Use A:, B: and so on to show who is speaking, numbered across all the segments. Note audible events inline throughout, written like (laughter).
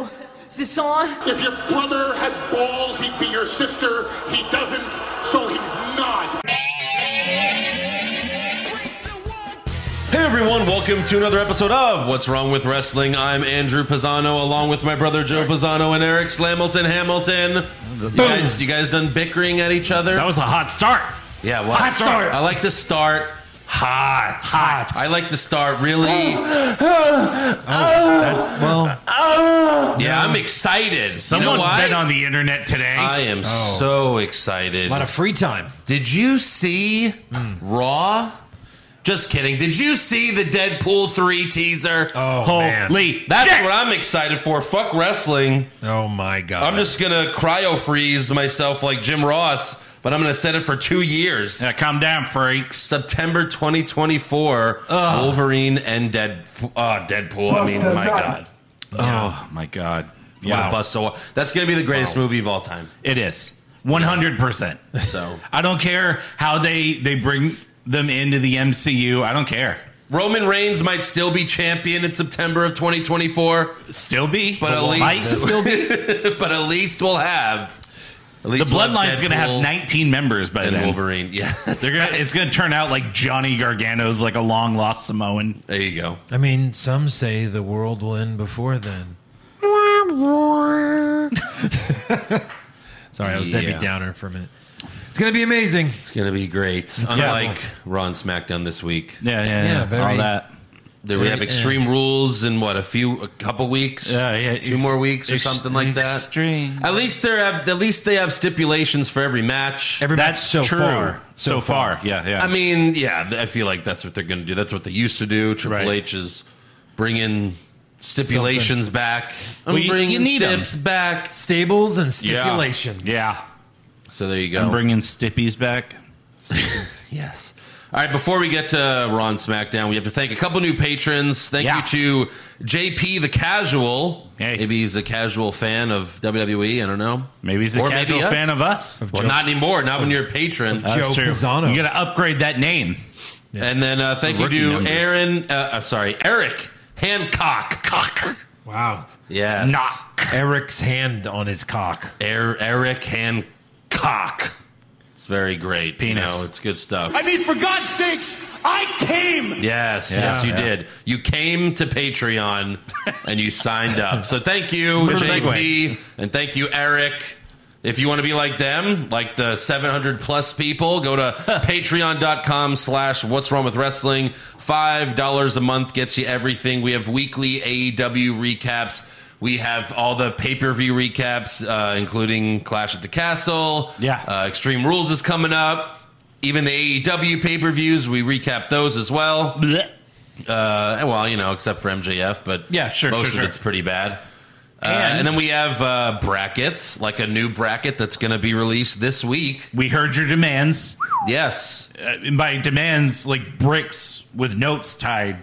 A: Oh,
B: this on?
C: If your brother had balls, he'd be your sister. He doesn't, so he's not.
D: Hey everyone, welcome to another episode of What's Wrong with Wrestling. I'm Andrew Pisano, along with my brother Joe Pisano and Eric Slamilton Hamilton. You guys, you guys done bickering at each other?
E: That was a hot start.
D: yeah, well,
E: Hot start.
D: I like to start hot.
E: Hot.
D: I like to start really.
E: Oh,
F: Well,
D: yeah, I'm excited.
E: Someone's
D: you know why?
E: been on Oh. the internet today.
D: I am so excited.
F: a lot of free time.
D: Did you see Raw? Just kidding. Did you see the Deadpool 3 teaser?
F: Oh man.
E: Holy.
D: That's
E: shit.
D: what I'm excited for. Fuck wrestling.
F: Oh my god.
D: I'm just gonna cryo freeze myself like Jim Ross, but I'm gonna set it for two years.
E: Yeah, calm down, freaks.
D: September 2024, Wolverine and Dead uh, Deadpool. I mean, my God,
E: Oh my god.
D: what
E: Wow.
D: a bust! So that's gonna be the greatest movie of all time.
E: It is. 100%.
D: So
E: I don't care how they they bring them into the MCU. I don't care.
D: Roman Reigns might still be champion in September of 2024,
E: Still be,
D: but at least
E: might still be.
D: (laughs) but at least we'll have at
E: The
D: least we'll
E: bloodline's going to
D: Deadpool
E: have 19 members by
D: and
E: then.
D: Wolverine. (laughs) Yeah, that's-
E: They're gonna, it's going to turn out like Johnny Gargano's like a long lost Samoan.
D: there you go.
F: I mean, some say the world will end before then. (laughs) Sorry, I was Debbie
D: Yeah.
F: Downer for a minute. It's gonna be amazing.
D: It's gonna be great. Unlike Raw and SmackDown this week.
E: Yeah, yeah,
F: Yeah,
E: yeah.
F: very-
E: all that.
D: Do we have
F: Yeah.
D: extreme rules in what a few, a couple weeks,
E: Yeah, yeah,
D: two
E: ex-
D: more weeks or
E: ex-
D: something like that.
E: extreme.
D: At least they have, at least they have stipulations for every match.
F: Every
E: That's
F: match so
E: true.
F: far.
E: So, far. yeah, yeah.
D: I mean, yeah, I feel like that's what they're going to do. That's what they used to do. Triple
E: Right.
D: H is bringing stipulations back. I'm
E: Well, you-
D: bringing
E: you need 'em.
D: stips back.
F: Stables and stipulations.
E: yeah.
D: So there you go.
E: I'm bringing Stippies back.
D: Yes. All right, before we get to Raw and SmackDown, we have to thank a couple new patrons. Thank
E: Yeah.
D: you to JP the Casual.
E: Hey.
D: Maybe he's a casual fan of WWE. I don't know.
E: Maybe he's a
D: Or
E: casual
D: maybe us.
E: fan of us.
D: Well, not anymore. Not when you're a patron.
E: That's
F: Joe
E: true.
F: Pisano.
E: You got to upgrade that name.
D: and then uh, thank you
E: rookie
D: to
E: numbers.
D: Aaron. Uh, I'm sorry, Eric Hancock. Cock.
F: Wow.
D: Yes.
E: Knock.
F: Eric's hand on his cock.
D: Er- Eric Hancock. It's very great. You
E: Penis.
D: know, it's good stuff.
A: I mean, for God's sakes, I came.
D: Yes, yes, you did. You came to Patreon and you signed up. So thank you,
E: Good
D: JP, and thank you, Eric. If you want to be like them, like the 700 plus people, go
E: (laughs)
D: to patreon.com slash what's wrong with wrestling. $5 a month gets you everything. We have weekly AEW recaps. We have all the pay-per-view recaps, uh, including Clash at the Castle.
E: Yeah.
D: Uh, Extreme Rules is coming up. Even the AEW pay-per-views, we recap those as well.
E: Blech.
D: Uh, well, you know, except for MJF, but
E: Yeah, sure,
D: most
E: sure,
D: of
E: sure.
D: it's pretty bad. Uh,
E: And-
D: and then we have uh, brackets, like a new bracket that's going to be released this week.
E: We heard your demands.
D: Yes,
E: Uh, and by demands, like bricks with notes tied,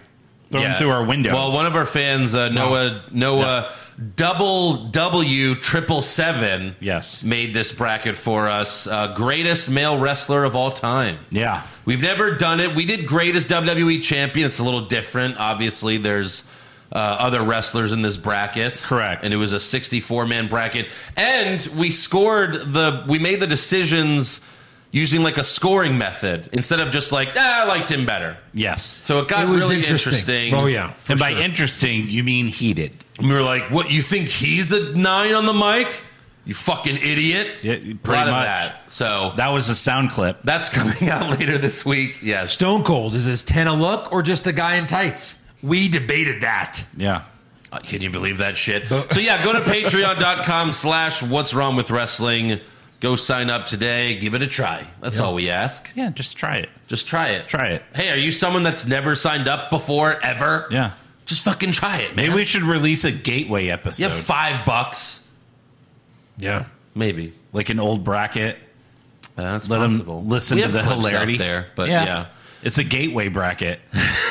E: thrown
D: Yeah.
E: through our windows.
D: Well, one of our fans, uh, Noah Noah Double W Triple Seven,
E: Yes.
D: made this bracket for us. Uh, greatest male wrestler of all time.
E: yeah.
D: We've never done it. We did greatest WWE E champion. It's a little different. Obviously, there's uh, other wrestlers in this bracket.
E: Correct.
D: And it was a 64 man bracket. And we scored the, we made the decisions using like a scoring method instead of just like, ah, I liked him better.
E: Yes.
D: So it got
F: It was
D: really
F: interesting.
D: interesting.
F: Oh, yeah. for
E: and by
F: sure.
E: interesting, you mean heated.
D: And we were like, what, you think he's a nine on the mic? You fucking idiot.
E: Yeah, pretty
D: a lot Of
E: much.
D: that. So
E: That was a sound clip.
D: that's (laughs) coming out later this week. Yes.
F: Stone Cold, is this 10 a look or just a guy in tights? We debated that.
E: Yeah.
D: Uh, Can you believe that shit? So yeah, go to patreon.com (laughs) slash what's wrong with wrestling. Go sign up today. Give it a try. That's all we ask.
E: Yeah, just try it.
D: Just try it.
E: Try it.
D: Hey, are you someone that's never signed up before ever?
E: Yeah.
D: Just fucking try it, man.
E: Maybe we should release a gateway episode.
D: you have five bucks.
F: Yeah.
D: Maybe.
E: like an old bracket.
D: Uh, that's
E: Let
D: possible.
E: them listen
D: We
E: to
D: have
E: the
D: clips
E: hilarity
D: out there, but yeah.
E: It's a gateway bracket.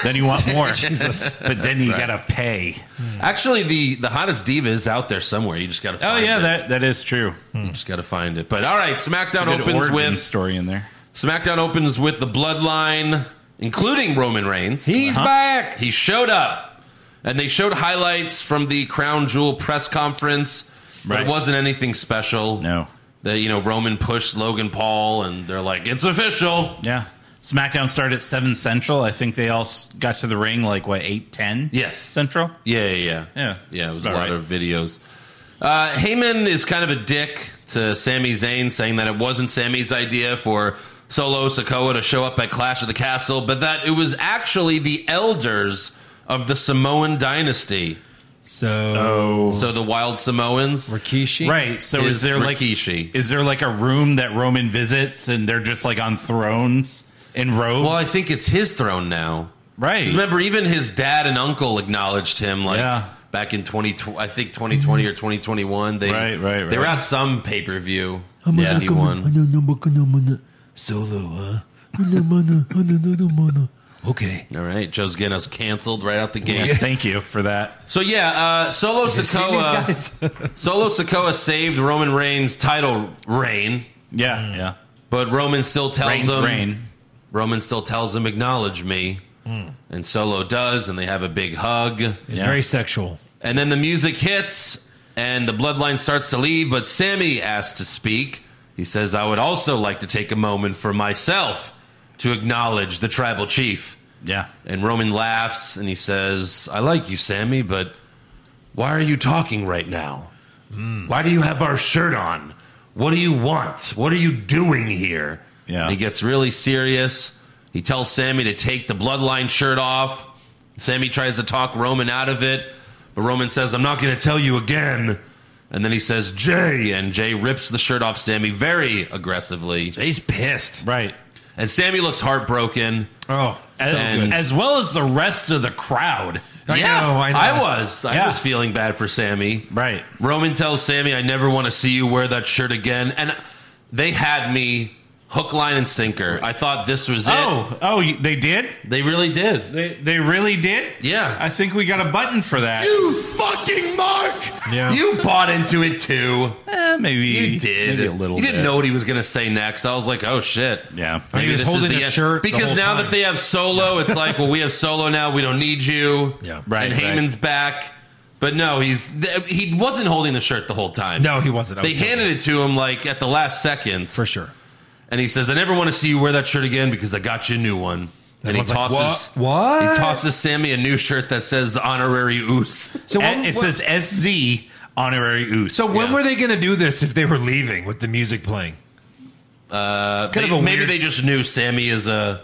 E: then you want more. (laughs) Jesus. But then you
D: right.
E: got to pay.
D: Actually, the the hottest diva is out there somewhere. You just got to
E: Oh,
D: find
E: yeah,
D: it.
E: that, that is true.
D: you just got to find it. But all right,
E: It's a
D: SmackDown
E: good
D: opens
E: origin
D: with
E: story in there.
D: SmackDown opens with the Bloodline including Roman Reigns.
F: He's back.
D: He showed up. And they showed highlights from the Crown Jewel press conference. But
E: Right.
D: it wasn't anything special.
E: No.
D: They, you know, Roman pushed Logan Paul, and they're like, "It's official."
E: Yeah. SmackDown started at seven central. I think they all s- got to the ring like what eight ten.
D: Yes.
E: central.
D: Yeah, yeah, yeah.
E: Yeah,
D: Yeah, it was
E: that's
D: a lot
E: about right.
D: of videos. Uh, Heyman is kind of a dick to Sami Zayn, saying that it wasn't Sami's idea for Solo Sokoa to show up at Clash of the Castle, but that it was actually the elders of the Samoan dynasty.
F: So
D: So the wild Samoans.
F: Rikishi,
E: Oh. Right. So
D: Is
E: is, there like
D: Rikishi.
E: is there like a room that Roman visits and they're just like on thrones in robes?
D: Well, I think it's his throne now.
E: right.
D: 'Cause Remember, even his dad and uncle acknowledged him, like
E: Yeah.
D: back in twenty, I think twenty twenty or twenty twenty one. They
E: Right, right,
D: they were
E: right.
D: at some pay per view.
B: Yeah,
D: Yeah, he won.
B: Solo, huh?
F: Okay.
D: All right, Joe's getting us canceled right out the gate.
E: Thank you for that.
D: So yeah, uh, Solo
F: See these
D: Sokoa,
F: guys?
D: Solo Sokoa saved Roman Reigns' title reign,
E: Yeah. Yeah.
D: but Roman still tells
E: Reigns
D: him
E: reign. Hmm.
D: Roman still tells him acknowledge me, and Solo does, and they have a big hug.
F: It's
E: Yeah.
F: very sexual.
D: And then the music hits, and the bloodline starts to leave, but Sammy asks to speak. He says, I would also like to take a moment for myself to acknowledge the tribal chief.
E: Yeah.
D: And Roman laughs and he says, I like you, Sammy, but why are you talking right now? Why do you have our shirt on? What do you want? What are you doing here?
E: Yeah.
D: He gets really serious. He tells Sammy to take the bloodline shirt off. Sammy tries to talk Roman out of it, but Roman says, I'm not going to tell you again. And then he says, Jay. And Jay rips the shirt off Sammy very aggressively.
F: He's pissed.
E: Right.
D: And Sammy looks heartbroken.
F: Oh,
E: As,
D: good.
E: as well as the rest of the crowd.
F: I know, I know.
D: was. I
E: Yeah.
D: was feeling bad for Sammy.
E: Right.
D: Roman tells Sammy, I never want to see you wear that shirt again. And they had me hook, line, and sinker. I thought this was it.
E: Oh, oh, you- they did.
D: They really did.
E: They they really did.
D: Yeah.
E: I think we got a button for that.
D: You fucking Mark!
F: Yeah.
D: You bought into it too.
E: Eh, maybe
D: You did.
E: maybe a little.
D: You didn't
E: bit.
D: know what he was going to say next. I was like, oh shit.
E: Yeah.
F: He was holding his
D: end.
F: shirt the
D: Because
F: whole
D: now
F: time.
D: that they have
F: (laughs)
D: Solo, it's like, well, we have Solo now. We don't need you.
F: Yeah.
E: Right, right.
D: And Heyman's back. But no, he's th- he wasn't holding the shirt the whole time.
F: no, he wasn't. I
D: They
F: was joking.
D: handed it to him like at the last second,
F: for sure.
D: and he says, "I never want to see you wear that shirt again because I got you a new one." And he
F: Everyone's like,
D: tosses
F: "What? What?"
D: he tosses Sammy a new shirt that says "Honorary Oos."
F: So
E: And
F: when,
E: it says SZ honorary ooze.
F: So when
D: yeah.
F: were they going to do this if they were leaving with the music playing? Uh, kind
D: They-
F: of a
D: maybe
F: weird-
D: they just knew Sammy is a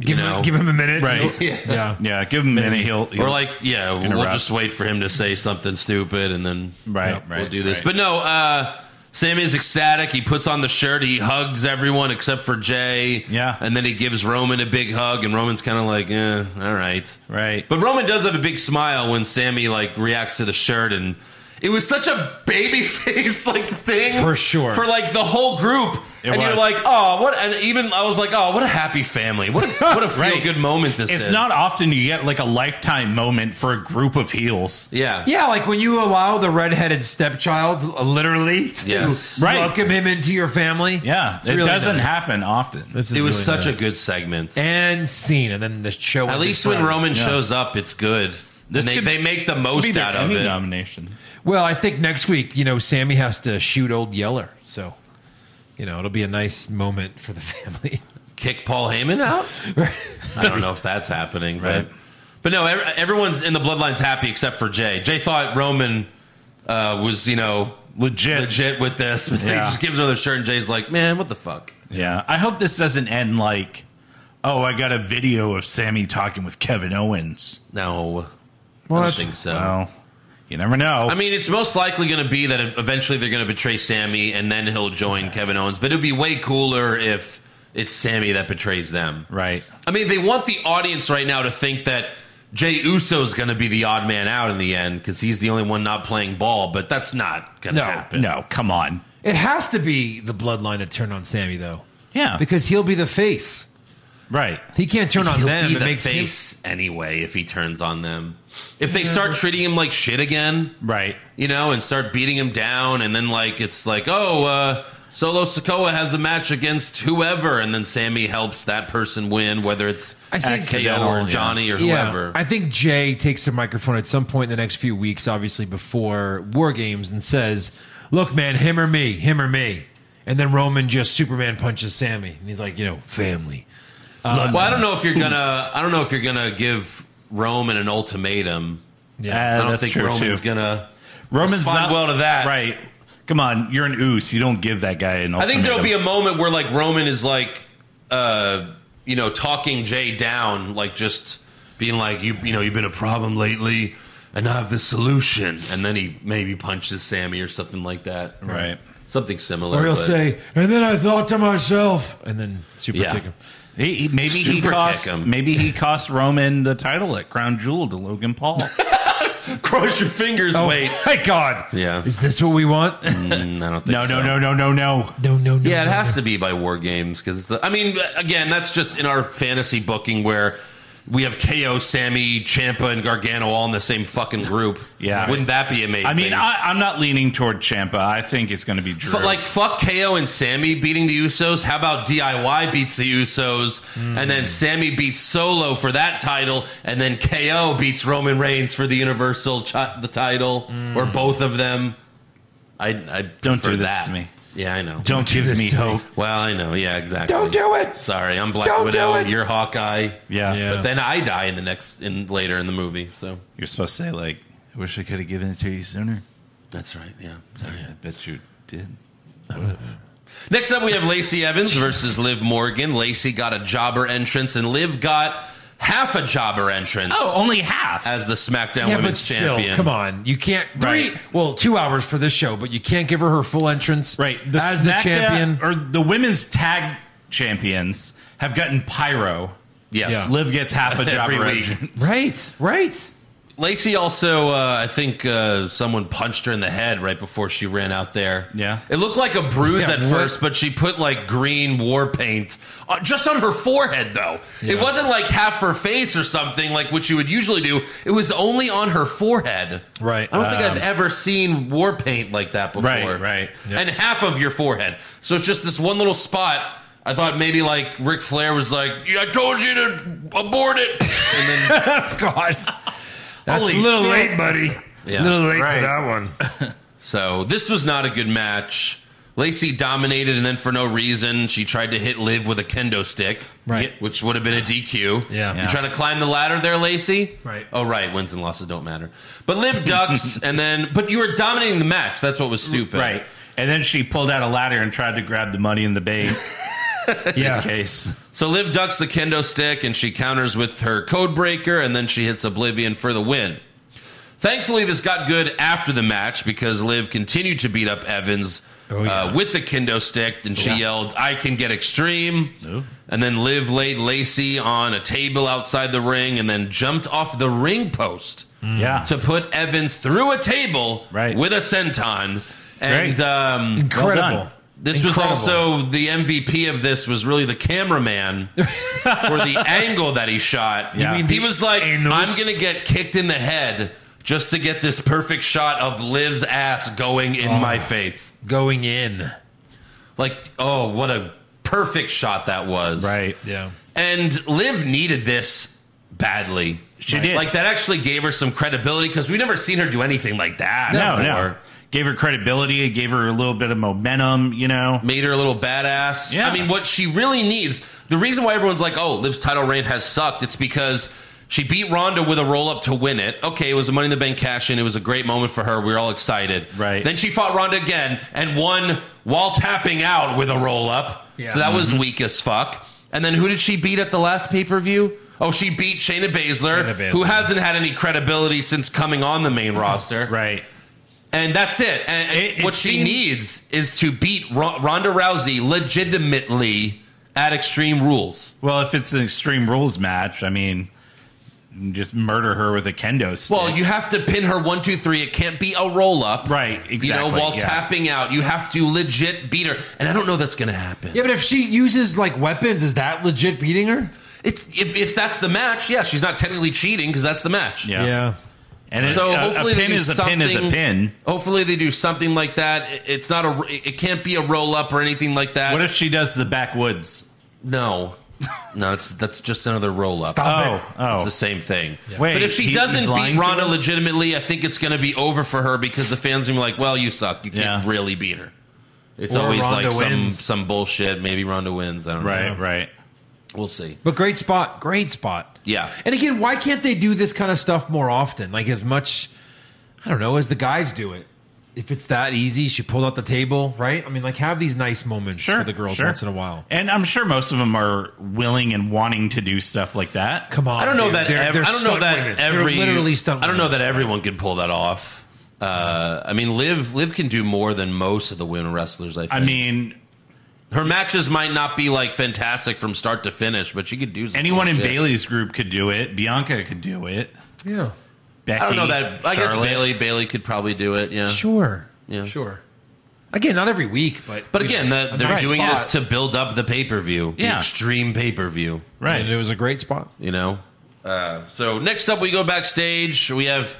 F: give
D: know.
F: him give him a minute,
E: Right.
F: Yeah.
E: yeah, give him a minute. He'll, he'll
D: or like yeah. We'll
E: Interrupt.
D: just wait for him to say something stupid and then
E: right, right.
D: we'll do this.
E: right.
D: But no, uh, Sammy is ecstatic. He puts on the shirt. He hugs everyone except for Jay.
E: Yeah.
D: and then he gives Roman a big hug, and Roman's kind of like, "Eh, all right."
E: right.
D: But Roman does have a big smile when Sammy like reacts to the shirt, and it was such a baby (laughs) face like thing
F: For sure.
D: for like the whole group.
E: It
D: and you're
E: was.
D: like, oh, what? And even I was like, oh, what a happy family. What a what a feel
E: (laughs) Right.
D: good moment this is.
E: it's not often you get like a lifetime moment for a group of heels.
D: Yeah.
F: Yeah, like when you allow the redheaded stepchild, uh, literally, to
D: Yes.
E: Right.
F: welcome him into your family.
E: Yeah,
F: It's
E: it
F: really
E: doesn't
F: nice.
E: happen often.
F: This is
D: It was
F: really
D: such
F: nice.
D: a good segment.
F: and scene, and then the show.
D: At
F: ended
D: least when
F: Friday.
D: Roman shows up, it's good.
E: This
D: and they,
E: could-
D: they make the
E: Could be
D: most
E: their
D: out of
E: Emmy
D: it.
E: nomination.
F: Well, I think next week, you know, Sammy has to shoot old Yeller, so you know it'll be a nice moment for the (laughs) family.
D: Kick Paul Heyman
E: (laughs)
D: out? I don't know if that's happening,
E: Right.
D: but but no, ev- everyone's in the bloodline's happy except for Jay. Jay thought Roman uh, was you know
E: Legit.
D: legit with this, but then he
E: Yeah.
D: just gives her the shirt, and Jay's like, "Man, what the fuck?"
E: Yeah, I hope this doesn't end like, oh, I got a video of Sammy talking with Kevin Owens.
D: No, I
F: What?
D: don't think so.
E: Well, you never know.
D: I mean, it's most likely going to be that eventually they're going to betray Sammy, and then he'll join Kevin Owens. But it would be way cooler if it's Sammy that betrays them.
E: right?
D: I mean, they want the audience right now to think that Jay Uso is going to be the odd man out in the end because he's the only one not playing ball, but that's not going to
F: No.
D: happen.
E: No, come on.
F: It has to be the bloodline to turn on Sammy, though,
E: Yeah,
F: because he'll be the face.
E: right.
F: He can't turn on
D: He'll
F: them.
D: be
F: it
D: the
F: makes him-
D: face anyway if he turns on them. If they start treating him like shit again,
E: Right.
D: you know, and start beating him down, and then like it's like, oh, uh, Solo Sokoa has a match against whoever, and then Sammy helps that person win, whether it's
F: I think-
D: KO
E: Accidental,
D: or
E: yeah.
D: Johnny or
F: Yeah,
D: whoever.
F: I think Jay takes the microphone at some point in the next few weeks, obviously before War Games, and says, "Look, man, him or me, him or me." And then Roman just Superman punches Sammy, and he's like, "You know, family."
D: well, I don't know if you're gonna. I don't know if you're gonna give Roman an ultimatum.
E: Uh,
D: I don't
E: that's
D: think
E: true,
D: Roman's
E: too.
D: gonna.
E: Roman's
D: respond
E: not
D: well to that.
E: right? Come on, you're an oos. You don't give that guy an.
D: I think there'll be a moment where like Roman is like, uh, you know, talking Jay down, like just being like, you, you know, you've been a problem lately, and I have the solution. And then he maybe punches Sammy or something like that,
E: right.
D: Something similar.
F: Or he'll
D: but-
F: say, "And then I thought to myself," and then super
D: Yeah.
F: kick him.
E: He, he- maybe he
D: Super kick
E: costs.
D: him.
E: Maybe he costs Roman the title at Crown Jewel to Logan
D: (laughs)
E: Paul.
D: (laughs) "Cross your fingers,
F: Oh.
D: wait."
E: my God!
D: Yeah,
F: Is this what we want?
D: Mm, I don't think
E: No,
D: so.
E: no, no, no, no, no.
F: No, no, no.
D: Yeah, it
F: no,
D: has to be by War Games because it's. I mean, again, that's just in our fantasy booking where we have KO, Sammy, Champa, and Gargano all in the same fucking group.
E: Yeah.
D: wouldn't that be amazing?
E: I mean, I, I'm not leaning toward Champa. I think it's going to be Drew.
D: F- like fuck KO and Sammy beating the Usos. How about DIY beats the Usos, and
E: Hmm.
D: then Sammy beats Solo for that title, and then KO beats Roman Reigns for the Universal chi- the title, or both of them. I, I
E: Hmm. Don't
D: prefer
E: do this
D: that.
E: to me.
D: Yeah, I know.
E: don't give me
F: to me.
E: hope.
D: Well, I know. Yeah, exactly.
F: Don't do it.
D: Sorry, I'm Black
F: Don't
D: Widow.
F: do it.
D: You're Hawkeye.
E: Yeah.
F: Yeah.
D: But then I die in the next in later in the movie. So
E: You're supposed to say like, "I wish I could have given it to you sooner."
D: that's right. Yeah.
E: I bet you did.
D: Next up, we have Lacey Evans versus Liv Morgan. Lacey got a jobber entrance, and Liv got half a jobber entrance
E: Oh, only half.
D: as the SmackDown
F: Yeah, but
D: Women's
F: still,
D: Champion.
F: come on. You can't three
E: Right.
F: well, two hours for this show, but you can't give her her full entrance
E: Right. The
F: as the
E: SmackDown-
F: champion.
E: or the women's tag champions have gotten pyro.
D: Yeah.
F: Yeah.
E: Liv gets half
D: (laughs)
E: a drop
D: Every week.
E: (laughs)
F: right, right.
D: Lacey also, uh, I think uh, someone punched her in the head right before she ran out there.
E: Yeah.
D: It looked like a bruise
F: Yeah,
D: at
F: what-
D: first, but she put like green war paint on, just on her forehead, though. It
F: Yeah.
D: wasn't like half her face or something like what you would usually do. It was only on her forehead.
F: Right. Um,
D: I don't think I've ever seen war paint like that before.
E: Right, right.
F: Yeah.
D: And half of your forehead. So it's just this one little spot. I thought maybe like Ric Flair was like, yeah, I told you to abort it. And then
F: God. (laughs) That's
E: Holy
F: a little
E: shit.
F: late, buddy.
D: Yeah.
F: A little late
E: Right.
F: for that one.
D: So this was not a good match. Lacey dominated, and then for no reason, she tried to hit Liv with a kendo stick,
F: Right.
D: Which would have been a DQ.
F: Yeah.
D: you trying to climb the ladder there, Lacey?
F: Right.
D: Oh, right. Wins and losses don't matter. But Liv
F: (laughs)
D: ducks, and then but you were dominating the match. That's what was stupid.
E: Right. And then she pulled out a ladder and tried to grab the money in the
D: (laughs)
E: bank. yeah. Case.
D: So Liv ducks the kendo stick, and she counters with her code breaker, and then she hits Oblivion for the win. Thankfully, this got good after the match because Liv continued to beat up Evans
F: Oh, yeah.
D: uh, with the kendo stick, and she yelled, "I can get extreme." And then Liv laid Lacey on a table outside the ring, and then jumped off the ring post
E: Yeah.
D: to put Evans through a table
E: Mm. Right.
D: with a senton. And
E: Great.
D: um,
F: Incredible.
E: done.
D: this
F: Incredible.
D: was also the MVP of this was really
E: (laughs)
D: the cameraman for the angle that he shot.
E: You mean
D: he
F: the
D: was like,
F: anus?
D: I'm gonna get kicked in the head just to get this perfect shot of Liv's ass going
E: Oh.
D: in my face.
F: going in.
D: Like, oh, what a perfect shot that was.
E: Right.
F: Yeah.
D: And Liv needed this badly.
E: She did.
D: Like that actually gave her some credibility because we never seen her do anything like that.
E: No,
D: before.
E: no. Gave her credibility. It gave her a little bit of momentum, you know?
D: made her a little badass.
E: Yeah.
D: I mean, what she really needs, the reason why everyone's like, oh, Liv's title reign has sucked, it's because she beat Ronda with a roll up to win it. Okay, it was a Money in the Bank cash in. It was a great moment for her. We were all excited.
E: Right.
D: Then she fought Ronda again and won while tapping out with a roll up.
F: Yeah.
D: So that was weak as fuck. And then who did she beat at the last pay per view? Oh, she beat Shayna Baszler,
F: Shayna Baszler.
D: who hasn't had any credibility since coming on the main roster
E: Right.
D: and that's it. And, and
E: It- it
D: what she
E: seemed-
D: needs is to beat R- Ronda Rousey legitimately at Extreme Rules.
E: Well, if it's an extreme rules match, I mean, just murder her with a kendo stick.
D: Well, you have to pin her one, two, three. It can't be a roll up,
E: Right,
D: You know,
E: exactly,
D: while
E: yeah.
D: tapping out, you have to legit beat her, and I don't know that's going to happen.
F: Yeah, but if she uses like weapons, is that legit beating her?
D: It's if, if that's the match, yeah, she's not technically cheating because that's the match.
E: Yeah. And it,
D: So
E: a,
D: hopefully
E: a
D: they
E: pin
D: do
E: is a
D: something.
E: pin is a pin.
D: Hopefully they do something like that. It- It's not a. It can't be a roll up or anything like that.
E: What if she does the backwoods?
D: no, no, it's that's just another roll up.
E: Oh,
D: It's
E: oh.
D: the same thing.
E: Wait,
D: but if she
E: he- he's
D: doesn't
E: lying
D: beat
E: to
D: Ronda
E: us?
D: legitimately, I think it's going to be over for her because the fans are gonna be like, "Well, you suck. You can't
E: Yeah.
D: really beat her." It's
F: Or
D: always
F: Ronda
D: like some
F: wins.
D: some bullshit. Maybe Ronda wins. I don't know.
E: Right, right.
D: We'll see.
F: But great spot, great spot.
D: Yeah.
F: And again, why can't they do this kind of stuff more often? Like as much, I don't know, as the guys do it. If it's that easy, she pulled out the table, right? I mean, like have these nice moments
E: Sure.
F: for the girls
E: sure.
F: once in a while.
E: And I'm sure most of them are willing and wanting to do stuff like that.
F: Come on,
D: I don't know
F: Oh, dude.
D: that.
F: They're-
D: ev-
F: they're
D: I don't know
F: stunt
D: that
F: women. They're
D: every.
F: literally stunt.
D: I don't know
F: women.
D: that everyone can pull that off. Uh, I mean, Liv Liv can do more than most of the women wrestlers. I think.
E: I mean,
D: her matches might not be like fantastic from start to finish, but she could do some
E: anyone in
D: shit.
E: Bailey's group could do it. Bianca could do it.
F: Yeah,
E: Becky,
D: I don't know that. I guess
E: Charlotte.
D: Bailey Bailey could probably do it. Yeah,
F: sure,
D: Yeah.
F: sure. Again, not every week, but
D: But again, the,
F: A
D: they're
F: nice
D: doing
F: spot.
D: this to build up the pay per view, the
E: Yeah.
D: extreme pay per view.
F: and it
E: Right.
F: was a great spot.
D: You know. Uh, so next up, we go backstage. We have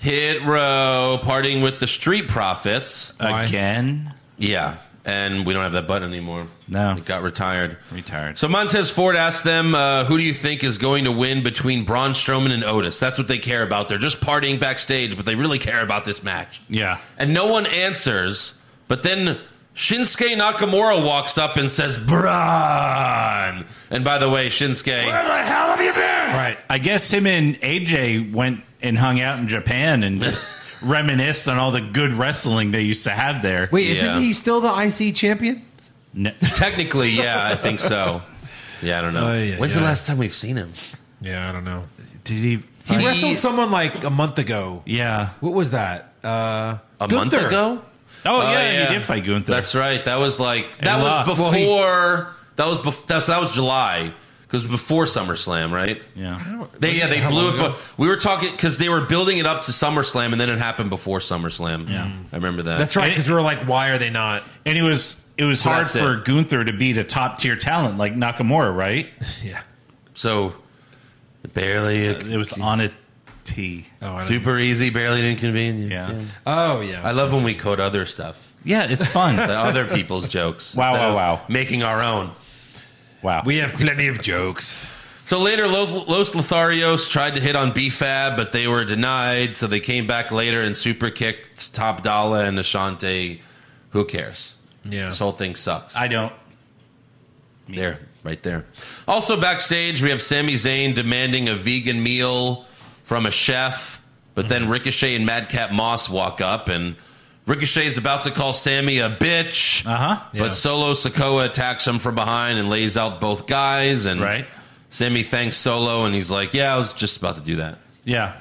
D: Hit Row partying with the Street Profits.
E: Uh,
F: Why?
E: Again.
D: Yeah, and we don't have that button anymore.
E: No.
D: it got retired.
E: Retired.
D: So Montez Ford asked them, uh, "Who do you think is going to win between Braun Strowman and Otis?" That's what they care about. They're just partying backstage, but they really care about this match.
E: Yeah.
D: And no one answers. But then Shinsuke Nakamura walks up and says, "Braun." And by the way, Shinsuke,
A: the hell have you been?
F: Right.
E: I guess him and AJ went and hung out in Japan and just reminisced on all the good wrestling they used to have there.
F: Wait,
D: Yeah.
F: isn't he still the IC champion?
E: No-
D: technically, yeah, I think so. Yeah, I don't know.
F: Oh, yeah,
D: When's the
F: yeah.
D: last time we've seen him?
F: Yeah, I don't know.
E: Did he?
F: He
D: He-
F: wrestled someone like a month ago.
E: Yeah.
F: What was that? Uh,
D: A month
F: Gunther.
D: ago?
E: Oh,
D: Oh,
E: yeah,
D: yeah.
E: He did fight Gunther.
D: That's right. That was like that was
E: lost.
D: before
F: Well, he-
D: that was bef- that was that was July because before SummerSlam, right?
E: yeah.
D: They yeah they
F: How
D: blew
F: long
D: it.
F: ago?
D: But we were talking because they were building it up to SummerSlam, and then it happened before SummerSlam. Yeah, I remember that.
F: That's right.
E: And-
F: Because we were like, why are they not?
E: And it was it was
D: So
E: hard
D: that's
E: for
D: it.
E: Gunther to beat a top tier talent like Nakamura, right?
F: Yeah.
D: So barely
E: It was on a T.
F: Oh, I don't-
D: super easy, barely an inconvenience.
E: Yeah.
F: oh yeah.
D: I love when we code other stuff,
E: Yeah, it's fun.
D: (laughs) the other
E: (laughs)
D: people's jokes.
E: Wow,
D: instead
E: wow,
D: of
E: wow.
D: Making our own.
E: wow.
F: we have plenty of jokes.
D: So later, Lo- Los Lotharios tried to hit on BFAB, but they were denied. So they came back later and super kicked Top Dollar and Ashante. Who cares?
F: Yeah.
D: This whole thing sucks.
E: I don't.
D: there, right there. Also backstage, we have Sami Zayn demanding a vegan meal from a chef, but then Ricochet and Madcap Moss walk up, and Ricochet is about to call Sammy a bitch.
E: Uh huh.
F: Yeah.
D: But Solo Sokoa attacks him from behind and lays out both guys. And
E: Right.
D: Sammy thanks Solo, and he's like, "Yeah, I was just about to do that."
E: Yeah.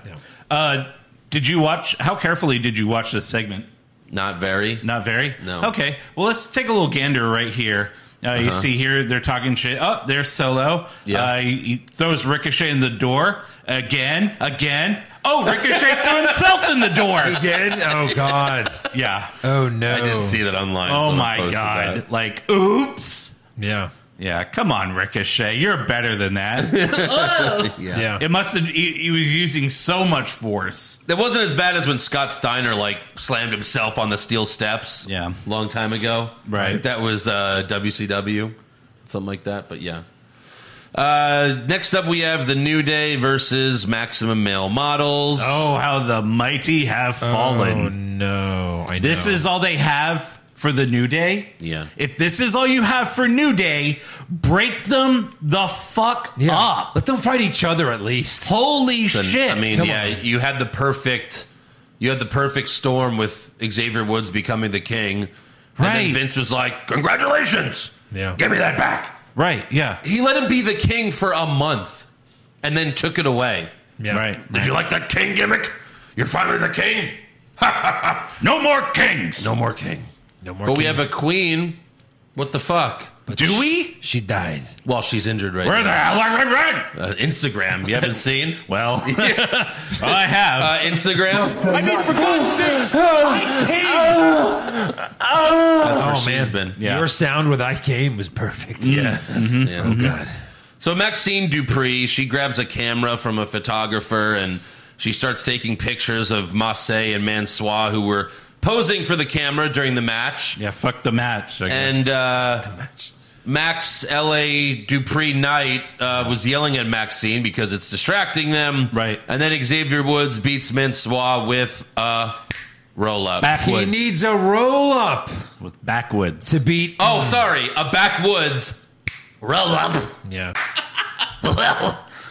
E: Uh, did you watch? How carefully did you watch this segment?
D: Not very.
E: Not very.
D: No. Uh-huh.
E: Okay. Well, let's take a little gander right here. Uh, You see here, they're talking shit. Oh, there's Solo.
D: Yeah.
E: Uh, he, he throws Ricochet in the door again, again. Oh, Ricochet threw himself in the
D: (laughs)
E: door.
F: Again? Oh God.
E: Yeah.
F: (laughs) Oh no.
D: I did see that online.
E: Oh
D: Someone
E: my
D: posted
E: god.
D: that.
E: Like, oops.
F: Yeah.
E: Yeah. Come on, Ricochet. You're better than
D: (laughs)
E: that.
F: Yeah.
E: it must have. He, he was using so much force.
D: That wasn't as bad as when Scott Steiner like slammed himself on the steel steps.
E: Yeah.
D: long time ago.
E: Right.
D: I think that was uh, WCW, something like that. But yeah. Uh, next up, we have the New Day versus Maximum Male Models.
E: Oh, how the mighty have fallen.
F: Oh no. I
E: This
F: know.
E: is all they have for the New Day.
D: Yeah.
E: If this is all you have for New Day, break them the fuck
F: Yeah.
E: up.
F: Let them fight each other at least.
E: Holy
D: And,
E: shit.
D: I mean,
F: Come
D: yeah,
F: on.
D: you had the perfect, you had the perfect storm with Xavier Woods becoming the king, And then
E: Right.
D: Vince was like, "Congratulations,
F: Yeah.
D: give me that back."
E: right. Yeah.
D: He let him be the king for a month, and then took it away.
F: Yeah.
E: Right.
D: Did you like that king gimmick? You're finally the king. (laughs)
E: No more kings.
D: No more king.
F: No more.
D: But we have a
F: kings.
D: queen. What the fuck?
E: Do we?
F: She dies.
D: Well, she's injured right
E: Where the
D: now.
E: hell are we? Right?
D: Uh, Instagram.
E: (laughs)
D: You haven't seen? (laughs)
E: Well, (laughs) I have.
D: Uh, Instagram.
A: (laughs)
D: Oh,
A: I mean, for God's sake,
D: (laughs)
A: I came.
D: That's where
F: Oh,
D: she's
F: man.
D: been.
E: Yeah.
F: Your sound with I came was perfect. Oh,
D: Yeah. Yeah.
E: Mm-hmm.
F: God.
D: So Maxine Dupree, she grabs a camera from a photographer and She starts taking pictures of Massey and Mansois, who were posing for the camera during the match.
E: Yeah, fuck the match. I guess.
D: And uh, Max L.A. Dupree Knight uh, was yelling at Maxine because it's distracting them.
E: Right.
D: And then Xavier Woods beats Mansois with a roll up.
F: He
E: backwoods
F: needs a roll up
E: with backwoods.
F: to beat.
D: Oh, sorry, a backwoods roll up.
F: yeah.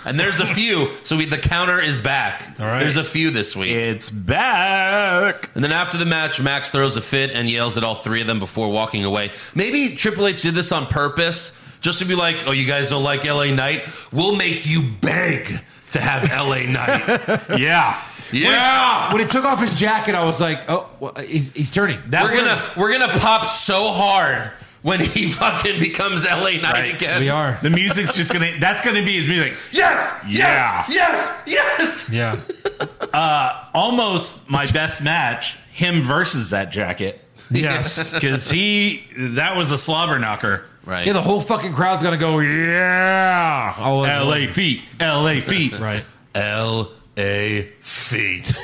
D: And there's a few. So we, the counter is back.
F: All right.
D: There's a few this week.
E: It's
D: (laughs)
E: back.
D: And then after the match, Max throws a fit and yells at all three of them before walking away. Maybe Triple H did this on purpose, just to be like, "Oh, you guys don't like LA Knight? We'll make you beg to have LA Knight."
E: Yeah.
D: yeah,
F: When he took off his jacket, I was like, "Oh, well, he's, he's turning." That
D: we're gonna
F: was-
D: we're gonna pop so hard when he (laughs) fucking becomes LA Knight
E: Right.
D: again.
F: We are.
E: The music's just gonna. That's gonna be his music.
D: Yes.
E: Yeah.
D: Yes. (laughs) Yes. yes!
F: Yeah.
E: Almost my best match. Him versus that jacket.
F: Yes.
E: Because he, that was a slobber knocker.
D: Right.
F: yeah. The whole fucking crowd's gonna go. Yeah. All over.
E: LA feet, LA feet.
F: Right.
D: L A feet.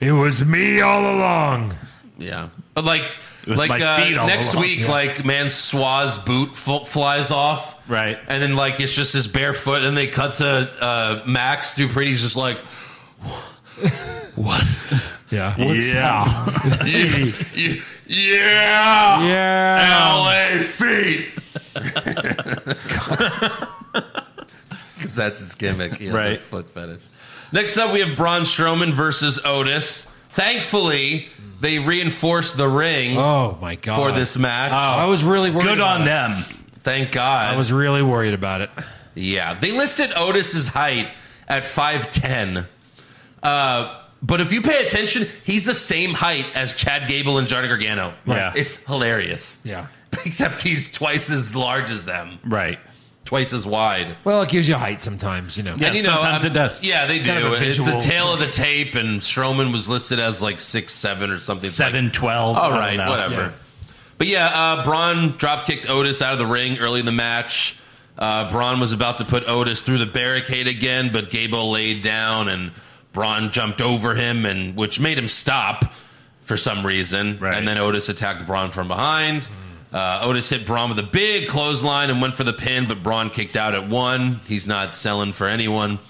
F: It was me all along.
D: Yeah. But like,
E: was
D: like
E: my feet
D: uh,
E: all
D: next
E: along.
D: week, like Mansois' boot f- flies off.
E: Right.
D: And then like it's just his barefoot. And they cut to uh, Max Dupree's
E: (laughs)
D: just like, (laughs) what?
F: Yeah.
E: yeah.
D: You- you- yeah.
F: Yeah.
D: LA feet. (laughs) Because that's his gimmick. He has a
E: Right.
D: foot fetish. Next up, we have Braun Strowman versus Otis. Thankfully, they reinforced the ring
F: Oh my god.
D: for this Oh. match.
F: I was really worried.
E: Good
F: about
E: on
F: it.
E: them.
D: Thank God.
F: I was really worried about it.
D: yeah, they listed Otis's height at five ten. Uh, but if you pay attention, he's the same height as Chad Gable and Johnny Gargano.
E: Yeah.
D: it's hilarious.
F: Yeah.
D: (laughs) Except he's twice as large as them,
E: Right.
D: twice as wide.
F: Well, it gives you height sometimes, you know.
E: Yeah.
D: And, you
E: sometimes it does.
D: Yeah, they do.
F: kind of a
D: it's the
F: visual
D: tail of the tape, and Strowman was listed as like six seven or something. It's like,
E: Seven twelve.
D: All
E: I don't
D: right,
E: know.
D: whatever. But yeah, uh, Braun drop kicked Otis out of the ring early in the match. Uh, Braun was about to put Otis through the barricade again, but Gable laid down and Braun jumped over him, and which made him stop for some reason.
E: Right.
D: And then Otis attacked Braun from behind. Uh, Otis hit Braun with a big clothesline and went for the pin, but Braun kicked out at one. He's not selling for anyone.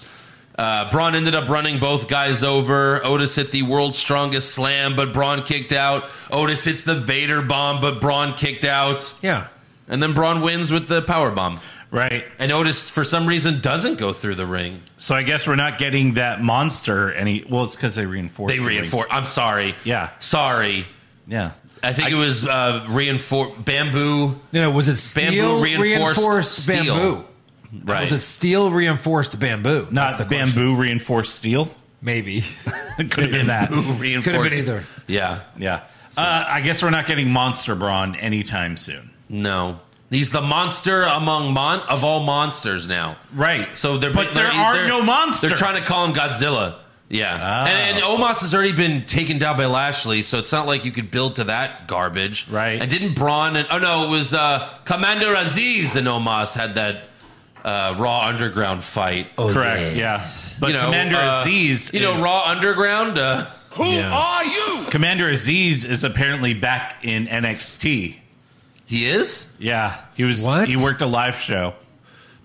D: Uh, Braun ended up running both guys over. Otis hit the world's strongest slam, but Braun kicked out. Otis hits the Vader bomb, but Braun kicked out.
F: Yeah.
D: And then Braun wins with the power bomb.
E: Right.
D: And Otis, for some reason, doesn't go through the ring.
E: So I guess we're not getting that monster any. Well, it's because they reinforced.
D: They
E: the ring.
D: reinforce. I'm sorry.
E: Yeah.
D: Sorry.
E: Yeah.
D: I think it was uh, reinforced bamboo.
F: No, no, was it steel
D: Bamboo reinforced steel.
F: bamboo?
D: Right.
F: Was it steel reinforced bamboo?
E: Not
F: That's the question.
E: bamboo reinforced steel. (laughs)
F: Maybe.
E: It could have been that. (laughs)
D: reinforced.
F: Could have been either.
D: Yeah.
E: Yeah. Uh, I guess we're not getting Monster Brawn anytime soon.
D: No. He's the monster among mon of all monsters now.
E: Right.
D: So they're
E: but there
D: they're-
E: are
D: they're-
E: no monsters. Ah.
D: They're trying to call him Godzilla. Yeah, and, and Omos has already been taken down by Lashley, so it's not like you could build to that garbage,
E: Right.
D: And didn't Braun and oh no, it was uh, Commander Aziz and Omos had that uh, Raw Underground fight. Oh,
E: Correct. Yeah. But Commander Aziz.
D: uh, you know,
E: is-
D: Raw Underground. Uh,
A: Who are you?
E: Commander Aziz is apparently back in NXT.
D: he is,
E: Yeah, he was.
F: What?
E: He worked a live show.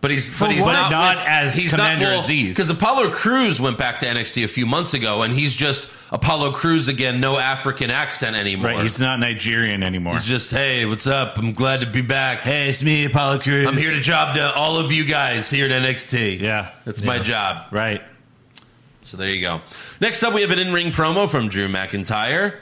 D: but he's but he's
E: what?
D: not,
E: Not
D: with-
E: as
D: he's
E: Commander
D: not,
E: Aziz.
D: because Apollo Cruz went back to NXT a few months ago, and he's just Apollo Cruz again, no African accent anymore.
E: Right, he's not Nigerian anymore.
D: It's just, hey, what's up? I'm glad to be back.
E: hey, it's me, Apollo Crews.
D: I'm here to job to all of you guys here at NXT.
E: Yeah.
D: That's my job.
E: Right.
D: So there you go. Next up, we have an in ring promo from Drew McIntyre.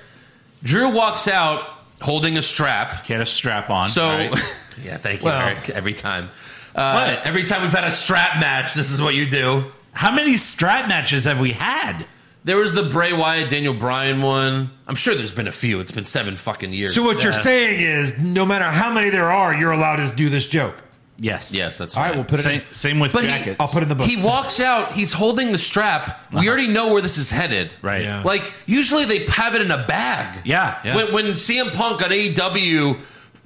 D: Drew walks out holding a strap.
E: Get a strap on.
D: So, (laughs)
E: Right.
D: (laughs) yeah, thank you,
F: Well-
D: Eric. Every time. Uh,
E: What?
D: Every time we've had a strap match, this is what you do.
E: how many strap matches have we had?
D: There was the Bray Wyatt, Daniel Bryan one. I'm sure there's been a few. It's been seven fucking years.
F: So what you're saying is, no matter how many there are, you're allowed to do this joke.
E: Yes.
D: yes, that's
F: All
D: right.
F: right, we'll put it.
E: Same,
F: in.
E: same with
D: But he-
E: jackets.
F: I'll put it in the book. Uh-huh.
D: He walks out. He's holding the strap. We already know where this is headed.
E: Right.
F: Yeah.
D: Like usually they have it in a bag.
E: Yeah, yeah.
D: When, when CM Punk on AEW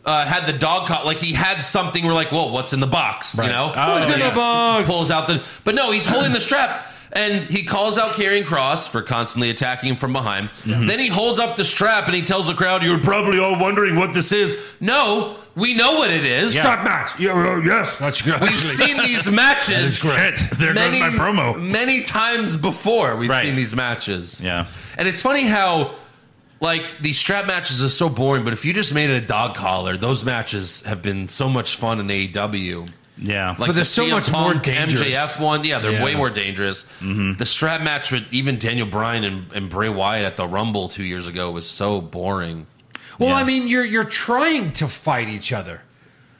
D: uh, had the dog caught, like he had something. We're like, whoa, what's in the box? You know,
E: Oh,
F: What's in
E: yeah.
F: the box?
D: pulls out the. But no, he's holding the strap. And he calls out Carrying Cross for constantly attacking him from behind.
E: Mm-hmm.
D: Then he holds up the strap and he tells the crowd, You're probably all wondering what this is. No, we know what it is.
F: Stop match. Yeah, well, yes, that's good.
D: We've seen these matches.
E: Shit, (laughs) there
D: many,
E: goes my promo.
D: Many times before we've
E: Right.
D: seen these matches.
E: Yeah.
D: And it's funny how like these strap matches are so boring, but if you just made it a dog collar, those matches have been so much fun in AEW.
E: Yeah. Uh,
D: Like
F: But they're
D: the
F: so
D: CM
F: much more
D: Punk,
F: dangerous.
D: MJF one, yeah, they're
F: Yeah.
D: way more dangerous.
E: Mm-hmm.
D: The strap match with even Daniel Bryan and, and Bray Wyatt at the Rumble two years ago was so boring.
F: Well,
E: Yeah.
F: I mean, you're you're trying to fight each other.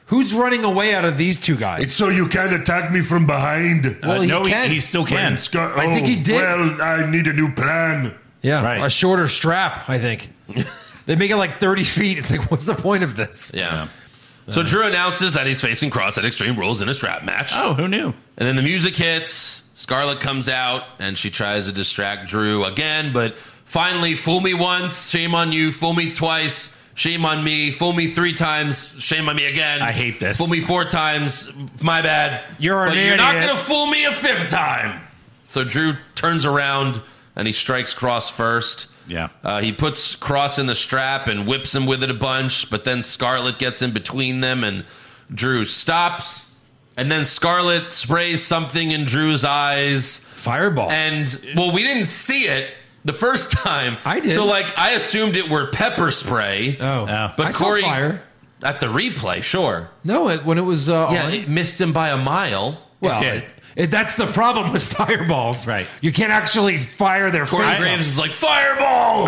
F: Who's running away out of these two guys?
B: So you can't attack me from behind.
E: Uh,
F: well, he
E: no,
F: can.
E: He, he still
B: When
E: can.
B: Scott-
F: I think
B: oh,
F: he did.
B: Well, I need a new plan.
F: yeah,
E: Right.
F: a shorter strap, I think. they make it like 30 feet. It's like, what's the point of this?
D: Yeah. So Drew announces that he's facing Cross at Extreme Rules in a strap match.
E: Oh, who knew?
D: And then the music hits. Scarlett comes out and she tries to distract Drew again, but finally, fool me once, shame on you. Fool me twice, shame on me. Fool me three times, shame on me again.
E: I hate this.
D: Fool me four times, my bad.
F: You're an
D: but you're not
F: idiot.
D: gonna fool me a fifth time. So Drew turns around and he strikes Cross first.
E: Yeah.
D: Uh, he puts Cross in the strap and whips him with it a bunch, but then Scarlet gets in between them and Drew stops. And then Scarlet sprays something in Drew's eyes.
F: Fireball.
D: And, well, we didn't see it the first (laughs) time.
F: I did.
D: So, like, I assumed it were pepper spray.
F: oh,
E: Oh.
D: But
F: I
D: Corey-
F: saw fire.
D: At the replay, sure.
F: No, it, when it was uh,
D: Yeah,
F: on.
D: it missed him by a mile.
F: well,
E: did.
F: it- it- that's the problem with fireballs.
E: Right.
F: You can't actually fire their
D: Corey
F: face
D: Graves is like, fireball!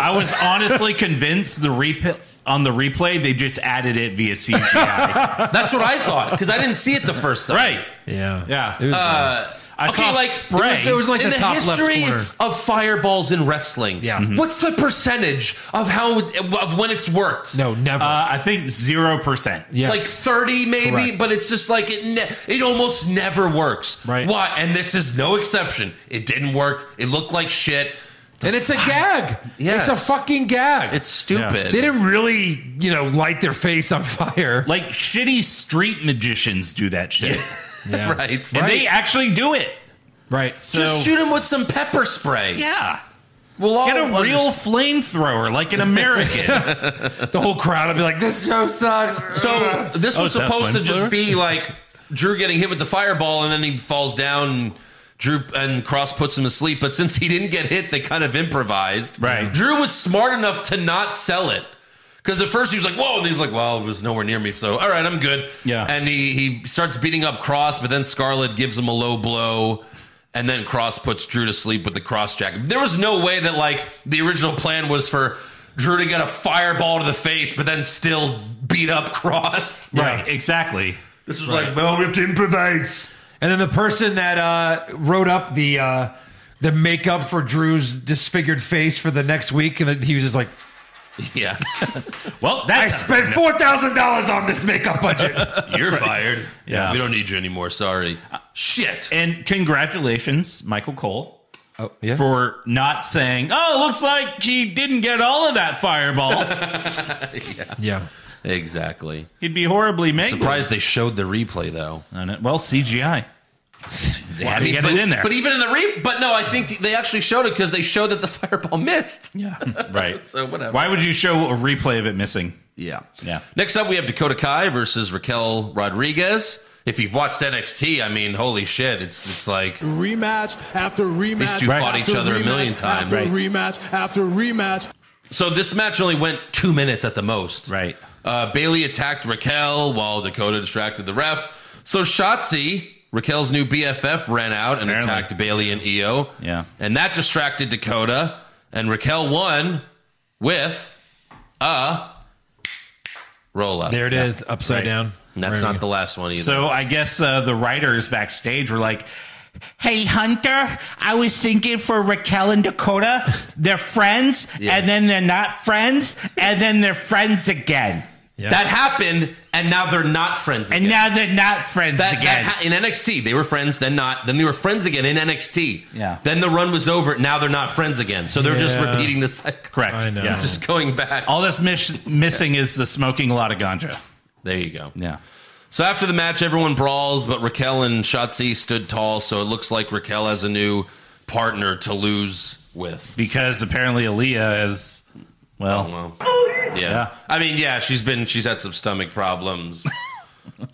E: (laughs) I was honestly convinced the replay on the replay they just added it via CGI.
D: That's what I thought, because I didn't see it the (laughs) first time.
E: right.
F: Yeah. Uh,
E: Yeah.
F: It was
E: I
D: okay,
E: saw
D: like,
E: spray.
F: it was- it was like
D: in
F: the
D: the,
F: top left
D: history
F: corner.
D: of fireballs in wrestling, Mm-hmm.
F: Yeah. Mhm.
D: what's the percentage of how of when it's worked?
F: no, never.
E: uh, I think 0%.
F: yes.
D: Like thirty, maybe,
F: Correct.
D: but it's just like it. Ne- it almost never works.
F: Right.
D: Why? And this is no exception. It didn't work. It looked like shit.
F: and it's a gag.
D: Yes.
F: It's a fucking gag.
D: It's stupid.
E: Yeah.
F: they didn't really, you know, light their face on fire.
E: Like shitty street magicians do that shit.
F: (laughs) (laughs)
D: (laughs)
F: Yeah.
D: right.
E: And they actually do it.
F: Right.
E: So
D: just shoot Oh, him with some pepper spray.
E: yeah.
D: We'll all
E: Get a
D: under-
E: real flamethrower like an American.
F: The whole crowd would be like, this show sucks.
D: So this
E: Oh,
D: was
E: is that
D: supposed to
E: flamethrower?
D: just be like Drew getting hit with the fireball, and then he falls down. And Drew and Cross puts him to sleep, but since he didn't get hit, they kind of improvised.
E: Right.
D: Drew was smart enough to not sell it. Because at first he was like, "Whoa!" And he's like, "Well, it was nowhere near me, so all right, I'm good."
E: Yeah.
D: And he he starts beating up Cross, but then Scarlet gives him a low blow, and then Cross puts Drew to sleep with the cross jacket. There was no way that like the original plan was for Drew to get a fireball to the face, but then still beat
E: (laughs)
D: up Cross.
E: right. Exactly.
D: This was like,
B: Well, Oh, we have to improvise.
F: and then the person that uh, wrote up the uh, the makeup for Drew's disfigured face for the next week, and then he was just like,
E: (laughs)
D: yeah,
E: Well,
F: I
E: that's
F: spent four thousand dollars on this makeup budget.
D: you're fired.
E: Yeah. Uh,
D: we don't need you anymore. Sorry. Shit.
E: And congratulations, Michael Cole,
F: (laughs) oh yeah.
E: for not saying, "Oh, it looks like he didn't get all of that fireball."
F: yeah.
D: Exactly.
E: He'd be horribly made.
D: Surprised they showed the replay though.
E: Well, CGI. They had
D: I
E: to
D: mean,
E: get
D: but,
E: it in there.
D: But even in the re, but no, I think they actually showed it because they showed that the (laughs) fireball missed.
E: yeah, (laughs) right.
D: (laughs) So whatever.
E: Why would you show a replay of it missing?
D: Yeah.
E: Yeah.
D: Next up, we have Dakota Kai versus Raquel Rodriguez. If you've watched NXT, I mean, holy shit, it's it's like
G: rematch after rematch.
D: These two fought each
G: after
D: other a
G: rematch
D: million times.
G: After
E: Right.
G: rematch after rematch.
D: so. This match only went two minutes at the most.
E: Right.
D: Uh, Bailey attacked Raquel while Dakota distracted the ref. So Shotzi, Raquel's new BFF, ran out and
E: Apparently.
D: attacked Bailey and Io.
E: Yeah.
D: And that distracted Dakota, and Raquel won with a roll up.
F: There it is, upside down.
D: And that's
F: Right.
D: not the last one either.
E: So I guess uh, the writers backstage were like, "Hey Hunter, I was thinking for Raquel and Dakota, they're friends,
D: Yeah.
E: and then they're not friends, and then they're friends again,
D: That happened, and now they're not friends.
E: and
D: again.
E: now they're not friends
D: that,
E: again."
D: that ha- in NXT they were friends, then not, then they were friends again in NXT.
E: Yeah.
D: Then the run was over. Now they're not friends again. So they're just
F: Yeah.
D: repeating the cycle.
E: Correct.
F: I know.
E: Yeah.
D: (laughs) Just going back.
E: All that's miss- missing is the smoking a lot of ganja.
D: There you go.
E: Yeah.
D: So after the match, everyone brawls, but Raquel and Shotzi stood tall. So it looks like Raquel has a new partner to lose with.
E: because apparently Aaliyah is Oh, well,
D: Well, yeah. I mean, yeah, she's been she's had some stomach
E: (laughs)
D: problems.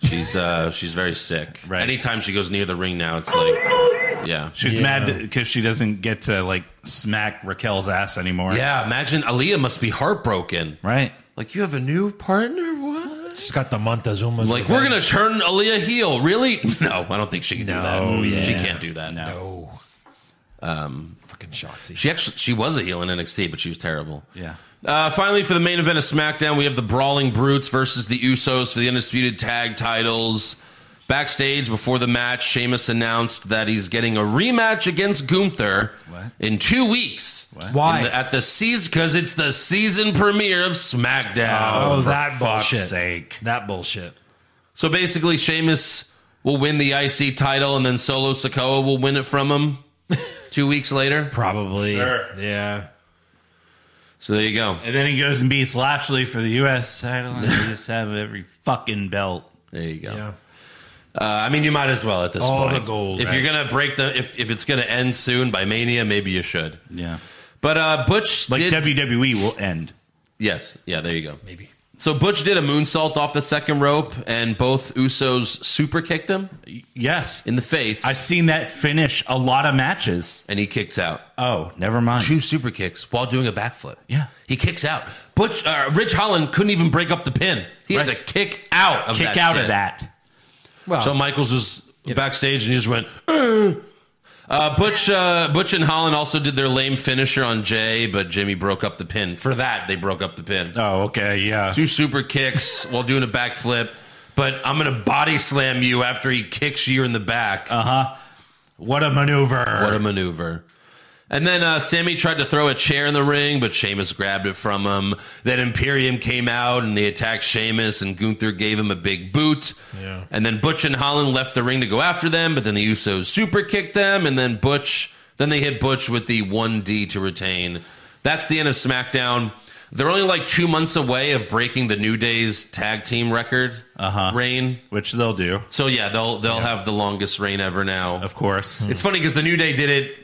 D: she's uh she's very sick.
E: Right.
D: Anytime she goes near the ring now, it's like yeah.
E: she's mad because she doesn't get to like smack Raquel's ass anymore.
D: Yeah, imagine Aaliyah must be heartbroken.
E: right.
D: Like you have a new partner? What?
F: She's got the Montezuma's.
D: Like we're gonna turn Aaliyah heel? Really? (laughs) No, I don't think she can
E: No,
D: do that.
E: yeah.
D: She can't do that. No.
F: Oh. Um, fucking Shotzi.
D: She actually she was a heel in NXT, but she was terrible.
E: Yeah.
D: Uh, finally, for the main event of SmackDown, we have the Brawling Brutes versus the Usos for the Undisputed Tag Titles. Backstage before the match, Sheamus announced that he's getting a rematch against Gunther in two weeks.
F: Why?
D: In the- at the season? Because it's the season premiere of SmackDown.
F: Oh,
E: for
F: that
E: fuck's
F: bullshit.
E: sake.
F: That bullshit.
D: So basically, Sheamus will win the IC title, and then Solo Sokoa will win it from
F: (laughs)
D: him two weeks later.
F: Probably. Yeah.
D: So there you go.
E: And then he goes and beats Lashley for the U.S. title, and they just have every fucking belt.
D: There you go.
F: Yeah.
D: Uh, I mean, you might as well at this
F: All
D: point.
F: the gold,
D: If
F: right.
D: you're gonna break the, if if it's gonna end soon by Mania, maybe you should.
E: Yeah,
D: But uh, Butch
E: like
D: did.
E: WWE will end.
D: yes, yeah, there you go.
F: Maybe.
D: So Butch did a moonsault off the second rope, and both Usos super kicked him
E: Yes,
D: in the face,
E: I've seen that finish a lot of matches.
D: and he kicked out.
E: Oh, never mind.
D: Two super kicks while doing a backflip.
E: Yeah.
D: he kicks out. Butch uh, Rich Holland couldn't even break up the pin. He had
E: Right.
D: to kick out of
E: Kick
D: that
E: out
D: shit.
E: of that.
F: Well,
D: So Michaels was backstage and he just went. "Eh." Uh, Butch, uh, Butch and Holland also did their lame finisher on Jay, but Jimmy broke up the pin. For that, they broke up the pin.
E: Oh, okay, yeah.
D: Two super kicks (laughs) while doing a backflip, but I'm gonna body slam you after he kicks you in the back.
E: uh-huh. What a maneuver.
D: What a maneuver. And then uh, Sammy tried to throw a chair in the ring, but Sheamus grabbed it from him. Then Imperium came out and they attacked Sheamus, and Gunther gave him a big boot.
F: Yeah.
D: And then Butch and Holland left the ring to go after them, but then the Usos super kicked them, and then Butch, then they hit Butch with the 1D to retain. That's the end of SmackDown. They're only like two months away of breaking the New Day's tag team record reign.
E: Which they'll do,
D: So yeah, they'll they'll have the longest reign ever now.
E: of course.
D: It's funny because the New Day did it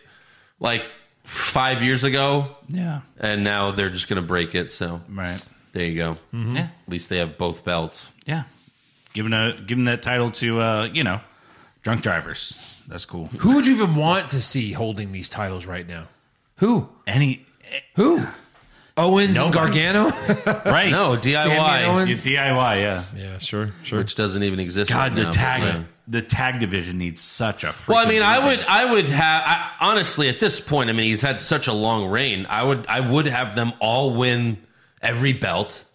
D: like five years ago,
E: yeah,
D: and now they're just going to break it. So
E: right.
D: there you go.
E: Yeah,
D: At least they have both belts.
E: yeah. Giving a giving that title to uh, you know, drunk drivers. That's cool.
F: who would you even want to see holding these titles right now? Who?
E: Any
F: Who? Owens and
E: Nobody.
F: Gargano?
E: right?
D: No,
F: Sammy
D: DIY,
F: Owens.
E: It's DIY. Yeah.
F: (laughs) yeah, sure, sure.
D: which doesn't even exist.
E: God,
D: right
E: the
D: now,
E: tag
D: but, yeah.
E: the tag division needs such a. Freaking
D: Well, I mean, I
E: revamp.
D: would, I would have I, honestly at this point. I mean, he's had such a long reign. I would, I would have them all win every belt,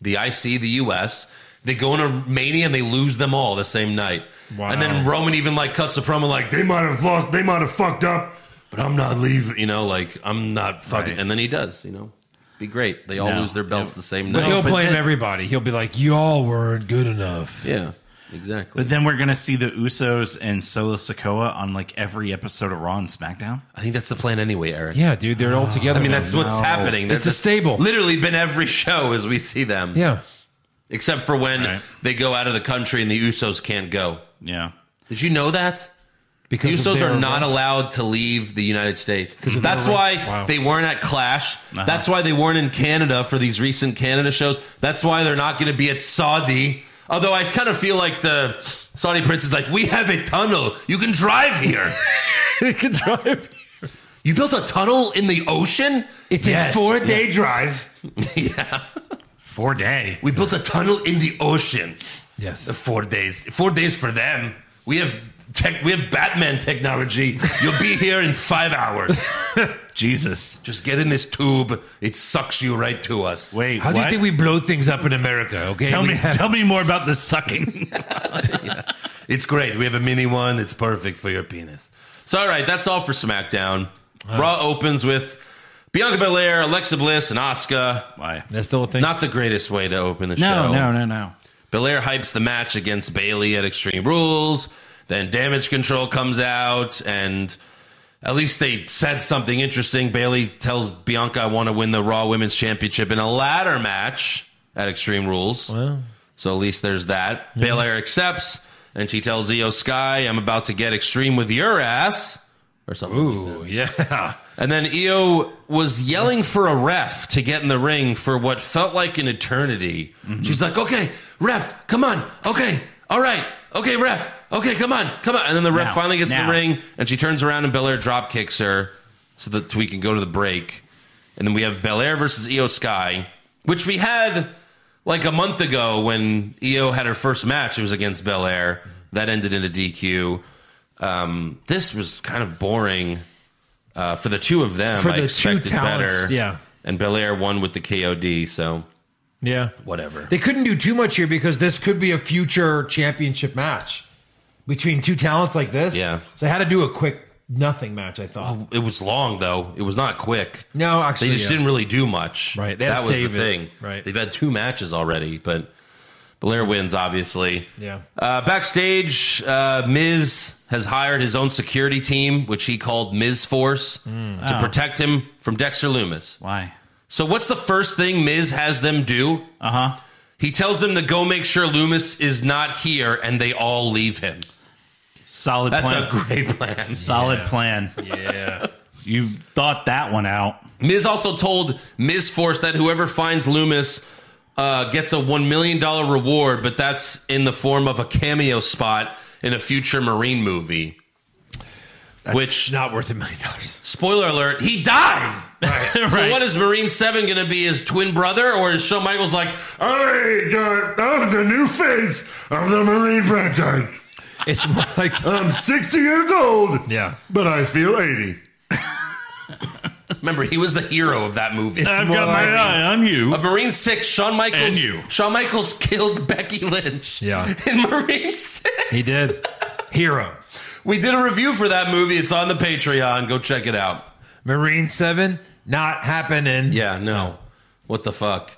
D: the IC, the US. They go into Mania and they lose them all the same night.
F: Wow.
D: And then Roman even like cuts a promo like,
B: They might have lost. They might have fucked up.
D: but I'm not leaving. You know, like I'm not fucking.
E: Right.
D: And then he does. You know, be great. They all
E: No.
D: lose their belts the same
F: But
D: night.
F: he'll
E: but
F: blame
E: then-
F: everybody. He'll be like, "Y'all weren't good enough."
D: yeah, exactly.
E: But then we're gonna see the Usos and Solo Sokoa on like every episode of Raw and SmackDown.
D: I think that's the plan anyway, Eric.
F: Yeah, dude, they're all together.
D: I mean,
F: now.
D: that's what's happening. That's
F: It's a stable.
D: Literally been every show as we see them.
F: yeah.
D: Except for when
E: Right.
D: they go out of the country and the Usos can't go.
E: Yeah.
D: Did you know that? The
F: Because of
D: Usos
F: their
D: are not
F: arrest.
D: allowed to leave the United States.
F: of
D: That's
F: their
D: why
F: arrest. Wow.
D: they weren't at Clash. That's why they weren't in Canada for these recent Canada shows. That's why they're not going to be at Saudi. Although I kind of feel like the Saudi prince is like, we have a tunnel. You can drive
F: (laughs)
D: here.
F: They can drive.
D: You built a tunnel in the ocean?
F: It's a
B: Four day drive.
D: yeah.
E: Four day.
D: We built a tunnel in the ocean.
F: Yes.
D: Four days. Four days for them. We have tech, we have Batman technology. You'll be here in
E: (laughs)
D: five hours.
E: Jesus.
D: Just get in this tube. It sucks you right to us.
E: Wait.
F: How do you
E: what?
F: think we blow things up in America? Okay.
E: Tell
F: We
E: me,
F: have-
E: tell me more about the sucking. (laughs)
D: It's great. We have a mini one. It's perfect for your penis. So, all right, that's all for SmackDown. Raw opens with Bianca Belair, Alexa Bliss, and Asuka.
E: Why?
F: that's still a thing.
D: Not the greatest way to open the show.
E: No, no, no, no.
D: Belair hypes the match against Bailey at Extreme Rules. Then Damage Control comes out, and at least they said something interesting. Bailey tells Bianca, "I want to win the Raw Women's Championship in a ladder match at Extreme Rules." So at least there's that. Belair accepts, and she tells Io Sky, "I'm about to get extreme with your ass." or something.
F: Ooh, yeah.
D: And then Io was yelling for a ref to get in the ring for what felt like an eternity.
E: Mm-hmm.
D: She's like, okay, ref, come on. Okay, all right. Okay, ref. Okay, come on. Come on. And then the ref
E: Now,
D: finally gets in
E: now.
D: the ring and she turns around and Belair drop kicks her so that we can go to the break. And then we have Belair versus Io Sky, which we had like a month ago when Io had her first match. It was against Belair. That ended in a DQ. Um, this was kind of boring uh, for the two of them.
F: For
D: I
F: the two
D: expected
F: talents,
D: better.
F: yeah.
D: And Belair won with the KOD, so
F: Yeah.
D: whatever.
F: They couldn't do too much here because this could be a future championship match between two talents like this.
D: Yeah.
F: So I had to do a quick nothing match, I thought.
D: it was long though. It was not quick.
F: no, actually.
D: They just
F: yeah.
D: didn't really do much.
F: Right, they had
D: That was
F: to
D: the
F: save it.
D: thing.
F: Right.
D: They've had two matches already, but Belair wins, obviously.
F: Yeah.
D: Uh, backstage, uh, Miz has hired his own security team, which he called Miz Force,
F: Hmm.
D: to
F: Ah.
E: Oh.
D: protect him from Dexter Loomis.
E: Why?
D: So, what's the first thing Miz has them do?
E: Uh huh.
D: He tells them to go make sure Loomis is not here, and they all leave him.
E: Solid
D: That's
E: plan.
D: a great plan.
E: Solid plan.
F: Yeah.
E: You thought that one out.
D: Miz also told Miz Force that whoever finds Loomis uh, gets a one million dollar reward, but that's in the form of a cameo spot in a future Marine movie. Which
F: Not worth a million dollars.
D: spoiler alert, he died. So
E: (laughs) Right.
D: what is Marine Seven going to be? His twin brother, or is Shawn Michaels like?
B: I got I'm Oh, the new face of the Marine franchise.
F: It's more (laughs) like.
B: I'm 60 years old.
F: Yeah.
B: But I feel 80.
D: Remember, he was the hero of
E: (laughs)
D: that movie.
F: It's more like-
E: on you.
D: Of Marine Six, Shawn Michaels.
E: And you.
D: Shawn Michaels (laughs) killed Becky Lynch.
F: Yeah.
D: In Marine Six.
F: He did. Hero.
D: We did a review for that movie. It's on the Patreon. Go check it out.
F: Marine 7, not happening.
D: Yeah, no. What the fuck?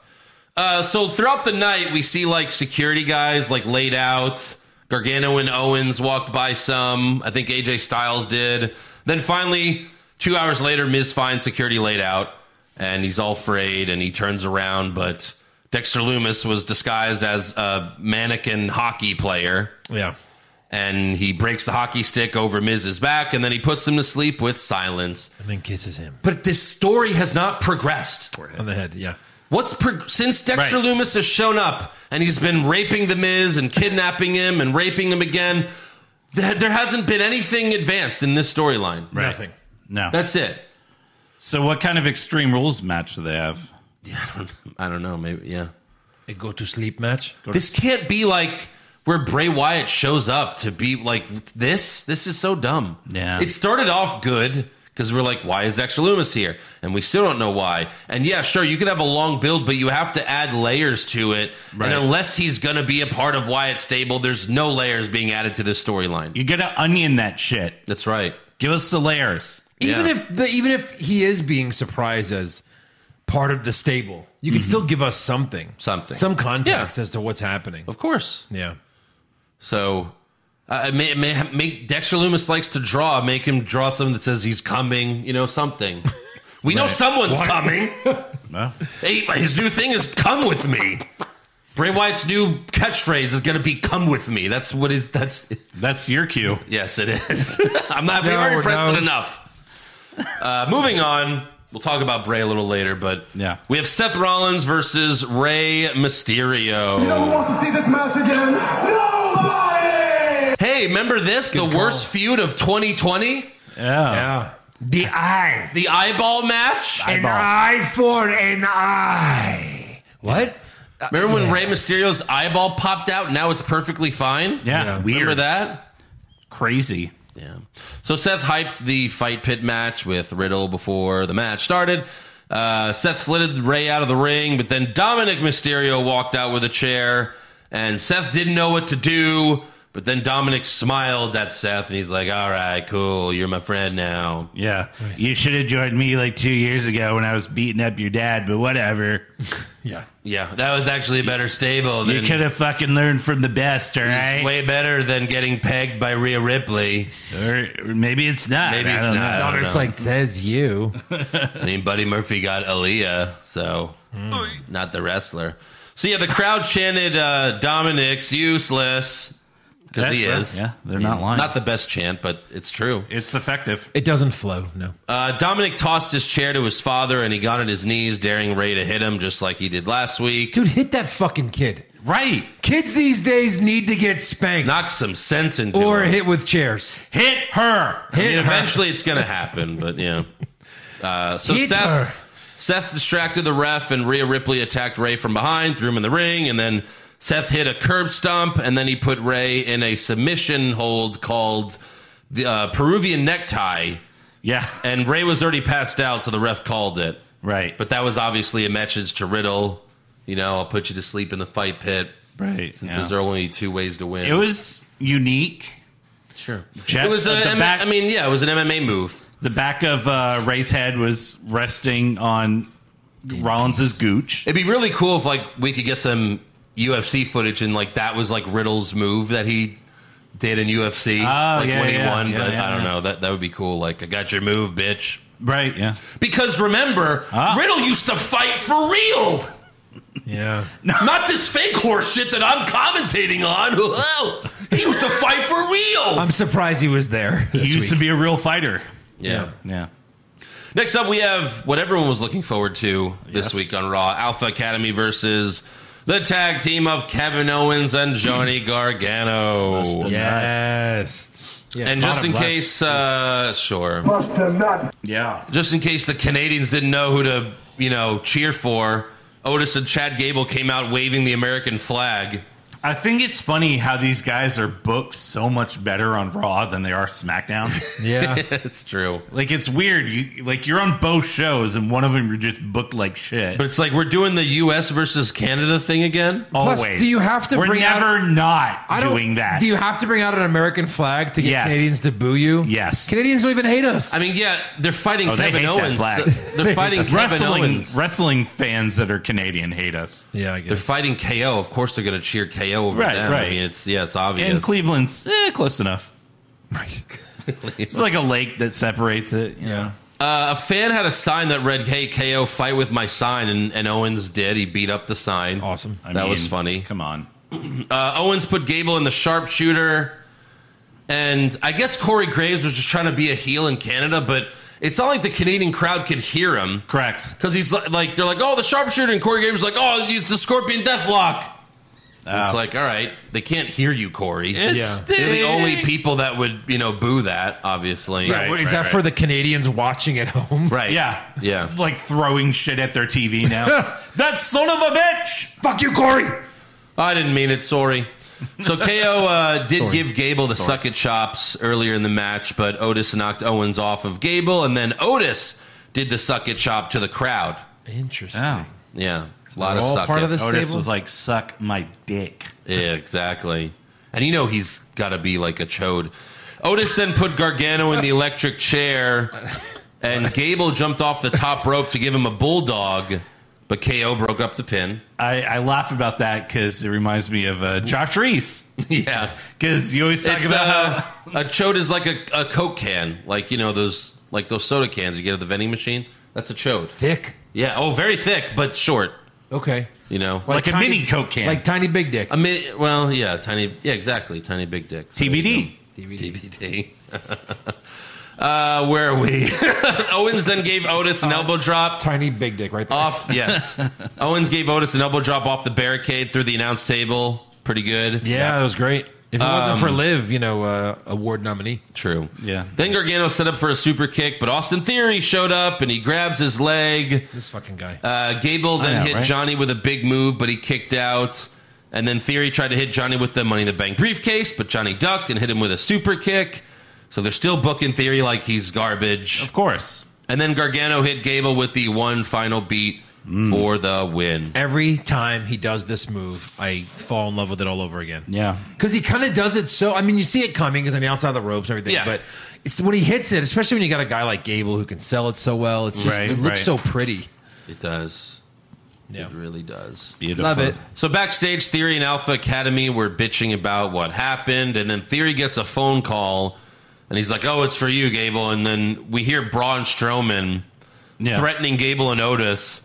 D: Uh, so throughout the night, we see like security guys like laid out. Gargano and Owens walked by some. I think AJ Styles did. Then finally, two hours later, Miz finds security laid out, and he's all frayed, and he turns around, but Dexter Loomis was disguised as a mannequin hockey player
F: Yeah.
D: and he breaks the hockey stick over Miz's back, and then he puts him to sleep with silence.
F: And then kisses him
D: But this story has not progressed.
F: on the head. Yeah.
D: What's pro- since Dexter
E: Right.
D: Loomis has shown up and he's been raping the Miz and kidnapping him and raping him again? th- there hasn't been anything advanced in this storyline.
F: Nothing.
E: No.
D: That's it. (laughs)
E: so what kind of extreme rules match do they have?
D: I don't know. Maybe yeah.
F: A go to sleep match.
D: This can't be like where Bray Wyatt shows up to be like this. This is so dumb.
E: Yeah.
D: It started off good because we're like, why is Dexter Loomis here? And we still don't know why. And yeah, sure, you could have a long build, but you have to add layers to it.
E: Right.
D: And unless he's going to be a part of Wyatt's stable, there's no layers being added to this storyline.
E: You gotta onion that shit.
D: That's right.
E: Give us the layers.
F: Even
D: Yeah.
F: if the, even if he is being surprised as part of the stable, you can still give us something,
D: Mm-hmm. Something.
F: some context as to what's happening.
D: Of course.
F: Yeah.
D: So. Uh, may, may, make Dexter Loomis likes to draw. Make him draw something that says he's coming. You know something. (laughs) We know someone's coming.
E: No.
D: Hey, his new thing is "Come with me." Bray Wyatt's new catchphrase is going to be "Come with me." That's what is. That's
E: That's your
D: (laughs)
E: cue.
D: yes, it is. I'm not. we
F: No,
D: already pressed
F: no.
D: it enough. Uh, moving on. We'll talk about Bray a little later, but
E: Yeah.
D: we have Seth Rollins versus Rey Mysterio.
H: No one wants to see this match again. Nobody!
D: Hey, remember this? the worst feud of 2020, Uh,
E: Yeah.
F: Yeah.
B: The eye.
D: the eyeball match.
B: An eye for an eye.
F: What?
D: Remember when Rey Mysterio's eyeball popped out? Now it's perfectly fine.
E: Yeah.
F: Yeah.
E: Weird.
D: remember that?
E: Crazy.
D: Yeah. So Seth hyped the fight pit match with Riddle before the match started. Uh, Seth slid Ray out of the ring, but then Dominic Mysterio walked out with a chair, and Seth didn't know what to do. But then Dominic smiled at Seth, and he's like, "All right, cool, you're my friend now."
E: Yeah. You should have joined me like two years ago when I was beating up your dad, but whatever.
F: Yeah.
D: Yeah, that was actually a better stable
E: You
D: than
E: could have fucking learned from the best, all
D: it's
E: right?
D: way better than getting pegged by Rhea Ripley.
E: Or maybe it's not.
D: Maybe
E: I
D: it's
E: don't
D: not.
E: know.
D: I don't
F: It's
D: know.
F: like says you.
D: I mean, Buddy Murphy got Aaliyah, so not the wrestler. So yeah, the crowd chanted uh, "Dominic's useless," because he is.
E: Yeah, they're not lying.
D: Not the best chant, but it's true.
E: it's effective.
F: It doesn't flow. No.
D: Uh, Dominic tossed his chair to his father and he got on his knees, daring Ray to hit him just like he did last week.
F: Dude, hit that fucking kid.
E: Right.
F: Kids these days need to get spanked
D: Knock some sense into
F: or
D: him.
F: hit with chairs.
E: Hit her.
D: I mean,
F: hit her.
D: eventually it's going to happen, but yeah. Uh, so
F: Hit
D: Seth,
F: her.
D: Seth distracted the ref and Rhea Ripley attacked Ray from behind, threw him in the ring, and then Seth hit a curb stomp and then he put Ray in a submission hold called the uh, Peruvian necktie.
E: Yeah.
D: And Ray was already passed out, so the ref called it.
E: Right.
D: But that was obviously a message to Riddle. You know, I'll put you to sleep in the fight pit
E: right.
D: since
E: yeah.
D: there's only two ways to win.
E: it was unique.
F: Sure.
E: Jeff,
D: It was a
E: the
D: M-
E: back.
D: I mean, yeah, it was an MMA move.
E: the back of uh, Ray's head was resting on Rollins's gooch.
D: It'd be really cool if like we could get some UFC footage and like that was like Riddle's move that he did in UFC,
E: Oh,
D: like
E: yeah,
D: when he
E: yeah,
D: won.
E: yeah,
D: but
E: yeah,
D: I don't
E: yeah.
D: know. That that would be cool. Like I got your move, bitch.
E: Right. Yeah.
D: Because remember,
E: Ah.
D: Riddle used to fight
E: (laughs)
D: for real,
F: Yeah.
D: not this fake horse shit that I'm commentating on. (laughs) he used to fight for real.
F: I'm surprised he was there.
E: He used to be a real fighter.
D: yeah.
E: Yeah.
D: Next up, we have what everyone was looking forward to this
E: Yes.
D: week on Raw Alpha Academy versus the tag team of Kevin Owens and
E: (clears throat)
D: Johnny Gargano.
F: Yes. Yeah,
D: And just in
F: bottom left.
D: case, uh, sure.
H: Bust a nut.
E: Yeah.
D: Just in case the Canadians didn't know who to, you know, cheer for, Otis and Chad Gable came out waving the American flag. (laughs)
E: I think it's funny how these guys are booked so much better on Raw than they are
F: (laughs)
E: SmackDown.
D: (laughs)
F: Yeah.
D: it's true.
E: like it's weird. You like you're on both shows and one of them you're just booked like shit.
D: But it's like we're doing the U.S. versus Canada thing again.
E: always.
F: Plus, do you have to
E: We're
F: bring out-
E: never not
F: I don't,
E: doing that.
F: Do you have to bring out an American flag to get
E: Yes.
F: Canadians to boo you?
E: Yes.
F: Canadians don't even hate us.
D: I mean, yeah, they're fighting
E: Oh, they
D: Kevin
E: hate that
D: Owens.
E: flag. (laughs)
D: They're fighting Kevin
E: wrestling
D: Owens.
E: wrestling fans that are Canadian hate us.
F: yeah, I
D: They're
F: guess.
D: fighting KO. Of course, they're going to cheer KO over
E: Right,
D: them. I
E: right.
D: mean, it's yeah, it's obvious.
E: And Cleveland's eh, close enough.
D: (laughs)
F: Right.
E: It's like a lake that separates it. You know?
F: Yeah.
D: Uh, a fan had a sign that read, "Hey KO, fight with my sign," and, and Owens did. He beat up the sign.
F: Awesome.
E: I
D: that
E: mean,
D: was funny.
E: Come on.
D: Uh, Owens put Gable in the sharpshooter, and I guess Corey Graves was just trying to be a heel in Canada, but it's not like the Canadian crowd could hear him
E: Correct.
D: because he's li- like, they're like, "Oh, the sharpshooter," and Corey Graves is like, "Oh, it's the Scorpion Deathlock." It's like, all right, they can't hear you, Corey.
F: Yeah.
D: They're the only people that would, you know, boo that. Obviously,
E: Right,
F: What, is
E: right,
F: that
E: right.
F: for the Canadians watching at home?
D: right,
E: Yeah.
D: yeah.
E: Like throwing shit at their TV
D: (laughs)
E: now. that son of a bitch.
B: Fuck you, Corey.
D: Oh, I didn't mean it. Sorry. So KO uh, did give Gable the suck at chops earlier in the match, but Otis knocked Owens off of Gable, and then Otis did the suck at chop to the crowd.
F: Interesting.
D: Oh. Yeah, a lot
F: they're
D: of
F: all
D: suck
F: part
D: it.
F: of this
E: Otis
F: Stable?
E: was like, suck my dick.
D: Yeah, exactly. And you know he's got to be like a chode. Otis then put Gargano in the electric chair, and Gable jumped off the top rope to give him a bulldog, but KO broke up
E: (laughs)
D: the pin.
E: I, I laugh about that because it reminds me of uh, Josh Reese.
D: Yeah.
E: Because you always talk
D: It's,
E: about how
D: uh, a chode is like a, a Coke can, like you know those like those soda cans you get at the vending machine. That's a chode.
F: Thick.
D: Yeah. Oh, very thick but short.
F: Okay.
D: You know,
E: Like a mini Coke can.
F: Like tiny big dick.
D: a mi- Well, yeah, tiny. Yeah, exactly. Tiny big dicks.
E: TBD.
D: TBD. (laughs) uh, where are we? (laughs) Owens then gave Otis an elbow drop
F: tiny big dick right there.
E: Uh, (laughs)
D: off. Yes. Owens gave Otis an elbow drop off the barricade through the announce table. Pretty good.
F: yeah, that was great. If it wasn't
E: Um,
F: for Liv, you know, uh, award nominee.
D: True.
E: Yeah.
D: Then Gargano set up for a super kick, but Austin Theory showed up and he grabs his leg.
F: This fucking guy.
D: Uh, Gable then
E: know,
D: hit
E: right?
D: Johnny with a big move, but he kicked out. And then Theory tried to hit Johnny with the Money in the Bank briefcase, but Johnny ducked and hit him with a super kick. So they're still booking Theory like he's garbage.
E: Of course.
D: And then Gargano hit Gable with the one final beat
E: Mm.
D: for the win.
F: Every time he does this move, I fall in love with it all over again.
E: Yeah.
F: Because he kind of does it so. I mean, you see it coming because on the outside of the ropes, and everything.
D: Yeah.
F: But it's, when he hits it, especially when you got a guy like Gable who can sell it so well, it's just,
E: Right,
F: it looks
E: right.
F: so pretty.
D: It does.
F: Yeah.
D: It really does.
E: Beautiful.
F: Love it.
D: So backstage, Theory and Alpha Academy were bitching about what happened, and then Theory gets a phone call, and he's like, "Oh, it's for you, Gable." And then we hear Braun Strowman
E: Yeah.
D: threatening Gable and Otis.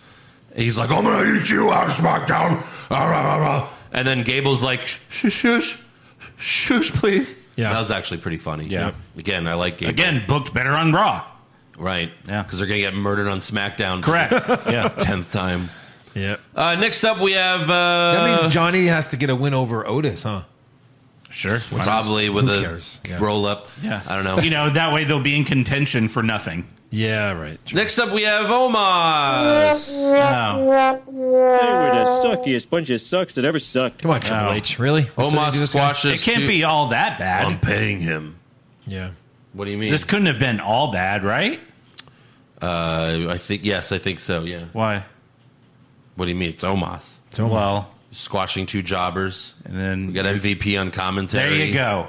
D: He's like, "Oh
B: I'm
D: my!"
B: gonna eat you out, SmackDown. Ah, rah, rah, rah.
D: And then Gable's like, "Shush, shush, shush, please.
F: Yeah.
D: That was actually pretty funny.
E: Yeah.
D: Again, I like Gable.
E: Again, booked better on Raw.
D: Right.
E: Yeah.
D: Because they're going to get murdered on SmackDown. (laughs)
E: Correct. (laughs) yeah.
D: Tenth time.
F: Yep.
D: Uh, next up, we have
F: That
D: uh,
F: means Johnny has to get a win over Otis, huh?
E: Sure.
D: probably with
F: Who
D: a
F: cares? Yeah.
D: roll up.
E: Yeah.
D: I don't know.
E: You know, that way they'll be in contention for nothing.
F: Yeah, right.
D: Next up, we have Omos.
E: Oh.
I: They were the suckiest bunch of sucks that ever sucked.
F: Come on, Triple
E: No.
F: H. Really? What's
D: Omos
F: that to do with this guy?
E: It
D: squashes.
E: can't
D: two-
E: be all that bad.
D: I'm paying him.
F: Yeah.
D: What do you mean?
E: This couldn't have been all bad, right?
D: uh, I think yes, I think so. Yeah.
E: Why?
D: What do you mean? It's Omos
F: It's Omos.
E: Well,
D: squashing two jobbers.
E: and then
D: We got MVP on
E: there
D: commentary. Uh,
E: you go.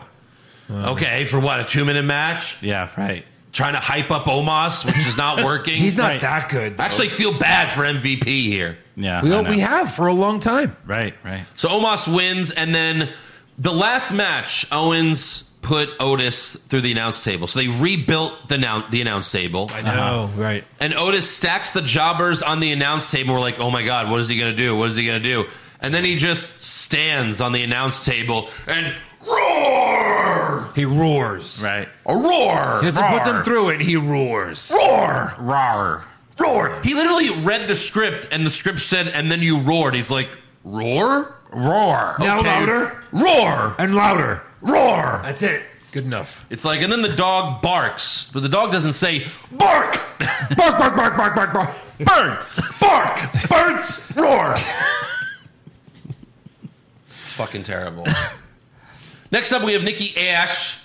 D: Okay, for what a two minute match?
E: Yeah, right.
D: Trying to hype up Omos, which
E: (laughs)
D: is not working.
F: he's not
E: Right.
F: that good.
D: I actually feel bad for MVP here.
E: Yeah.
F: We,
E: I know.
F: we have for a long time.
E: right, right.
D: So Omos wins, and then the last match, Owens put Otis through the announce table. So they rebuilt the announce, the announce table,
F: I know. Right.
D: and Otis stacks the jobbers on the announce table. We're like, oh my god, what is he gonna do? What is he gonna do? And then he just stands on the announce table and roar,
F: He roars.
E: Right.
D: a roar,
F: He doesn't put them
E: Roar.
F: through it. He roars.
D: roar.
E: Rar.
D: roar. He literally read the script, and the script said, and then you roared. He's like, roar?
E: Roar.
F: Now
D: Okay.
F: louder
D: Roar!
F: and louder.
D: Roar!
F: That's it. Good enough.
D: It's like, and then the dog barks, but the dog doesn't say, bark! (laughs) Bark, bark, bark, bark, bark, bark.
E: Birds.
D: Bark! Birds, roar! it's fucking terrible. Next up, we have Nikki Ash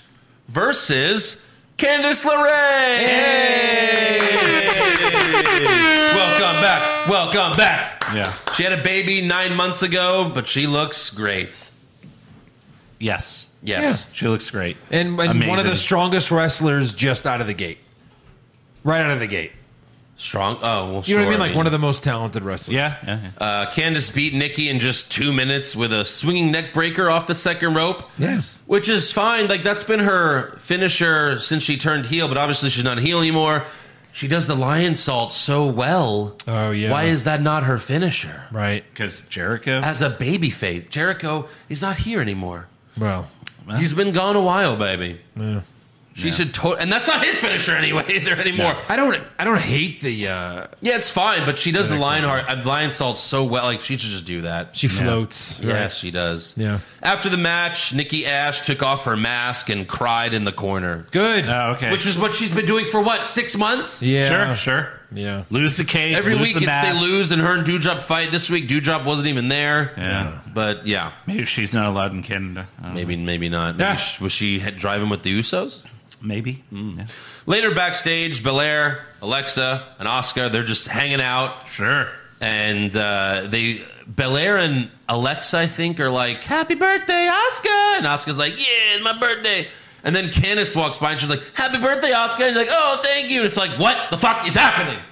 D: versus Candice LeRae! Welcome back! Welcome back!
E: Yeah.
D: She had a baby nine months ago, but she looks great.
E: Yes.
D: Yes.
E: She looks great.
F: And, and one of
E: Amazing.
F: the strongest wrestlers just out of the gate. Right out of the gate.
D: Strong. Oh, well,
F: You know what I mean? Like one of
D: the.
F: the most talented wrestlers.
E: Yeah. yeah, yeah.
D: Uh, Candice beat Nikki in just two minutes with a swinging neck breaker off the second rope,
F: Yes.
D: which is fine. Like, that's been her finisher since she turned heel, but obviously she's not heel anymore. She does the lion salt so well.
F: Oh, yeah.
D: Why is that not her finisher?
F: Right.
E: Because Jericho.
D: As a baby face, Jericho is not here anymore.
F: Well.
D: He's been gone a while, baby. She should to- and that's not his finisher anyway (laughs) either anymore.
F: I don't I don't hate the uh
D: Yeah, it's fine, but she does the lion heart, uh, lion salt so well. Like she should just do that.
F: she floats.
D: yes, she does.
F: Yeah.
D: After the match, Nikki Ash took off her mask and cried in the corner,
F: Good.
E: oh, okay.
D: which is what she's been doing for what six months.
F: yeah.
E: Sure, sure.
F: Yeah.
E: Lose the cake.
D: Every
E: lose
D: week
E: the
D: it's
E: mask.
D: they lose and her and Dewdrop fight. This week Dewdrop wasn't even there.
E: Yeah.
D: but yeah,
E: Maybe she's not allowed in Canada. I don't
D: maybe maybe not. Maybe
F: Yeah.
D: she- was she he- driving with the Usos?
E: know. Maybe.
D: Hmm.
E: Yeah.
D: Later backstage, Belair, Alexa, and Oscar they're just hanging out.
E: Sure.
D: and uh, they Belair and Alexa, I think, are like, "Happy birthday, Oscar!" And Oscar's like, "Yeah, it's my birthday." And then Candice walks by and she's like, "Happy birthday, Oscar!" And he's like, "Oh, thank you." And it's like, "What the fuck is happening?" (laughs)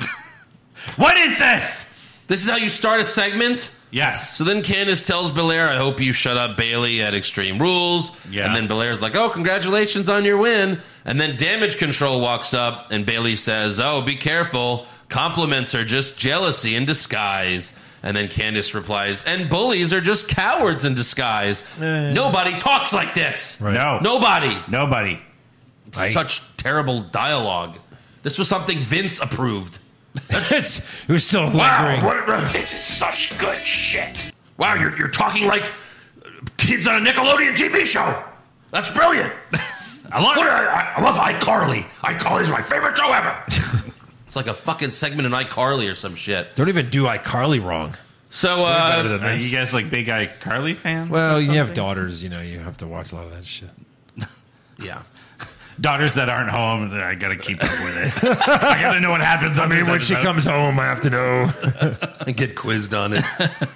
E: What is this?
D: this is how you start a segment.
E: Yes.
D: So then Candice tells Belair, "I hope you shut up, Bailey, at Extreme Rules."
E: Yeah.
D: And then Belair's like, "Oh, congratulations on your win." And then Damage Control walks up, and Bailey says, "Oh, be careful. Compliments are just jealousy in disguise." And then Candice replies, "And bullies are just cowards in disguise. Nobody talks like this.
E: No.
D: Nobody.
E: Nobody.
D: Such terrible dialogue. This was something Vince approved."
F: it's, it was still lingering.
C: This is such good shit.
D: Wow, you're, you're talking like kids on a Nickelodeon TV show. That's brilliant.
E: (laughs) I love it.
D: I, I love iCarly. iCarly is my favorite show
F: (laughs)
D: ever. it's like a fucking segment in iCarly or some shit.
F: Don't even do iCarly wrong.
D: So,
F: Better
D: uh,
F: than
E: Are
F: this.
E: you guys like big eye Carly fans?
F: well, you have daughters, you know, you have to watch a lot of that shit.
D: yeah.
E: Daughters that aren't home, I gotta keep up with it. I gotta know what happens. I mean, when she comes,
F: home, I have to know.
D: I get quizzed on (laughs) it.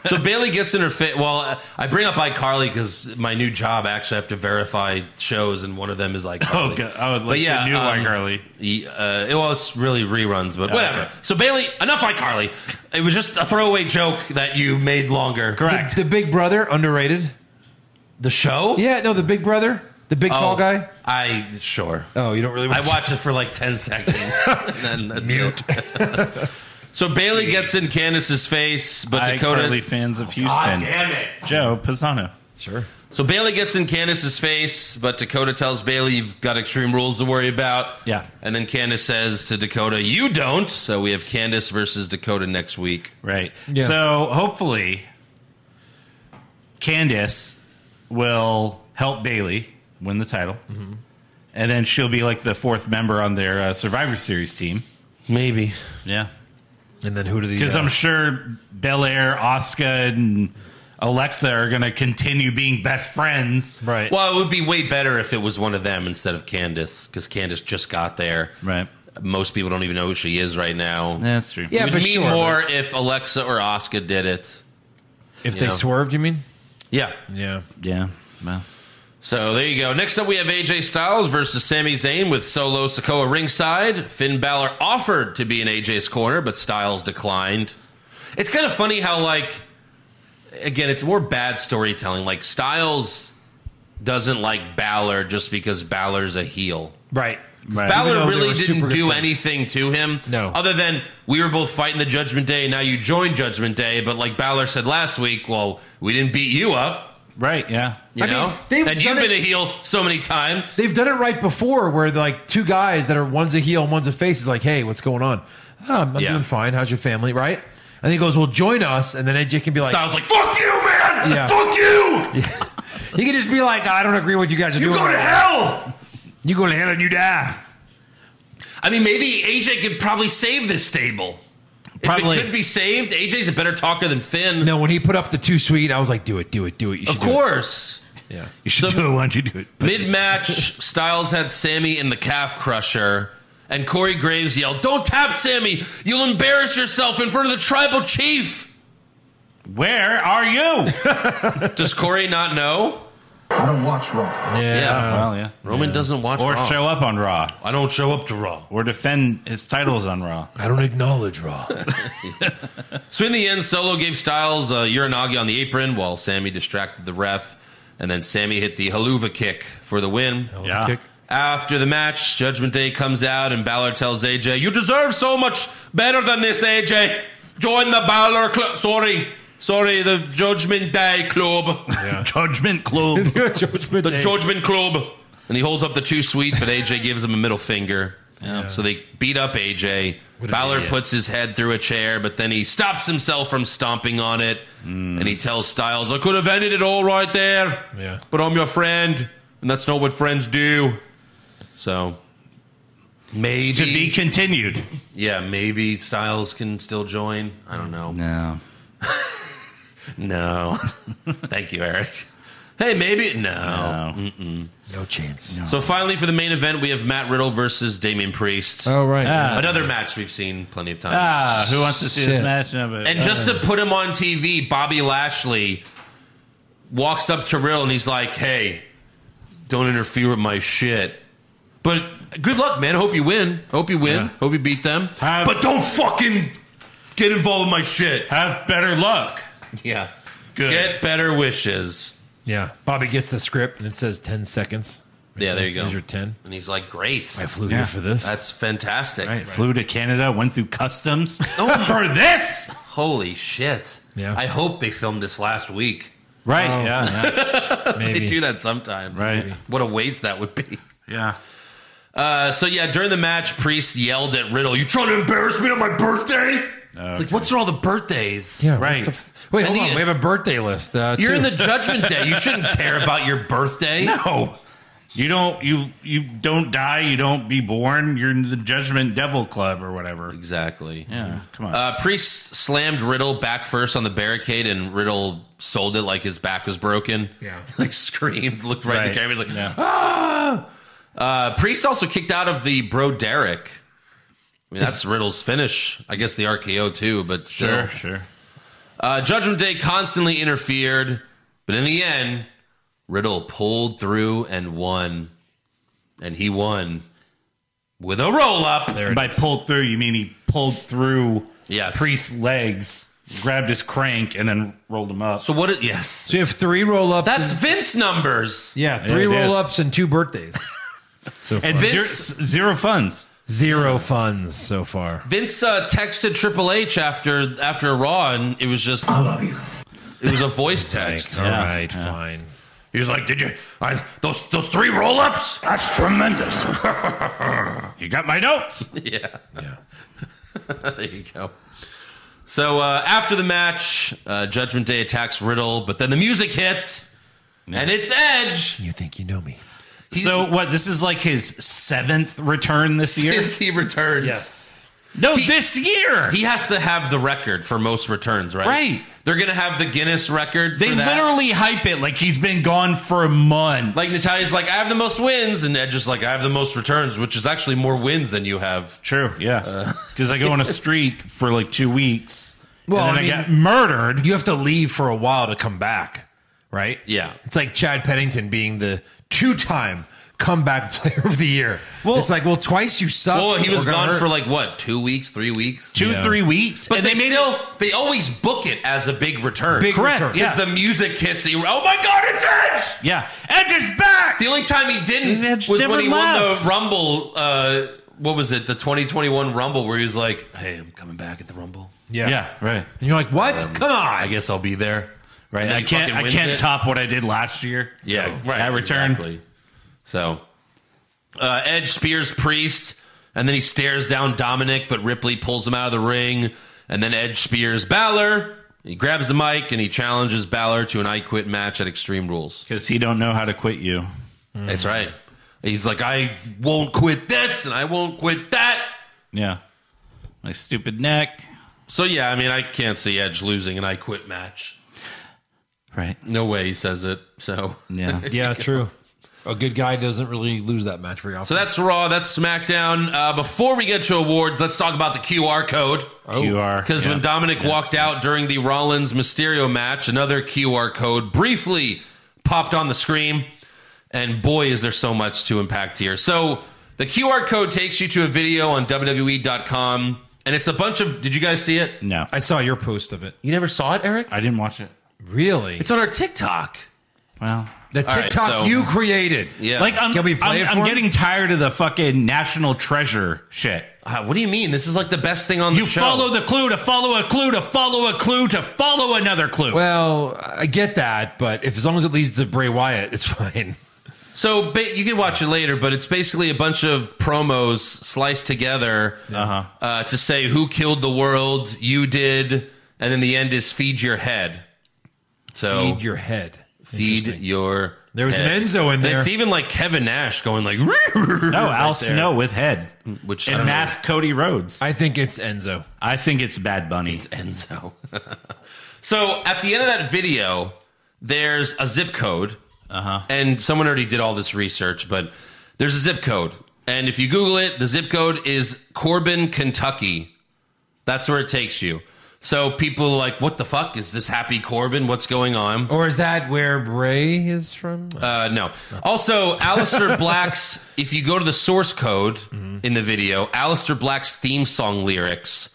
D: so Bailey gets in her fit. Well, I bring up iCarly because my new job actually I have to verify shows, and one of them is iCarly.
E: (laughs) oh, God. oh, like
D: But yeah,
E: the new
D: um,
E: iCarly. Oh,
D: Ye- Uh, well, it's really reruns, but whatever.
E: okay.
D: So Bailey, enough iCarly. It was just a throwaway joke that you made longer.
E: Correct.
F: (laughs) The Big Brother, underrated.
D: The show?
F: Yeah, no, the Big Brother, the big tall
D: Oh,
F: guy.
D: I sure.
F: Oh, you don't really
D: I
F: watch
D: watched it for like ten seconds. (laughs) and then that's Mute. (laughs) so Bailey gets in Candace's face, but Dakota.
E: iCarly fans of Houston.
D: God damn it!
E: Joe Pisano.
F: Sure.
D: So Bailey gets in Candace's face, but Dakota tells Bailey, "You've got extreme rules to worry about."
E: Yeah.
D: and then Candace says to Dakota, "You don't." So we have Candace versus Dakota next week.
E: Right.
F: Yeah.
E: So hopefully, Candace will help Bailey win the title, and then she'll be like the fourth member on their uh, Survivor Series team.
D: Maybe.
E: Yeah,
F: And then who do the?
E: because
F: uh,
E: I'm sure Belair, Oscar, and Alexa are going to continue being best friends.
F: right.
D: Well, it would be way better if it was one of them instead of Candace, because Candace just got there.
E: Right.
D: Most people don't even know who she is right now.
E: That's true.
F: Yeah,
D: it would
F: but
D: mean
F: sure,
D: more if Alexa or Oscar did it.
F: if they
D: yeah.
F: swerved, you mean?
D: Yeah.
F: Yeah.
E: Yeah. Well.
D: So there you go. Next up, we have AJ Styles versus Sami Zayn with Solo Sokoa ringside. Finn Balor offered to be in AJ's corner, but Styles declined. It's kind of funny how, like, again, it's more bad storytelling. Like, Styles doesn't like Balor just because Balor's a heel.
F: Right.
E: Right.
F: Even though
D: Balor
F: they
D: really
F: were
D: didn't
F: super good
D: do
F: friends.
D: anything to him.
F: No.
D: Other than we were both fighting the Judgment Day, now you joined Judgment Day. But like Balor said last week, well, we didn't beat you up.
E: Right. Yeah.
D: You
F: I mean,
D: know?
F: they've
D: and you've
F: done
D: been
F: it-
D: a heel so many times.
F: They've done it right before, where like two guys that are one's a heel and one's a face is like, "Hey, what's going on? "Oh, I'm, I'm
D: Yeah.
F: doing fine. How's your family? Right?" And he goes, "Well, join us." And then AJ can be like,
D: Styles like,
B: Fuck you, man!
F: Yeah. (laughs)
B: Fuck you!
F: he can just be like, "I don't agree with you guys are
B: You
F: doing."
B: go to
F: right."
B: hell!
F: You go to hell and you die.
D: I mean, maybe AJ could probably save this stable.
E: Probably.
D: If it could be saved, AJ's a better talker than Finn.
F: No, when he put up the two sweet, I was like, "Do it, do it, do it." You
D: of
F: should do it."
D: course.
F: Yeah.
E: You should
D: So-
E: do it. Why don't you do it?
D: Mid match, Styles had Sammy in the calf crusher, and Corey Graves yelled, Don't tap Sammy! You'll embarrass yourself in front of the tribal chief!
E: Where are you?
D: Does Corey not know?
H: I don't watch Raw.
F: Yeah.
E: well, yeah.
D: Roman doesn't watch
E: Or
D: Raw.
E: show up on Raw,
D: I don't show up to Raw.
E: or defend his titles on Raw.
F: I don't acknowledge Raw.
D: So in the end, Solo gave Styles a uranagi on the apron while Sammy distracted the ref, and then Sammy hit the haluva kick for the win.
E: Yeah.
F: Kick.
D: After the match, Judgment Day comes out, and Balor tells AJ, "You deserve so much better than this, AJ. Join the Balor Club. Sorry, sorry, the Judgment Day Club, (laughs)
E: Judgment (laughs) Club.
F: (laughs) Judgment
D: the
F: Day.
D: Judgment Club." And he holds up the two sweet, but AJ gives him a middle finger. So they beat up AJ.
F: What an
D: Balor
F: idiot.
D: puts his head through a chair, but then he stops himself from stomping on it, and he tells Styles, "I could have ended it all right there,
F: Mm. Yeah.
D: but I'm your friend, and that's not what friends do." So maybe,
E: to be continued.
D: yeah, maybe Styles can still join. I don't know.
E: No.
D: No, (laughs) thank you, Eric. Hey, maybe
E: Oh.
D: no.
E: Mm.
F: no chance.
D: So finally, for the main event, we have Matt Riddle versus Damian Priest.
F: Oh right.
E: Ah.
D: Another match we've seen plenty of times.
E: Ah, who wants to see this
F: Shit.
E: match? No, but, uh,
D: And just to put him on TV, Bobby Lashley walks up to Riddle and he's like, "Hey, don't interfere with my shit." But good luck, man. Hope you win. Hope you win.
E: Yeah.
D: Hope you beat them.
E: Have-
D: but don't fucking get involved with my shit.
E: have better luck.
D: Yeah.
E: Good.
D: Get better wishes.
F: Yeah. Bobby gets the script and it says ten seconds.
D: Yeah, there you go.
F: Here's your ten.
D: And he's like, "Great.
F: I flew
E: Yeah.
F: here for this.
D: That's fantastic.
E: Right, flew to Canada, went through (laughs) customs for this.
D: Holy shit.
F: Yeah.
D: I hope they filmed this last week.
E: Right,
F: Oh.
E: yeah, yeah,
D: They
F: Maybe.
D: do that sometimes.
E: right,
D: What a waste that would be.
E: yeah.
D: Uh, so yeah, during the match, Priest yelled at Riddle, "You trying to embarrass me on my birthday?" It's like, what's with all the birthdays?
F: Yeah. what
E: Right.
F: the f- Wait, hold
D: And the-
F: on. We have a birthday list. Uh,
D: You're
F: too.
D: in the Judgment Day. You shouldn't care about your birthday.
E: No, you don't. You you don't die. You don't be born. You're in the Judgment Devil Club or whatever.
D: Exactly.
E: Yeah, come on.
D: Uh, Priest slammed Riddle back first on the barricade, and Riddle sold it like his back was broken.
F: Yeah.
D: (laughs) like screamed, looked right, in the
E: Right.
D: camera. He's like,
E: Yeah.
D: ah. Uh, Priest also kicked out of the Bro Derek. I mean, that's Riddle's finish. I guess the RKO too, but still.
E: sure, sure.
D: Uh, Judgment Day constantly interfered, but in the end, Riddle pulled through and won. And he won with a roll up.
F: There it
E: By
F: is.
E: pulled through, you mean he pulled through
D: Yes.
E: Priest's legs, grabbed his crank, and then rolled him up.
D: So what? It, yes,
F: So you have three roll ups.
D: that's Vince numbers.
F: yeah, three
E: it is.
F: roll ups and two birthdays. So far.
E: and zero,
D: Vince-
E: zero funds.
F: (laughs) Zero funds so far.
D: Vince uh, texted Triple H after after Raw, and it was just
H: I love you.
D: it was a voice text.
F: All
E: Yeah.
F: right, fine.
D: He was like, "Did you? I, those those three roll ups?
A: That's tremendous.
E: You got my notes.
D: Yeah. (laughs) there you go. So uh, after the match, uh, Judgment Day attacks Riddle, but then the music hits, and it's Edge
F: You think you know me?
E: so what? This is like his seventh return this year.
D: (laughs) since he returns.
E: No, this year.
D: He has to have the record for most returns, right?
E: Right.
D: They're gonna have the Guinness record.
E: they
D: for that.
E: literally hype it like he's been gone for a month.
D: like Natalia's like, I have the most wins, and Edge is like, I have the most returns, which is actually more wins than you have.
E: true,
D: Uh.
E: yeah. Because I go on a streak for like two weeks.
F: Well,
E: and
F: I
E: then I,
F: mean-
E: got murdered.
F: You have to leave for a while to come back, right?
D: Yeah.
F: It's like Chad Pennington being the two-time comeback (laughs) player of the year.
E: Well-
F: it's like, well, twice you suck.
D: Well, he was
F: We're gonna
D: gone
F: hurt-
D: for like what, two weeks, three weeks?
E: Two,
F: Yeah.
E: three weeks.
D: But
E: and
D: they,
E: they made it-
D: still they always book it as a big return.
F: Big
E: Correct,
F: return.
E: yeah.
D: Because the music hits. He, oh my God, it's Edge!
E: Yeah. Edge is back.
D: The only time he didn't
E: Edge
D: was
E: never
D: when he won
E: left.
D: the Rumble. Uh, what was it? The 2021 Rumble, where he was like, "Hey, I'm coming back at the Rumble.
F: Yeah.
E: right.
F: And you're like, what? come on.
D: Um, I guess I'll be there."
E: Right.
D: And then
E: I
D: he
E: can't
D: fucking
E: I
D: wins
E: can't
D: it.
E: top what I did last year.
D: Yeah,
E: So,
D: right.
E: I return.
D: Exactly. So, uh, Edge spears Priest, and then he stares down Dominic, but Ripley pulls him out of the ring, and then Edge spears Balor. He grabs the mic and he challenges Balor to an I Quit match at Extreme Rules.
E: Because he don't know how to quit you. Mm.
D: That's right. He's like, I won't quit this, and I won't quit that.
E: Yeah. My stupid neck.
D: So yeah, I mean, I can't see Edge losing an I Quit match.
E: Right.
D: No way he says it. So (laughs)
E: Yeah.
F: Yeah, true. A good guy doesn't really lose that match very often.
D: So that's Raw. That's SmackDown. Uh, before we get to awards, let's talk about the QR code.
E: QR.
D: Because when
E: Oh. Yeah.
D: Dominic walked out during the Rollins Mysterio match, another QR code briefly popped on the screen. And boy, is there so much to impact here. So the QR code takes you to a video on WWE.com. And it's a bunch of. Did you guys see
E: (laughs)
D: it?
E: No.
F: I saw your post of it.
D: You never saw it, Eric?
E: I didn't watch it.
F: Really?
D: It's on our TikTok.
E: Well,
F: the
D: all right,
F: TikTok
D: so-
F: you created.
D: Yeah.
E: like I'm,
F: Can we play
E: I'm,
F: it
E: I'm
F: for him?
E: getting tired of the fucking national treasure shit.
D: Uh, what do you mean? This is like the best thing on the
E: You
D: show.
E: follow the clue to follow a clue to follow a clue to follow another clue.
F: Well, I get that, but if as long as it leads to Bray Wyatt, it's (laughs) fine.
D: So ba- you can watch it later, but it's basically a bunch of promos sliced together
F: Uh-huh.
D: uh to say who killed the world, you did, and then the end is feed your head. So
F: Feed your head.
D: feed
F: Interesting.
D: your.
F: There was an
D: head.
F: Enzo in
D: And
F: there.
D: It's even like Kevin Nash going like, (laughs)
E: no, Al
D: right there.
E: Snow with head
D: which I
E: and
D: don't know.
E: mask Cody Rhodes. I,
F: I think it's Enzo.
E: think it's Bad Bunny.
D: It's Enzo. (laughs) so at the end of that video, there's a zip code. Uh-huh. And someone already did all this research, but there's a zip code. And if you Google it, the zip code is Corbin, Kentucky. That's where it takes you. So people are like, what the fuck? Is this Happy Corbin? What's going on?
F: Or is that where Bray is from?
D: Uh, no. Also, Alistair Black's, if you go to the source code in the video, Alistair Black's theme song lyrics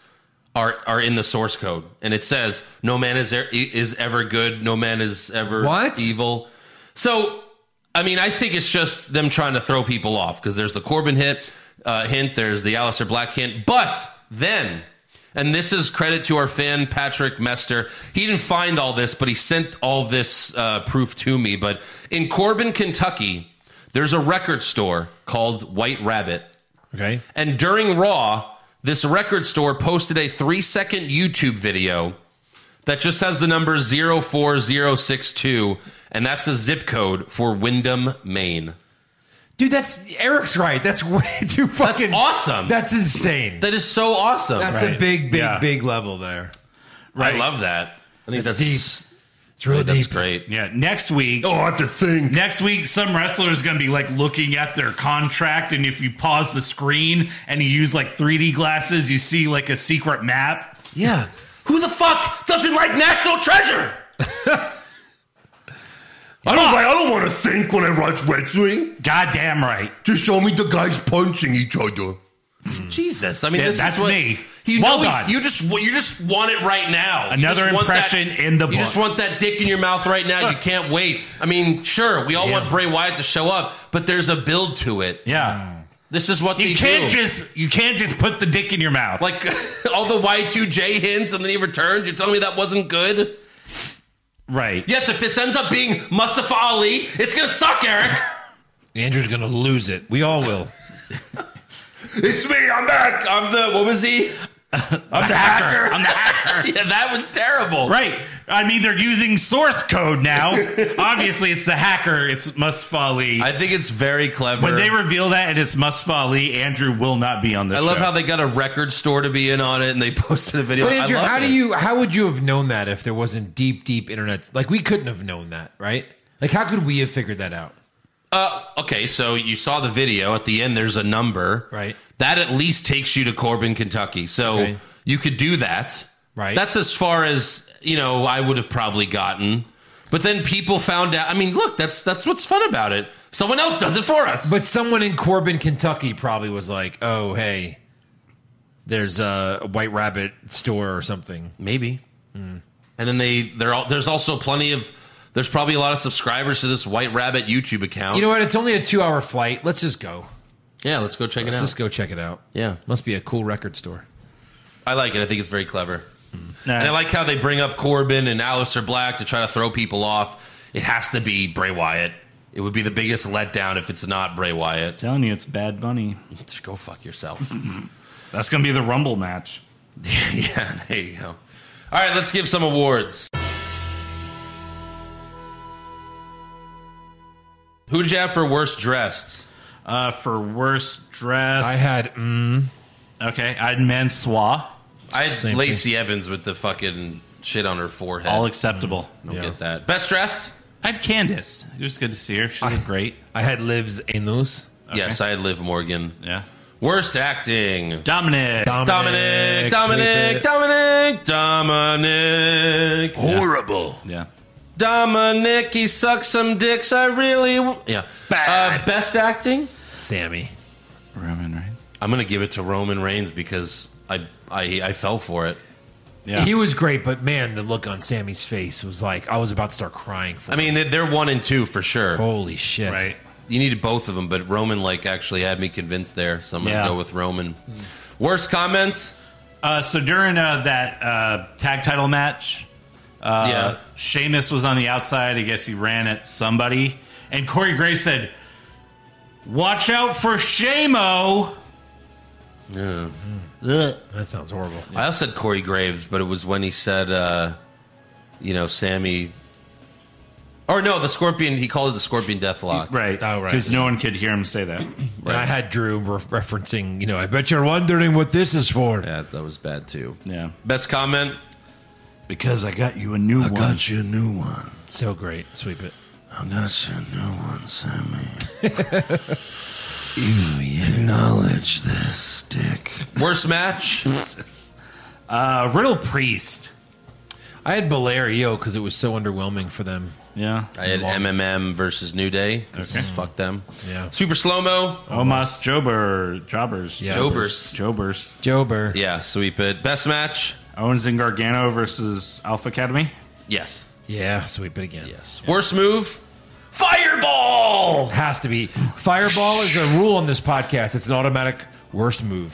D: are, are in the source code. And it says, No man is, er- is ever good, no man is ever
F: What?
D: evil. So, I mean, I think it's just them trying to throw people off because there's the Corbin hit, uh, hint, there's the Alistair Black hint. But then. And this is credit to our fan Patrick Mester. He didn't find all this, but he sent all this uh, proof to me. But in Corbin, Kentucky, there's a record store called White Rabbit,
F: okay.
D: and during Raw, this record store posted a three second YouTube video that just has the number 04062, and that's a zip code for Wyndham, Maine.
F: Dude, that's Eric's right. That's (laughs) way too
D: That's
F: fucking
D: awesome.
F: That's insane.
D: that is so awesome.
F: that's a
E: Right.
F: big, big,
E: Yeah.
F: big level there.
D: I love that. I think that's,
F: It's really
D: that's
F: deep.
D: great.
E: Yeah, next week.
B: Oh, I have to think.
E: Next week, some wrestler is going to be like looking at their contract, and if you pause the screen and you use like 3D glasses, you see like a secret map.
F: Yeah.
D: Who the fuck doesn't like National
F: (laughs)
D: Treasure?
B: I don't. I don't want to think when I watch wrestling.
E: Goddamn right.
B: Just show me the guys punching each other.
D: Jesus, I mean,
E: Yeah,
D: this
E: that's
D: is what,
E: me.
D: You
E: Well
D: know he's-
E: done.
D: You just you just want it right now. You
E: Another
D: just want that-
E: impression in the
D: You just
E: books.
D: want that dick in your mouth right now. You can't wait. I mean, sure, we all want Bray Wyatt to show up, but there's a build to it.
E: Yeah.
D: This is what
E: You
D: they
E: can't
D: do.
E: just you can't just put the dick in your mouth.
D: (laughs) like all the Y two J hints, and then he returned. You're telling me that wasn't good?
E: Right.
D: Yes, if this ends up being Mustafa Ali, it's gonna suck, Eric. (laughs)
F: Andrew's gonna lose it. We all will.
D: it's me. I'm back. I'm the what
E: (laughs)
D: was he? I'm (laughs) the hacker.
E: I'm the hacker.
D: Yeah, that was terrible.
E: Right. I mean, they're using source code
D: (laughs)
E: now. Obviously, it's the hacker. It's Mustafa Ali.
D: I think it's very clever.
E: when they reveal that and it's Mustafa Ali, Andrew will not be on the
D: I
E: show.
D: love how they got a record store to be in on it, and they (laughs) posted a video.
F: But Andrew,
D: I love
F: how
D: it.
F: do you how would you have known that if there wasn't deep, deep internet? Like we couldn't have known that, right? Like how could we have figured that out?
D: Uh, okay, so you saw the video. At the end, there's a number.
F: Right.
D: That at least takes you to Corbin, Kentucky. So
F: Okay.
D: you could do that.
F: Right.
D: That's as far as you know. I would have probably gotten. But then people found out. I mean, look, that's that's what's fun about it. Someone else does it for us.
F: But someone in Corbin, Kentucky probably was like, "Oh, hey, there's a White Rabbit store or something."
D: Maybe.
F: Hmm.
D: And then they they're all, there's also plenty of there's probably a lot of subscribers to this White Rabbit YouTube account.
F: You know what? It's only a 2-hour flight. Let's just go.
D: yeah, let's go check it
F: Let's
D: out.
F: just go check it out.
D: yeah,
F: Must be a cool record store.
D: I like it. I think it's very clever.
E: Nah.
D: And I like how they bring up Corbin and Aleister Black to try to throw people off. It has to be Bray Wyatt. It would be the biggest letdown if it's not Bray Wyatt.
I: telling you, it's Bad Bunny.
D: Just go fuck yourself. (laughs)
E: That's going to be the Rumble match.
D: yeah, there you go. All right, let's give some awards. Who did you have for worst dressed?
E: Uh, for worst dress.
F: I had mm,
E: okay. I had Mansois.
D: I had
F: Same
D: Lacey Evans with the fucking shit on her forehead.
E: All acceptable.
D: I don't
F: yeah.
D: get that. Best dressed?
E: I had Candace. It was good to see her. She was great.
F: I had Lives in those.
D: Yes, I had Liv Morgan.
E: Yeah.
D: Worst acting.
E: Dominic.
D: Dominic, Dominic,
E: eh?
F: sweep it.
D: Dominic, Dominic.
B: Horrible.
E: yeah.
D: Dominic, he sucks some dicks. I really. W- yeah. Uh, best acting?
F: Sammy.
E: Roman Reigns.
D: I'm going to give it to Roman Reigns because I, I, I fell for it.
E: Yeah.
F: He was great, but man, the look on Sammy's face was like I was about to start crying. For
D: I mean, they're- they're one and two for sure.
F: holy shit!
E: right.
D: You needed both of them, but Roman, like, actually had me convinced there. So I'm going to
E: Yeah.
D: go with Roman. Worst comments?
E: Uh, so during uh, that uh, tag title match, uh,
D: Yeah.
E: Sheamus was on the outside. I guess he ran at somebody. And Corey Gray said, Watch out for Shamo.
F: That sounds horrible.
D: I also said Corey Graves, but it was when he said, uh, you know, Sammy. Or no, the scorpion. He called it the scorpion deathlock.
E: Right.
F: Oh, right.
E: Because no one could hear him say (clears throat) that.
F: And I had Drew re- referencing, you know, I bet you're wondering what this is for.
D: Yeah, that was bad too.
E: yeah.
D: Best comment.
E: Because I got you a new one.
B: you a new one.
F: So great, sweep it.
B: I got you a new one, Sammy. you acknowledge this stick.
D: Worst match.
E: Uh, Riddle Priest.
F: I had Belario because it was so underwhelming for them.
E: Yeah.
D: I had MMM versus New Day. 'cause Fuck them.
F: Yeah.
D: Super slow mo.
E: Omos Jober. Jobbers.
F: Yeah.
D: Jobers.
E: Jobbers.
F: Jober.
D: Yeah, sweep it. Best match.
E: Owens and Gargano versus Alpha Academy.
D: Yes.
F: Yeah, sweep it again.
D: Yes. Worst move. Fireball.
F: Has to be. Fireball is a rule on this podcast. It's an automatic worst move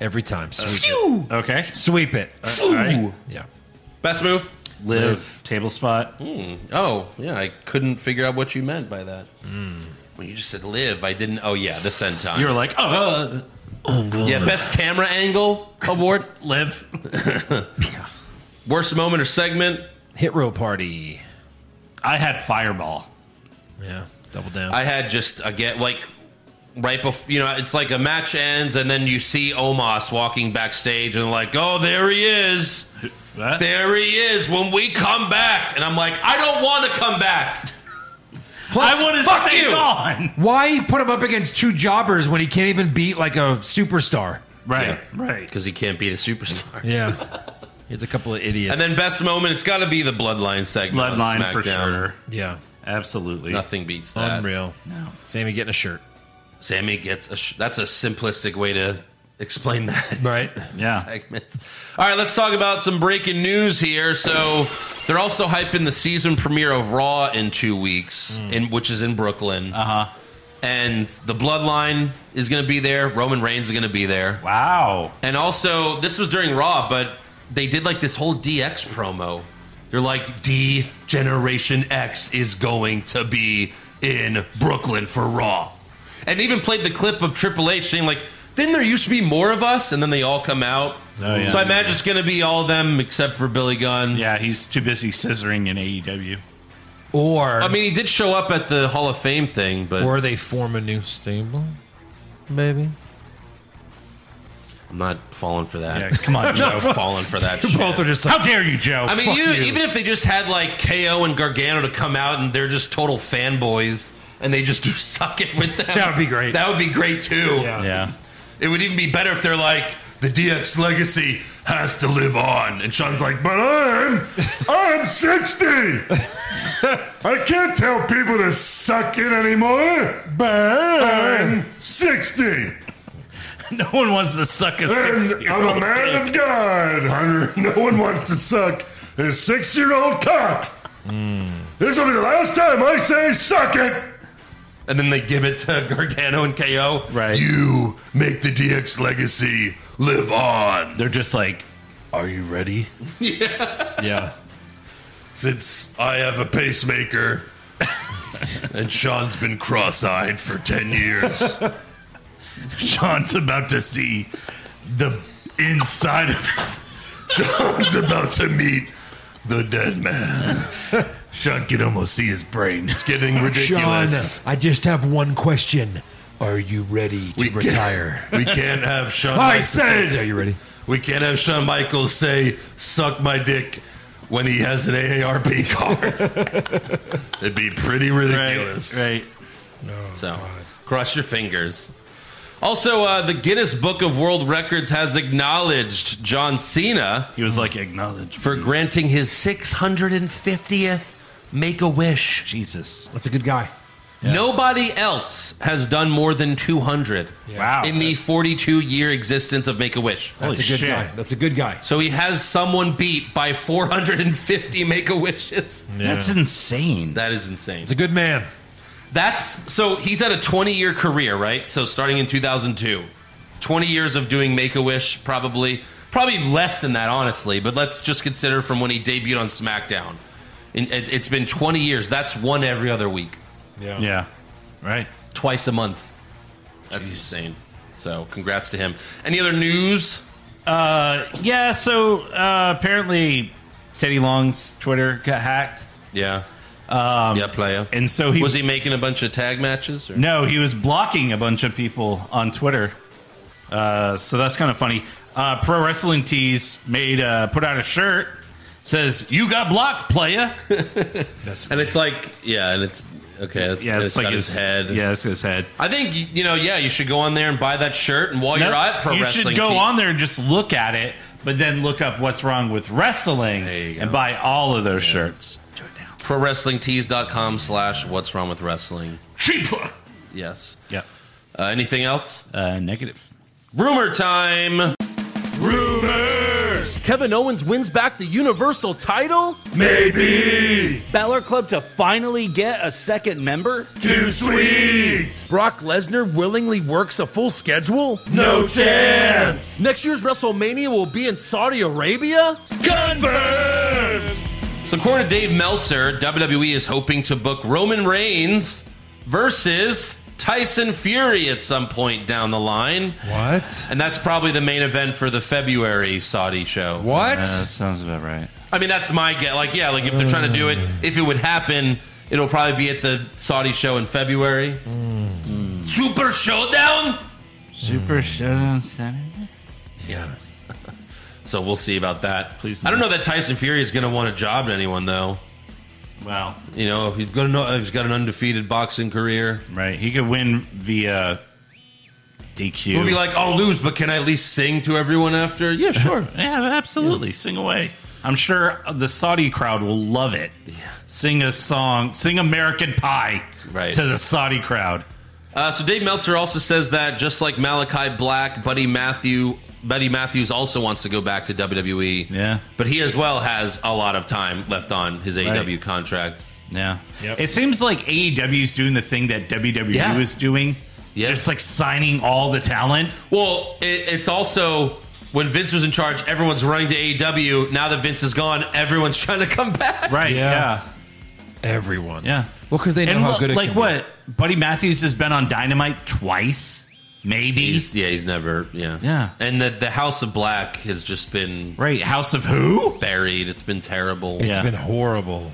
F: every time. Sweep it.
E: Okay.
F: Sweep it.
E: All right.
F: Yeah.
D: Best move.
E: Live. Table spot.
D: Oh yeah, I couldn't figure out what you meant by that.
E: Hmm.
D: When you just said live, I didn't. Oh yeah, the senton.
E: You were like, oh,
D: Yeah, best camera angle award.
E: live.
D: Worst moment or segment.
F: Hit row party.
E: I had Fireball.
F: Yeah. Double down.
D: I had just again like right before you know it's like a match ends and then you see Omos walking backstage and like oh there he is
E: What?
D: there he is when we come back and I'm like I don't want to come back
F: Plus,
E: I want to
D: Fuck
E: stay
D: you.
E: gone.
F: why put him up against two jobbers when he can't even beat like a superstar?
E: Right,
D: Yeah.
E: right.
D: because he can't beat a superstar.
F: Yeah. Here's a couple of idiots.
D: And then best moment it's got to be the Bloodline segment. on
E: Bloodline for
D: SmackDown.
E: sure.
F: yeah.
E: Absolutely.
D: Nothing beats that.
F: Unreal. No. Sammy getting a shirt.
D: Sammy gets a sh- that's a simplistic way to explain that.
F: (laughs) Right.
E: Yeah.
D: segments. All right, let's talk about some breaking news here. So they're also hyping the season premiere of Raw in two weeks, in which is in Brooklyn. Uh huh. And the Bloodline is going to be there. Roman Reigns is going to be there.
E: Wow.
D: And also, this was during Raw, but they did like this whole DX promo They're like, D Generation X is going to be in Brooklyn for Raw. And they even played the clip of Triple H saying, like, didn't there used to be more of us? And then they all come out.
E: Oh, yeah.
D: So I imagine it's going to be all them except for Billy Gunn.
E: Yeah, he's too busy scissoring in E AEW.
F: Or
D: I mean, he did show up at the Hall of Fame thing, but
F: or they form a new stable, maybe.
D: I'm not falling for that.
E: Yeah, come on, Joe.
D: (laughs) I'm not falling
E: (laughs)
D: for that. shit.
F: Both are just like
E: How dare you, Joe?
D: I mean,
F: Fuck
D: you,
F: you.
D: even if they just had like KO and Gargano to come out and they're just total fanboys and they just (laughs) do suck it with them,
F: That would be great.
D: That would be great too.
E: yeah.
D: It would even be better if they're like the DX legacy has to live on, and Sean's like,
B: But I'm, I'm 60. I can't tell people to suck it anymore. I'm 60.
E: (laughs) No one wants to suck a six
B: And
E: year
B: I'm
E: old
B: a man of God, Hunter. No one wants to suck a 60 year old cock. This will be the last time I say suck it.
D: and then they give it to Gargano and KO.
E: Right.
B: You make the DX legacy live on.
E: They're just like, are you ready?
F: yeah.
B: Since I have
E: (laughs)
B: a pacemaker and Sean's been cross eyed for 10 years.
E: (laughs) Sean's about to see the inside of
B: Sean's about to meet the dead man.
E: (laughs) Sean can almost see his brain. uh, (laughs)
B: It's getting
F: Sean,
B: ridiculous.
F: I just have one question. Are you ready to
B: We can't- (laughs)
F: retire?
B: we
E: (laughs)
B: can't have Sean.
F: Are you ready?
B: we can't have Shawn Michaels say "suck my dick" when he has an AARP
F: (laughs)
B: card. It'd be pretty ridiculous.
E: Right.
D: So cross your fingers. Also, uh, the Guinness Book of World Records has acknowledged John Cena
E: He was like, acknowledge.
D: for granting his 650th Make a Wish.
E: Jesus.
F: That's a good guy.
D: Nobody else has done more than 200
E: Wow.
D: in the 42 year existence of Make a Wish.
F: That's
E: Holy
F: a good
E: shit.
F: guy. That's a good guy.
D: So he has someone beat by 450 Make a Wishes.
E: That's insane.
D: That is insane.
F: It's a good man.
D: That's so he's had a 20 year career, right? So starting in 2002, 20 years of doing Make a Wish, probably, probably less than that, honestly. But let's just consider from when he debuted on SmackDown. In- it, it's been 20 years. That's one every other week,
E: yeah. Right.
D: twice a month. That's insane. So congrats to him. Any other news?
E: Uh, yeah, so uh, apparently Teddy Long's Twitter got hacked.
D: Yeah,
E: Um,
D: yeah, player.
E: And so he
D: was he making a bunch of tag matches? Or?
E: No, he was blocking a bunch of people on Twitter. Uh, so that's kind of funny. Uh, Pro Wrestling Tees made uh, put out a shirt says "You got blocked, playa."
D: And it's like, yeah, and it's okay. That's,
E: Yeah,
D: and
E: it's,
D: it's
E: like
D: got his, head.
E: Yeah, it's his head.
D: I think you- you know, yeah, you should go on there and buy that shirt. And while you're
E: Nope,
D: at pro
E: you
D: wrestling,
E: should go
D: Tees-
E: on there and just look at it, but then look up what's wrong with wrestling
D: There you go.
E: and buy all of those shirts. Do it now.
D: pro wrestlingtees.com slash what's wrong with wrestling.
E: Cheaper.
D: Yes.
E: Yeah.
D: Uh, anything else?
E: Uh, negative.
D: Rumor time.
B: Rumors,
J: Kevin Owens wins back the Universal title?
B: maybe
J: Balor Club to finally get a second member?
B: too sweet.
J: Brock Lesnar willingly works a full schedule?
B: No chance.
J: Next year's WrestleMania will be in Saudi Arabia?
B: Confirmed.
D: So according to Dave Meltzer, WWE is hoping to book Roman Reigns versus Tyson Fury at some point down the line.
F: What?
D: And that's probably the main event for the February Saudi show.
F: What?
E: Uh, sounds about right.
D: I mean, that's my guess. Like, yeah, like if they're trying to do it, if it would happen, it'll probably be at the Saudi show in February. Mm. Super Showdown.
E: Super Showdown Saturday.
D: Yeah. (laughs) so we'll see about that.
E: Please
D: I don't know that Tyson Fury is going to want a job to anyone though.
E: Wow.
D: You know, he's going to know he's got an undefeated boxing career.
E: Right. He could win via DQ.
D: He'll be like, "I'll lose, but can I at least sing to everyone after?" Yeah, sure.
E: yeah, absolutely. Sing away. I'm sure the Saudi crowd will love it. Sing a song, sing American Pie
D: Right.
E: to the Saudi crowd.
D: Uh, so Dave Meltzer also says that just like Malachi Black, Buddy Matthew, Buddy Matthews also wants to go back to WWE.
E: Yeah.
D: but he as well has a lot of time left on his AEW contract.
E: Yeah. It seems like AEW is doing the thing that WWE
D: Yeah.
E: is doing.
D: Yeah.
E: Just like signing all the talent.
D: Well, it, it's also when Vince was in charge, everyone's running to AEW. Now that Vince is gone, everyone's (laughs) trying to come back.
E: Right.
F: Yeah.
E: Yeah.
F: Everyone.
E: Yeah.
F: Well, because they know how
E: look,
F: good it
E: like
F: can be.
E: what Buddy Matthews has been on Dynamite twice, maybe.
D: He's, yeah, he's never. Yeah.
E: Yeah.
D: And the the House of Black has just been
E: right. House of Who?
D: buried. It's been terrible.
F: It's
E: Yeah.
F: been horrible.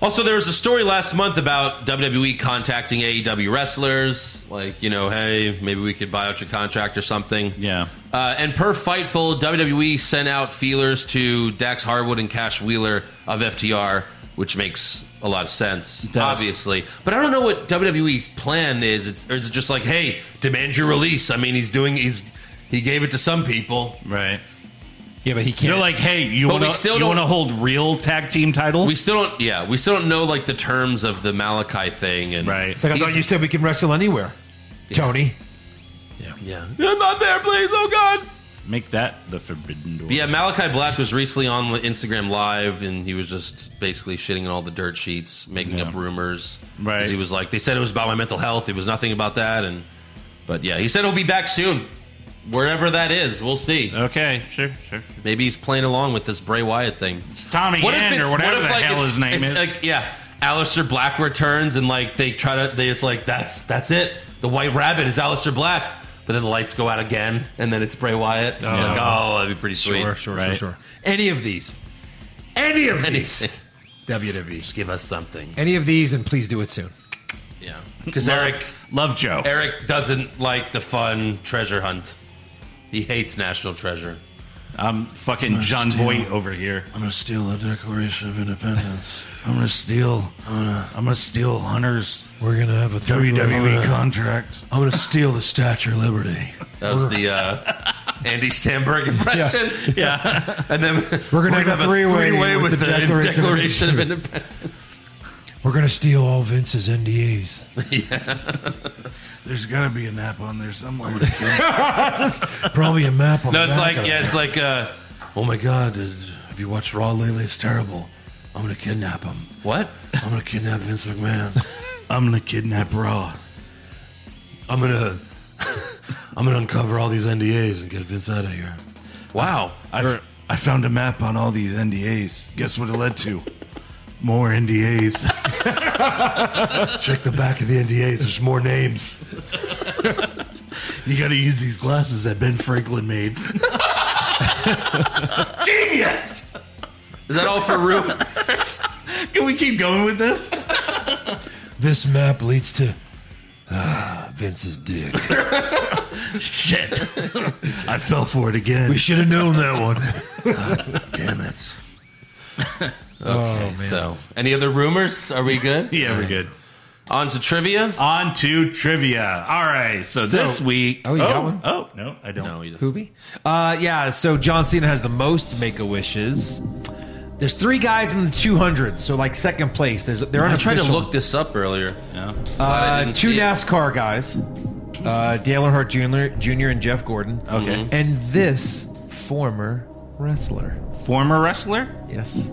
D: Also, there was a story last month about WWE contacting AEW wrestlers, like you know, hey, maybe we could buy out your contract or something.
E: Yeah.
D: Uh, and per Fightful, WWE sent out feelers to Dax Harwood and Cash Wheeler of FTR, which makes a lot of sense,
E: does.
D: obviously. But I don't know what WWE's plan is. It's, or is it just like, hey, demand your release? I mean, he's doing he's he gave it to some people.
E: Right.
F: Yeah, but he
E: They're
F: can't.
E: like, hey, you
D: But we
E: want to
D: still
E: you
D: don't-
E: want to hold real tag team titles?
D: We still don't. Yeah, we still don't know like the terms of the Malachi thing and
E: right.
F: it's like I thought
D: he's-
F: you said we can wrestle anywhere, Tony.
D: Yeah. I'm not there, please. Oh, God.
E: Make that the forbidden door.
D: Yeah, Malachi Black was recently on Instagram Live, and he was just basically shitting on all the dirt sheets, making
E: Yeah.
D: up rumors.
E: Right.
D: 'Cause He was like, they said it was about my mental health. It was nothing about that. And But yeah, he said he'll be back soon. Wherever that is, we'll see.
E: Okay. Sure. Sure. sure.
D: Maybe he's playing along with this Bray Wyatt thing.
E: Tommy Yen or whatever the hell
D: it's-
E: his name
D: it's
E: is.
D: Like, yeah, Alistair Black returns, and like they try to, they it's like that's that's it. The White Rabbit is Alistair Black, but then the lights go out again, and then it's Bray Wyatt. It's like, oh, that'd be pretty sweet.
F: Sure, sure, sure,
E: Right.
F: sure. Any of these, any of
D: Any-
F: these,
D: (laughs)
F: WWE,
D: Give us something.
F: any of these, and please do it soon.
D: Yeah, because Eric
E: Eh. Love Joe.
D: Eric doesn't like the fun treasure hunt. He hates National Treasure.
E: I'm fucking John
K: steal.
E: Voight over here.
K: I'm gonna steal the Declaration of Independence.
E: I'm gonna steal. I'm gonna steal Hunter's
F: We're gonna have a
B: E.
K: E
E: WWE contract.
K: I'm gonna steal the Statue of Liberty.
D: That was the uh, Andy Sandberg impression. Yeah, (laughs) and then
F: We're gonna have a three-way with the Declaration of
D: of Independence.
F: We're gonna steal all Vince's NDAs.
K: There's gotta be a nap on there somewhere.
F: Probably a map
D: (laughs)
F: on.
D: No,
F: the
D: it's
F: back
D: like
F: of
D: yeah,
F: it.
D: it's like uh,
K: oh my God! did- Have you watched Raw lately? It's terrible. I'm gonna kidnap him.
D: what?
K: I'm gonna kidnap Vince McMahon. (laughs) I'm gonna kidnap Raw. I'm gonna. (laughs) I'm gonna uncover all these NDAs and get Vince out of here.
D: Wow.
K: I, I found a map on all these NDAs. Guess what it led to? More NDAs. (laughs) Check the back of the NDAs. There's more names. (laughs) you got to use these glasses that Ben Franklin made.
D: Genius. Is that all for
F: (laughs)
D: room?
E: Can we keep going with this?
F: this map leads to ah, Vince's dick.
E: Shit.
K: I fell for it again.
F: we should have known that one.
K: Damn it.
F: Oh,
D: Okay, so any other rumors? Are we
F: (laughs)
D: good?
E: Yeah, we're good.
D: On to trivia.
E: On to trivia. All right. So, this week.
F: Oh, you
E: oh,
F: got one?
E: Oh, no, I don't.
D: No, he doesn't.
F: Hoovy? Uh, yeah. So John Cena has the most Make a Wishes. There's three guys in the 200s, so like second place. There's they're
D: I tried to
F: unofficial.
D: look this up earlier.
E: No.
D: Glad I
F: Uh,
D: didn't
F: two
D: see it.
F: NASCAR guys, uh, Dale Earnhardt Jr., Jr. and Jeff Gordon.
E: Okay.
F: And this former wrestler.
E: Former wrestler?
F: Yes.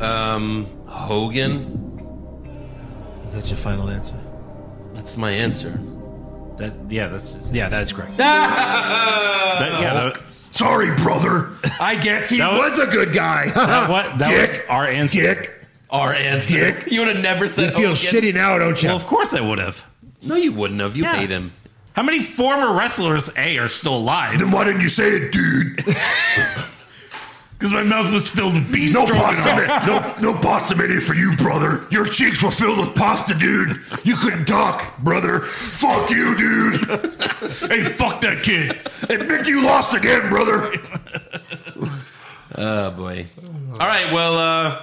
D: Um, Hogan.
F: That's your final answer.
D: That's my
F: (laughs)
D: answer.
E: That Yeah, that's.
F: Yeah, that is correct.
E: that, yeah, that,
B: Sorry, brother.
F: I guess he
E: That was-
F: a
E: (laughs)
F: good guy.
E: that what, that was
B: Dick.
E: our answer.
B: Dick.
D: Our answer. You would have never said. Hogan.
F: you feel shitty now, don't you?
E: Well, of course I would have.
D: No, you wouldn't have. You
E: Yeah.
D: paid him.
E: How many former wrestlers, A, are still alive?
B: Then why didn't you say it, dude?
E: (laughs) Because my mouth was filled with beef.
B: No
E: stroganoff.
B: pasta, ma- no, no pasta mania for you, brother. Your cheeks were filled with pasta, dude. You couldn't talk, brother. Fuck you, dude.
E: (laughs) Hey, fuck that kid.
B: Admit you lost again, brother.
D: Oh boy. All right. Well, uh,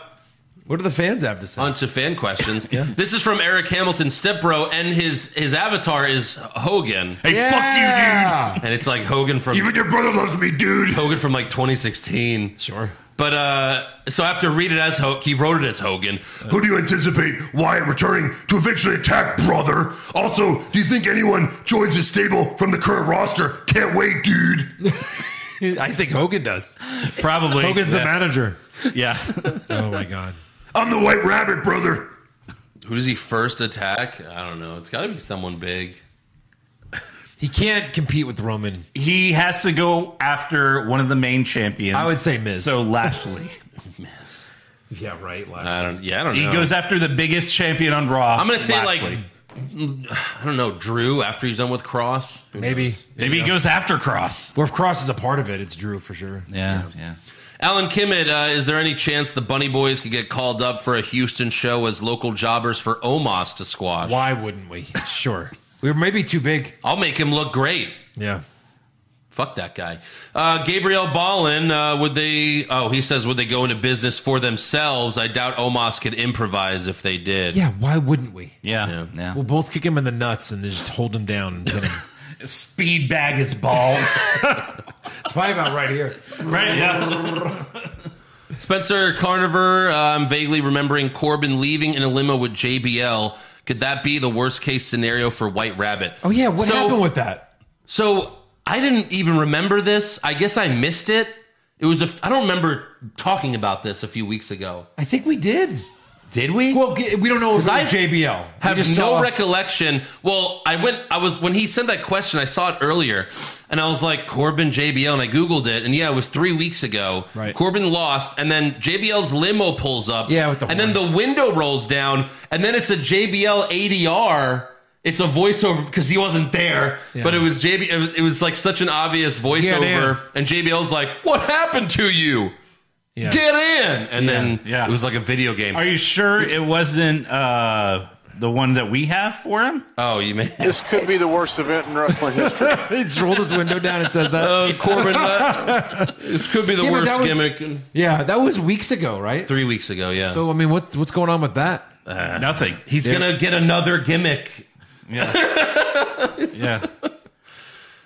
F: What do the fans have to say?
D: on to fan questions. This is from Eric Hamilton Stepbro, and his his avatar is Hogan,
E: Hey, fuck
F: yeah.
D: and it's like Hogan from
B: Even your brother loves me, dude.
D: Hogan from like 2016.
F: Sure.
D: But uh, so I have to read it as Hogan. He wrote it as Hogan.
B: Who do you anticipate Wyatt returning to eventually attack, brother? Also, do you think anyone joins his stable from the current roster? Can't wait, dude.
F: I think Hogan does.
E: you, dude. Probably.
F: Hogan's the
E: yeah.
F: manager.
E: Yeah.
F: Oh my god.
B: I'm the white rabbit, brother.
D: Who does he first attack? I don't know. It's got to be someone big.
F: He can't compete with Roman.
E: He has to go after one of the main champions.
F: I would say Miz.
E: So
D: (laughs)
E: Lashley.
F: Yeah, right.
D: I don't. Yeah, I don't
E: he
D: know.
E: goes after the biggest champion on Raw.
D: I'm gonna say
E: Lashley.
D: like I don't know Drew after he's done with Cross. Who
F: Maybe.
D: knows?
E: maybe he goes after Cross.
F: Well, if Cross is a part of it, it's Drew for sure.
E: Yeah, yeah.
D: Alan Kimmett, uh, is there any chance the Bunny Boys could get called up for a Houston show as local jobbers for Omos to squash?
F: Why wouldn't we? Sure. We were maybe too big.
D: I'll make him look great.
F: Yeah.
D: Fuck that guy. Uh, Gabriel Ballin, uh, would they? Oh, he says, would they go into business for themselves? I doubt Omos could improvise if they did.
F: Yeah, why wouldn't we?
E: Yeah,
D: Yeah.
E: yeah.
F: We'll both kick him in the nuts and just hold him down and pin him. (laughs)
E: Speed bag his balls.
F: it's probably about right here.
E: (laughs) right? Yeah.
D: Spencer Carniver, uh, I'm vaguely remembering Corbin leaving in a limo with JBL. Could that be the worst case scenario for White Rabbit?
F: Oh yeah, what
D: So-
F: happened with that?
D: So I didn't even remember this. I guess I missed it. It was a. f- I don't remember talking about this a few weeks ago.
F: I think we did.
D: Did we?
F: Well, g- we don't know if it was
D: I
F: JBL. We
D: have
F: just
D: no
F: saw-
D: recollection. Well, I went. I was when he sent that question. I saw it earlier, and I was like Corbin JBL, and I googled it, and yeah, it was three weeks ago.
F: Right.
D: Corbin lost, and then JBL's limo pulls up.
F: Yeah, with the
D: and then
F: horns.
D: the window rolls down, and then it's a JBL ADR. It's a voiceover because he wasn't there, but it was JB. It was, it was like such an obvious voiceover,
F: in.
D: and JBL's like, "What happened to you?
F: Yeah.
D: Get in!" And then
E: Yeah.
D: it was like a video game.
E: Are you sure it wasn't uh, the one that we have for him?
D: oh, you made.
L: This could be the worst event in wrestling history.
F: (laughs) he just rolled his window down and says that. (laughs)
D: Uh, Corbin, that- this could be the
F: Yeah, but
D: worst
F: that was-
D: gimmick.
F: yeah, that was weeks ago, right?
D: Three weeks ago, yeah.
F: So I mean, what what's going on with that?
E: Nothing.
D: He's gonna get another gimmick.
E: Yeah. (laughs) yeah.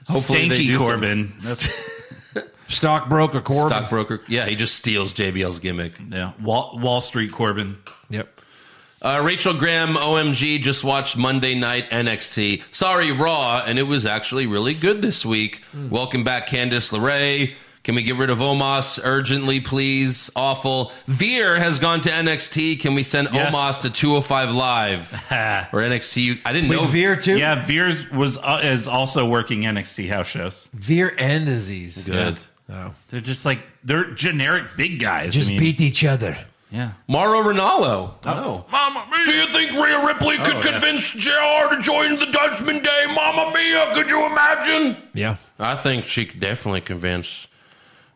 D: Hopefully they do
E: Stanky
D: some-
E: Corbin. That's,
F: Stockbroker Corbin.
D: Stockbroker, yeah, he just steals JBL's gimmick.
E: yeah. Wall, Wall Street Corbin.
F: Yep.
D: Uh, Rachel Graham, OMG, just watched Monday Night NXT. Sorry, Raw, and it was actually really good this week.
F: Hmm.
D: Welcome back, Candice LeRae. Can we get rid of Omos urgently, please? Awful. Veer has gone to NXT. Can we send
E: Yes.
D: Omos to 205 Live
F: (laughs)
E: Ha.
D: or NXT? I didn't
F: Wait,
D: know.
F: Veer too.
E: Yeah, Veers was uh, is also working NXT house shows.
F: Veer and Aziz.
D: Good.
F: Oh.
E: They're just like they're generic big guys. I
F: Just
E: mean,
F: beat each other.
E: Yeah.
D: Mauro Ronaldo. Oh.
E: Mama
D: Do you think Rhea Ripley could convince JR to join the Dutchman Day? Mamma mia, could you imagine?
F: Yeah.
D: I think she could definitely convince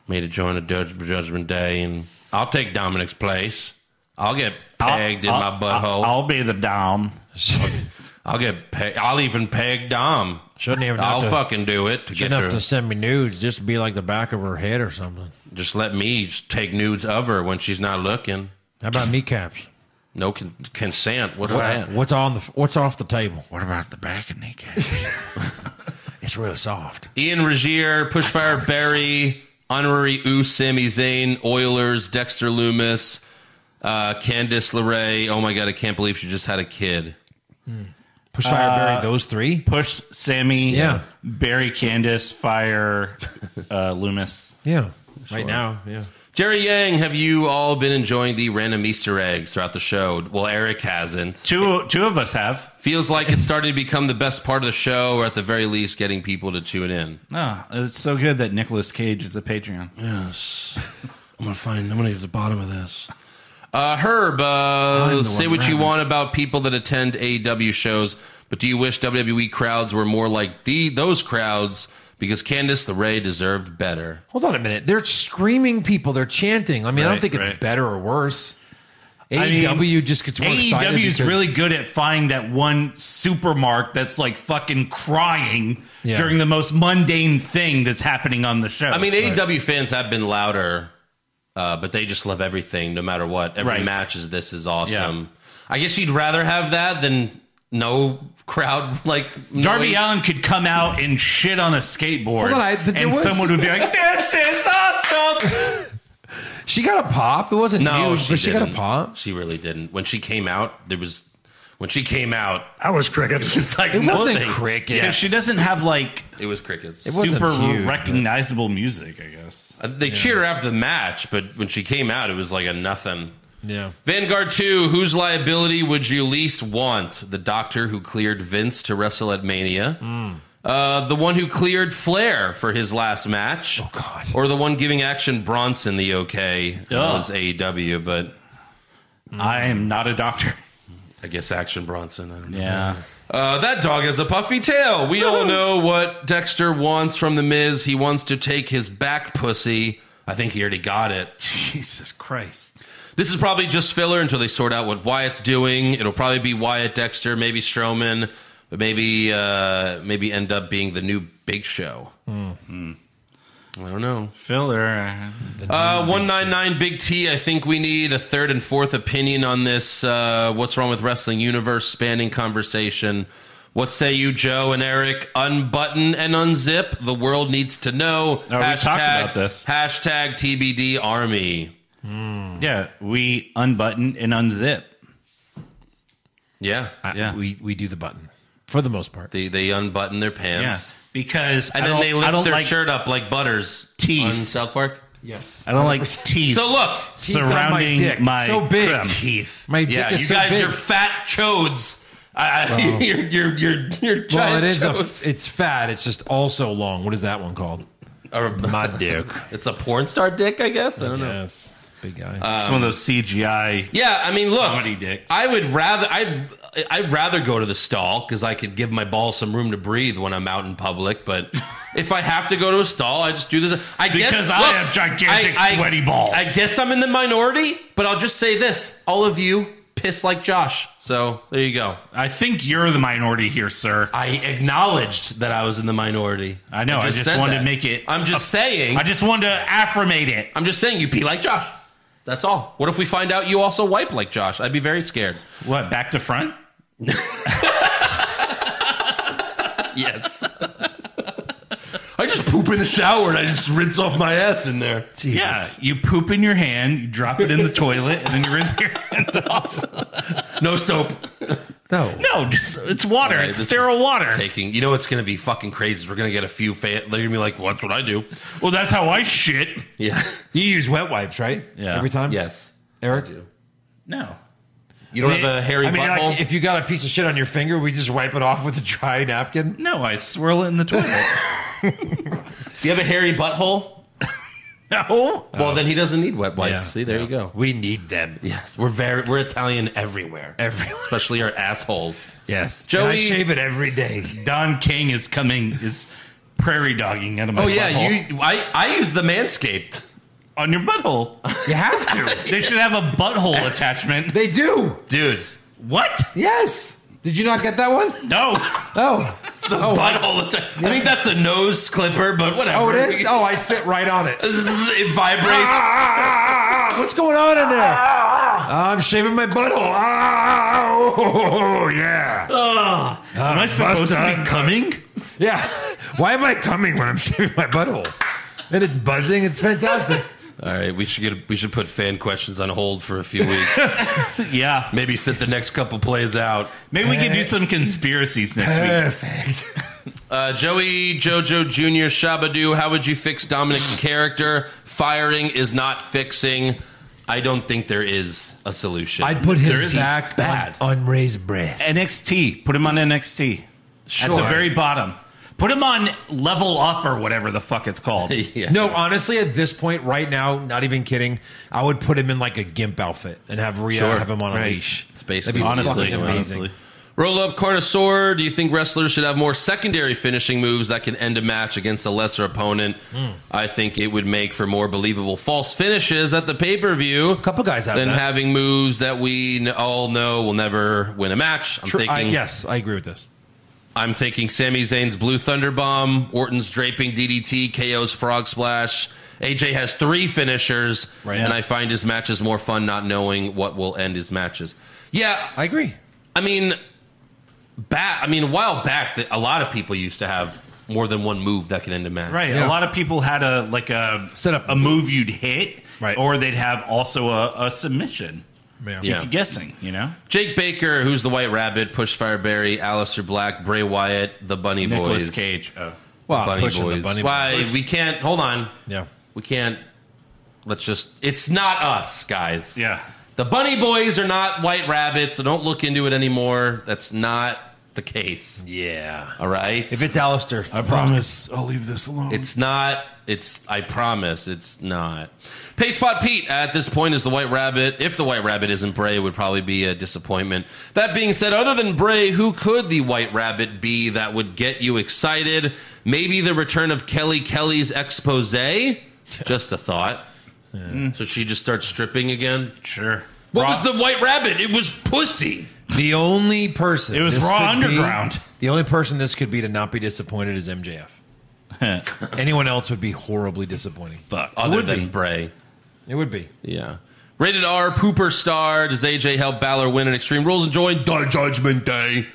D: me to join the Dutch Judgment Day, and I'll take Dominic's place. I'll get pegged in my butthole. I'll,
E: I'll be the dom.
D: get pegged. I'll even peg Dom.
F: Shouldn't even have
D: I'll
F: to-
D: fucking do it to get
F: Shouldn't
D: her.
F: have to send me nudes just to be like the back of her head or something.
D: Just let me just take nudes of her when she's not looking.
F: How about kneecaps?
D: No con- consent. What's
F: What,
D: that?
F: what's on the what's off the table? What about the back of kneecaps? it's real soft.
D: Ian Regier, Pushfire Barry, Honorary Oo, Sami Zayn, Oilers, Dexter Loomis, uh, Candice LeRae. Oh my God, I can't believe she just had a kid.
F: Push
D: Uh,
F: fire, bury those three.
E: Push Sammy.
F: Yeah.
E: Barry Candace, Fire,
F: (laughs)
E: uh, Loomis.
F: Yeah. Right now. Yeah.
D: Jerry Yang, have you all been enjoying the random Easter eggs throughout the show? Well, Eric hasn't.
E: Two two of us have.
D: Feels like it's starting to become the best part of the show, or at the very least, getting people to tune in.
E: No, it's so good that Nicolas Cage is a Patreon.
D: I'm gonna find. I'm gonna get to the bottom of this. Uh, Herb, uh, say what you want about people that attend AEW shows, but do you wish WWE crowds were more like the those crowds? Because Candice LeRae deserved better.
F: Hold on a minute. They're screaming people. They're chanting. I mean, I don't
E: Right,
F: think
E: right.
F: it's better or worse.
E: I mean,
F: AEW E just gets more excited.
E: AEW E is
F: because-
E: really good at finding that one supermark that's like fucking crying
F: Yeah.
E: during the most mundane thing that's happening on the show.
D: I mean, AEW fans have been louder, uh, but they just love everything, no matter what. Every
E: Right.
D: match is this is awesome. I guess you'd rather have that than no crowd like
E: Darby
D: noise.
E: Allen could come out and shit on a skateboard,
F: Hold on, I- but there
E: and
F: was-
E: someone would be like, "This is
F: (laughs)
E: awesome."
F: She got a pop. It wasn't
D: No,
F: huge,
D: she,
F: but she
D: didn't.
F: got a pop.
D: She really didn't. When she came out, there was when she came out,
K: I was crickets.
D: it's like
F: It wasn't
D: nothing.
F: crickets.
D: Yes.
E: She doesn't have like
D: It was crickets.
F: It wasn't
E: super
F: huge, but-
E: recognizable music, I guess.
D: Uh, they cheered her after the match, but when she came out, it was like a nothing.
F: Yeah.
D: Vanguard 2, whose liability would you least want? The doctor who cleared Vince to wrestle at Mania. Uh, the one who cleared Flair for his last match. Oh, God. Or the one giving Action Bronson the okay. That
E: Ugh.
D: was AEW, but.
E: I am not a doctor.
D: I guess Action Bronson. I don't know.
E: Yeah.
D: Uh, that dog has a puffy tail. We all know what Dexter wants from the Miz. He wants to take his back pussy. I think he already got it.
E: (laughs) Jesus Christ.
D: This is probably just filler until they sort out what Wyatt's doing. It'll probably be Wyatt, Dexter, maybe Strowman, but maybe uh, maybe end up being the new Big Show.
E: Hmm.
D: I don't know.
E: Filler. Hmm.
D: Uh, 199 Big T, I think we need a third and fourth opinion on this uh, What's Wrong with Wrestling Universe spanning conversation. What say you, Joe and Eric? Unbutton and unzip. The world needs to know.
E: Oh, we talked about this.
D: Hashtag TBD Army.
E: Yeah, we unbutton and unzip.
D: Yeah.
E: Yeah.
F: We we do the button for the most part.
D: They, they unbutton their
E: Yeah.
D: pants.
E: Because
D: And
E: I
D: then
E: don't-
D: they
E: I
D: lift
E: don't
D: their
E: like,
D: shirt up like butters.
E: Teeth.
D: On South Park.
F: Yes.
E: I don't
D: (laughs)
E: like teeth.
D: So look.
F: Teeth on my
E: surrounding
F: dick. It's
E: my
F: so big.
E: crumb.
D: Teeth.
F: My dick
D: yeah,
F: is
D: you
F: so
D: guys,
F: big.
D: you're fat chodes. I, I,
F: Wow.
D: (laughs) you're, you're, you're, you're
F: Well,
D: giant
F: it is a,
D: chodes.
F: it's fat. It's just also long. What is that one called?
D: Or-
F: (laughs) My dick.
D: It's a porn star dick, I guess. I don't know.
F: Yes. Big guy.
D: Uh,
E: It's
D: Um,
E: one of those CGI.
D: Yeah, I mean, look,
E: Comedy dicks.
D: I would rather I'd I'd rather go to the stall because I could give my balls some room to breathe when I'm out in
E: (laughs)
D: public. But if I have to go to a stall, I just do this. I guess,
E: Because I
D: look,
E: have gigantic sweaty balls.
D: I guess I'm in the minority, but I'll just say this: all of you piss like Josh. So there you go.
E: I think you're the minority here, sir.
D: I acknowledged that I was in the minority.
E: I know, I just
D: said
E: wanted to make it
D: I'm just saying.
E: I just wanted to affirmate it.
D: I'm just saying you pee like Josh. That's all. What if we find out you also wipe like Josh? I'd be very scared.
E: What, back to front?
D: Yes.
K: (laughs) I just poop in the shower and I just rinse off my ass in there.
E: Yeah. You poop in your hand, you drop it in the (laughs) toilet, and then you rinse your hand off.
D: No soap.
F: no.
E: (laughs) No, just, it's water.
D: All right,
E: it's
D: this
E: sterile
D: is
E: water.
D: Taking, you know, what's going to be fucking crazy. is We're going to get a few fan. They're going to be like, well, "That's what I do."
E: well, that's how I shit.
D: Yeah. (laughs)
F: You use wet wipes, right?
E: Yeah.
F: Every time?
D: yes.
F: Eric?
E: No.
D: You don't have a hairy
F: I mean,
D: butthole.
F: like, if you got a piece of shit on your finger, we just wipe it off with a dry napkin.
E: No, I swirl it in the (laughs) toilet.
D: you have a hairy butthole,
E: no.
D: well, then he doesn't need wet wipes.
F: Yeah.
D: See, there you go.
F: We need them.
D: Yes, we're very we're Italian everywhere,
F: Every-
D: especially our assholes.
F: Yes.
D: Joey-
F: And I shave it every day.
E: Don King is coming, is prairie dogging out of my
D: (laughs) Oh yeah,
E: butthole.
D: you. I I use the Manscaped.
E: on your butthole.
F: You have to.
E: They should have a (laughs) butthole attachment.
F: they do.
D: Dude,
E: What?
F: Yes. Did you not get that one?
E: No.
F: Oh.
D: the butthole. atta- I mean, that's a nose clipper, but whatever.
F: Oh, it
D: (laughs)
F: is? Oh, I sit right on it.
D: Zzz, It vibrates.
F: Ah, What's going on in there? I'm shaving my butthole. Ah, oh, oh, oh, oh, yeah.
E: Ugh. Am I supposed to be coming?
F: Yeah. Why am I coming when I'm shaving my butthole? And it's buzzing. It's fantastic.
D: All right, we should get we should put fan questions on hold for a few weeks.
F: (laughs)
E: Yeah.
D: Maybe sit the next couple plays out.
E: Maybe we could do some conspiracies next (laughs) week.
F: Perfect.
D: Uh, Joey JoJo Jr. Shabadoo, how would you fix
F: (laughs)
D: Dominic's character? Firing is not fixing. I don't think there is a solution.
F: I'd put
D: There
F: his
D: is-
F: sack
D: he's bad. (laughs)
F: on unraised breast.
E: NXT. Put him on NXT. At
F: Sure.
E: the very bottom. Put him on level up or whatever the fuck it's (laughs) called.
D: yeah.
F: No, honestly, at this point, right now, not even kidding, I would put him in like a gimp outfit and have Rhea
D: Sure.
F: have him on a
E: Right.
F: leash.
D: It's basically
F: That'd be
E: honestly,
F: fucking amazing.
E: honestly.
D: Roll up Carnosaur. Do you think wrestlers should have more secondary finishing moves that can end a match against a lesser opponent?
F: Hmm.
D: I think it would make for more believable false finishes at the pay per view.
F: Couple guys have
D: than
F: that.
D: having moves that we n- all know will never win a match. I'm
F: True-
D: thinking.
F: I- yes, I agree with this.
D: I'm thinking Sami Zayn's Blue Thunder Bomb, Orton's Draping DDT, KO's Frog Splash. AJ has three finishers,
F: Right.
D: and I find his matches more fun not knowing what will end his matches. Yeah,
F: I agree.
D: I mean, back. I mean, a while back, that a lot of people used to have more than one move that can end a match.
E: Right. A
F: Yeah.
E: lot of people had a like a
F: Set up-
E: a move you'd hit.
F: Right.
E: Or they'd have also a, a submission.
F: Yeah.
D: Yeah.
E: Guessing, you know?
D: Jake Baker, who's the White Rabbit, Push Fireberry, Alistair Black, Bray Wyatt, the Bunny
E: Nicholas
D: Boys,
E: Cage.
D: uh,
E: Oh.
F: Well,
D: Bunny
F: pushing
D: Boys.
F: the bunny
D: Why
F: boys.
D: we can't? Hold on.
F: Yeah.
D: We can't. Let's just. It's not us, guys.
E: Yeah.
D: The bunny boys are not white rabbits, so don't look into it anymore. That's not the case.
F: Yeah.
D: All right.
F: If it's Alistair,
K: I promise I'll leave this alone.
D: It's not. It's. I promise. It's not. Pastepot Pete at this point is the White Rabbit. If the White Rabbit isn't Bray, it would probably be a disappointment. That being said, other than Bray, who could the White Rabbit be that would get you excited? Maybe the return of Kelly Kelly's expose. Just a thought. So she just starts stripping again.
E: Sure.
D: What was the White Rabbit? It was pussy.
F: The only person
E: It was
F: this
E: Raw
F: could be-
E: Underground.
F: the only person this could be to not be disappointed is MJF.
E: (laughs)
F: Anyone else would be horribly disappointing.
D: Fuck.
F: It
D: Other
F: would
D: than
F: be.
D: Bray.
F: It would be.
D: Yeah. Rated R, Pooper Star. Does AJ help Balor win an Extreme Rules and join the Judgment Day?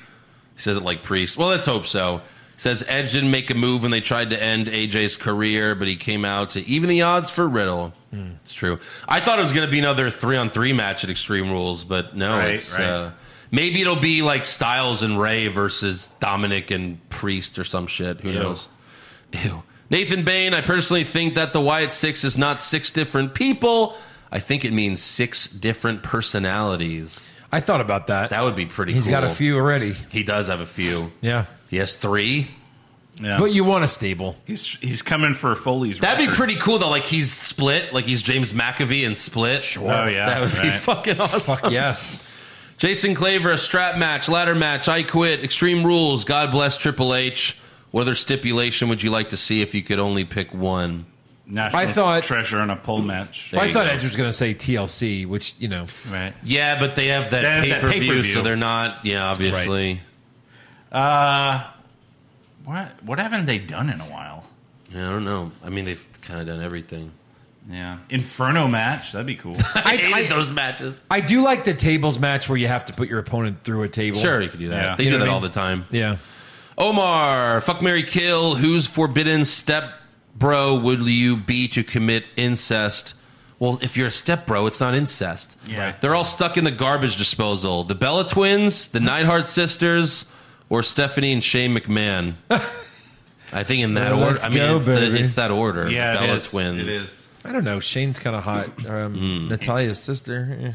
D: He says it like Priest. Well, let's hope so. He says Edge didn't make a move when they tried to end AJ's career, but he came out to even the odds for Riddle.
F: Hmm.
D: It's true. I thought it was going to be another three on three match at Extreme Rules, but no.
E: Right,
D: it's,
E: right.
D: Uh, maybe it'll be like Styles and Ray versus Dominic and Priest or some shit. Who
E: Ew.
D: knows? Ew. Nathan Bain, I personally think that the Wyatt Six is not six different people. I think it means six different personalities.
F: I thought about that.
D: That would be pretty
F: He's
D: cool.
F: got a few already.
D: He does have a few.
F: Yeah.
D: He has three.
E: Yeah.
F: But you want a stable.
E: he's he's coming for Foley's.
D: That'd be
E: record.
D: pretty cool though. Like he's split. Like he's James McAfee and split. Sure.
E: Oh, yeah.
D: That would be
E: Right.
D: fucking awesome. (laughs)
F: Fuck yes.
D: Jason Claver, a strap match, ladder match, I quit, extreme rules, God bless Triple H. What other stipulation would you like to see if you could only pick one?
E: National
F: I thought-
E: treasure in a pole match.
D: There
F: I
D: you
F: thought
D: go.
F: Edge was going to say TLC, which, you know,
E: Right.
D: Yeah, but they have
E: They
D: that
E: have
D: pay
E: that
D: per view,
E: pay-per-view.
D: so they're not. Yeah, obviously.
E: Uh, what what haven't they done in a while?
D: Yeah, I don't know. I mean, they've kind of done everything.
E: Yeah, Inferno match. That'd
D: (laughs)
E: be cool.
D: (laughs) I, hated those matches.
F: I do like the tables match where you have to put your opponent through a table.
D: Sure, you could do that.
E: Yeah.
D: They
F: You
D: do
F: know
D: that
F: what I
D: all the
F: mean?
D: time.
F: Yeah.
D: Omar, fuck Mary Kill, whose forbidden step bro would you be to commit incest? Well, if you're a step bro, it's not incest.
E: Yeah. Right.
D: They're all stuck in the garbage disposal. The Bella twins, the Neidhart sisters, or Stephanie and
E: (laughs)
D: Shane McMahon. I think in that
F: Well,
D: order.
F: let's
D: I mean,
F: go,
D: it's, the,
F: baby.
D: it's that order.
E: yeah,
D: the
E: it
D: Bella
E: is.
D: twins.
E: It is.
F: I don't know. Shane's kind
D: (clears throat)
F: of hot. Um,
D: Hmm.
F: Natalia's sister. eh.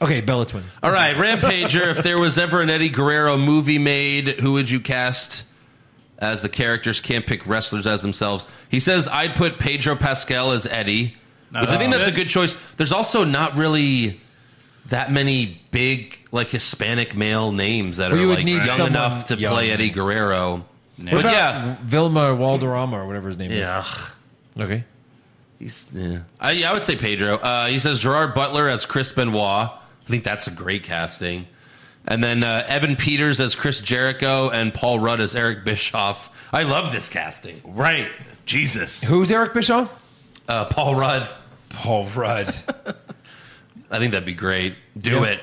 F: Okay, Bella Twins.
D: All right, Rampager. if there was ever an Eddie Guerrero movie made, who would you cast as the characters? Can't pick wrestlers as themselves. He says I'd put Pedro Pascal as Eddie, which I
E: that's
D: think that's a
E: good.
D: good choice. There's also not really that many big like Hispanic male names that
F: Well,
D: are
F: you would
D: like
F: need
D: young
F: someone
D: enough to
F: young.
D: play Eddie Guerrero.
F: What
D: But
F: about
D: yeah,
F: Vilma Valderrama or whatever his name
D: yeah.
F: is. Okay.
D: He's, yeah. I, I would say Pedro. Uh, he says Gerard Butler as Chris Benoit. I think that's a great casting. And then uh, Evan Peters as Chris Jericho and Paul Rudd as Eric Bischoff. I love this casting.
E: Right. Jesus.
F: Who's Eric Bischoff?
D: Uh, Paul Rudd.
F: Paul Rudd.
D: (laughs) I think that'd be great. Do
F: Yeah.
D: it.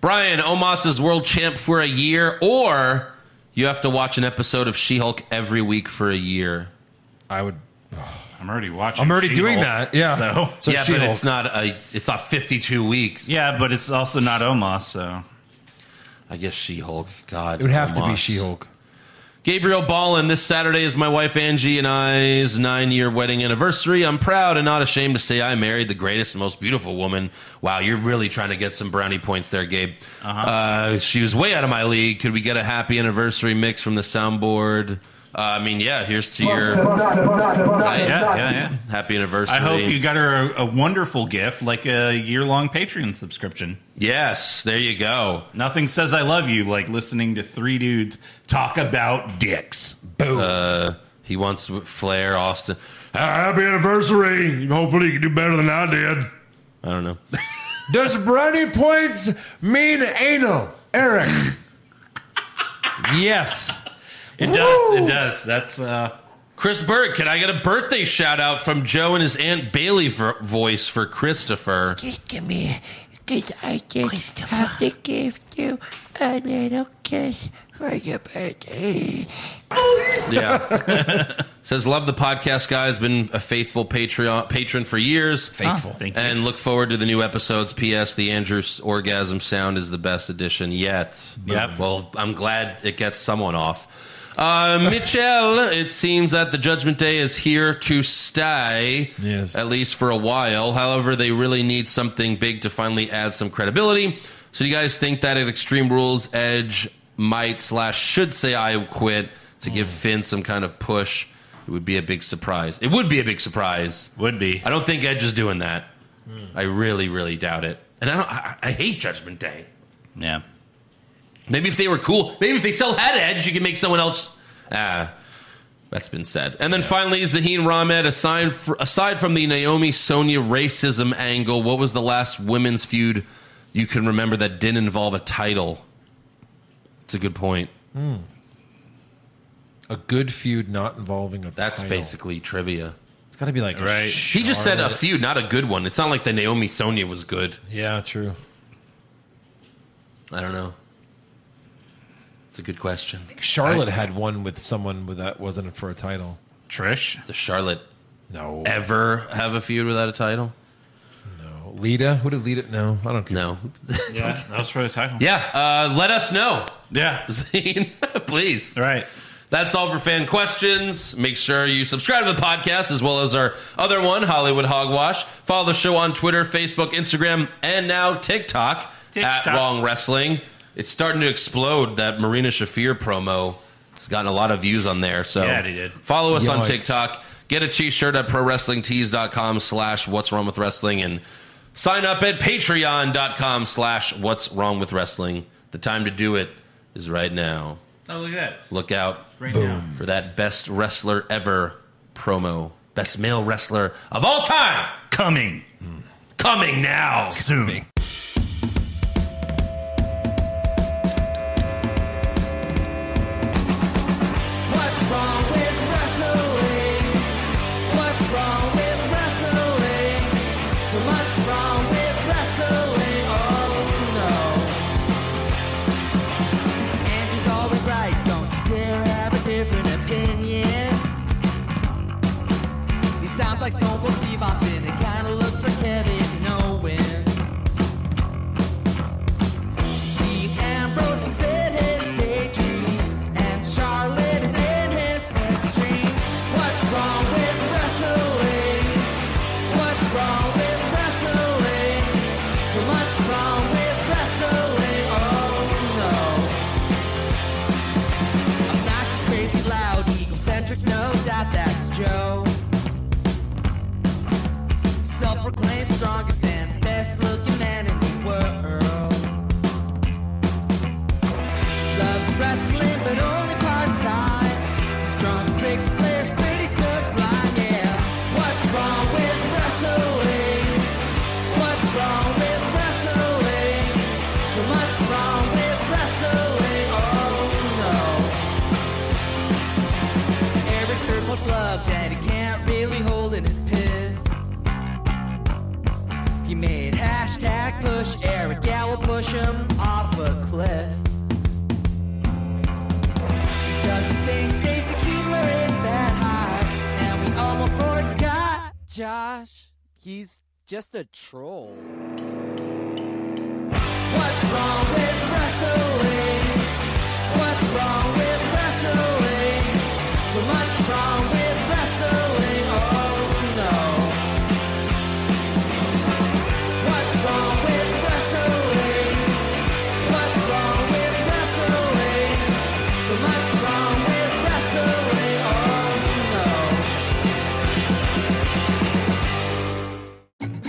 D: Brian, Omos is world champ for a year, or you have to watch an episode of She Hulk every week for a year.
F: I would.
E: I'm already watching.
F: I'm already doing
E: She-Hulk,
F: that. Yeah.
E: So
F: So
D: yeah, but
F: She-Hulk.
D: it's not a it's not fifty two weeks.
E: yeah, but it's also not Omos. So
D: I guess She Hulk. God,
F: It would have to be
D: Omos.
F: She Hulk.
D: Gabriel Ballin, this Saturday is my wife Angie and I's nine year wedding anniversary. I'm proud and not ashamed to say I married the greatest and most beautiful woman. Wow, you're really trying to get some brownie points there, Gabe. uh
E: Uh-huh.
D: she was way out of my league. Could we get a happy anniversary mix from the soundboard? Uh, I mean, yeah, here's to (laughs) your
E: yeah, yeah, yeah.
D: happy anniversary.
E: I hope you got her a, a wonderful gift, like a year long Patreon subscription.
D: Yes, there you go.
E: Nothing says I love you like listening to three dudes talk about dicks.
F: Boom.
D: He wants Flair, Austin.
B: Happy anniversary. Hopefully, you can do better than I did.
D: I don't know.
F: Does brownie points mean anal, Eric? yes.
E: It does. It does. That's uh
D: Chris Burke, can I get a birthday shout out from Joe and his Aunt Bailey vo- voice for Christopher?
M: Just give me, because I just have to give you a little kiss for your birthday.
A: Oh,
D: Yeah. (laughs) Says, love the podcast, guys. Been a faithful Patreon patron for years.
F: Faithful.
E: thank you.
D: And look forward to the new episodes. P.S. The Andrews orgasm sound is the best edition yet.
E: Yep.
D: Well, I'm glad it gets someone off. Uh, Mitchell, it seems that the Judgment Day is here to stay,
F: Yes.
D: at least for a while. However, they really need something big to finally add some credibility. So do you guys think that at Extreme Rules, Edge might slash should say I quit to give Finn some kind of push? It would be a big surprise. It would be a big surprise.
E: Would be.
D: I don't think Edge is doing that. I really, really doubt it. And I don't. I, I hate Judgment Day.
E: Yeah.
D: Maybe if they were cool. Maybe if they still had Edge, you could make someone else. Ah, that's been said. And then finally, Zahin Rahmed. Aside fr- aside from the Naomi Sonia racism angle, what was the last women's feud you can remember that didn't involve a title? It's a good point.
F: Hmm. A good feud not involving a
D: That's
F: title.
D: basically trivia.
F: It's got to be like right.
D: He just said uh, a feud, not a good one. It's not like the Naomi Sonia was good.
F: Yeah, true.
D: I don't know. It's a good question.
F: Charlotte had one with someone with that wasn't for a title.
E: Trish.
D: Does Charlotte
F: no
D: ever have a feud without a title?
F: No. Lita. Who did Lita? No, I don't care.
D: No.
E: Yeah, that was for the title.
D: Yeah, uh, let us know. (laughs)
E: Yeah.
D: Zane, please.
E: Right.
D: That's all for fan questions. Make sure you subscribe to the podcast as well as our other one, Hollywood Hogwash. Follow the show on Twitter, Facebook, Instagram, and now TikTok,
E: TikTok.
D: at Wrong Wrestling. It's starting to explode. That Marina Shafir promo has gotten a lot of views on there. So
E: Yeah, they did.
D: follow us on
E: Yikes.
D: TikTok. Get a t-shirt at prowrestlingtees.com slash what's wrong with wrestling and sign up at patreon.com slash what's wrong with wrestling. The time to do it is right now.
E: Oh, look at that.
D: Look out
E: Right Boom. now.
D: for that best wrestler ever promo. Best male wrestler of all time.
E: Coming.
D: Coming now.
E: Soon.
A: What's wrong with wrestling? What's wrong with wrestling? So much wrong with wrestling. Oh no. And he's always right. Don't you dare have a different opinion. He sounds like Stone Cold Steve Austin. It kinda looks like Kevin Owens. Dean Ambrose is in his daydreams, and Charlotte is in his sex dream. What's wrong with wrestling? What's wrong with wrestling? So much wrong with wrestling. Oh no! I'm not just crazy, loud, egocentric, no doubt that's Joe. Self-proclaimed strongest and best-looking man in the world. Loves wrestling, but only part time. Strong, big players, pretty sublime, yeah. What's wrong with wrestling? What's wrong with wrestling? So much wrong with wrestling, oh no. Every circle's love that he can't really hold in his piss. He made hashtag push Eric Gallo push him off a cliff. Doesn't think Stacy Keebler is that hot, and we almost forgot Josh. He's just a troll. What's wrong with wrestling? What's wrong with wrestling? So much wrong with wrestling. Oh no. What's wrong with wrestling? What's wrong with wrestling? So much wrong with wrestling. Oh no.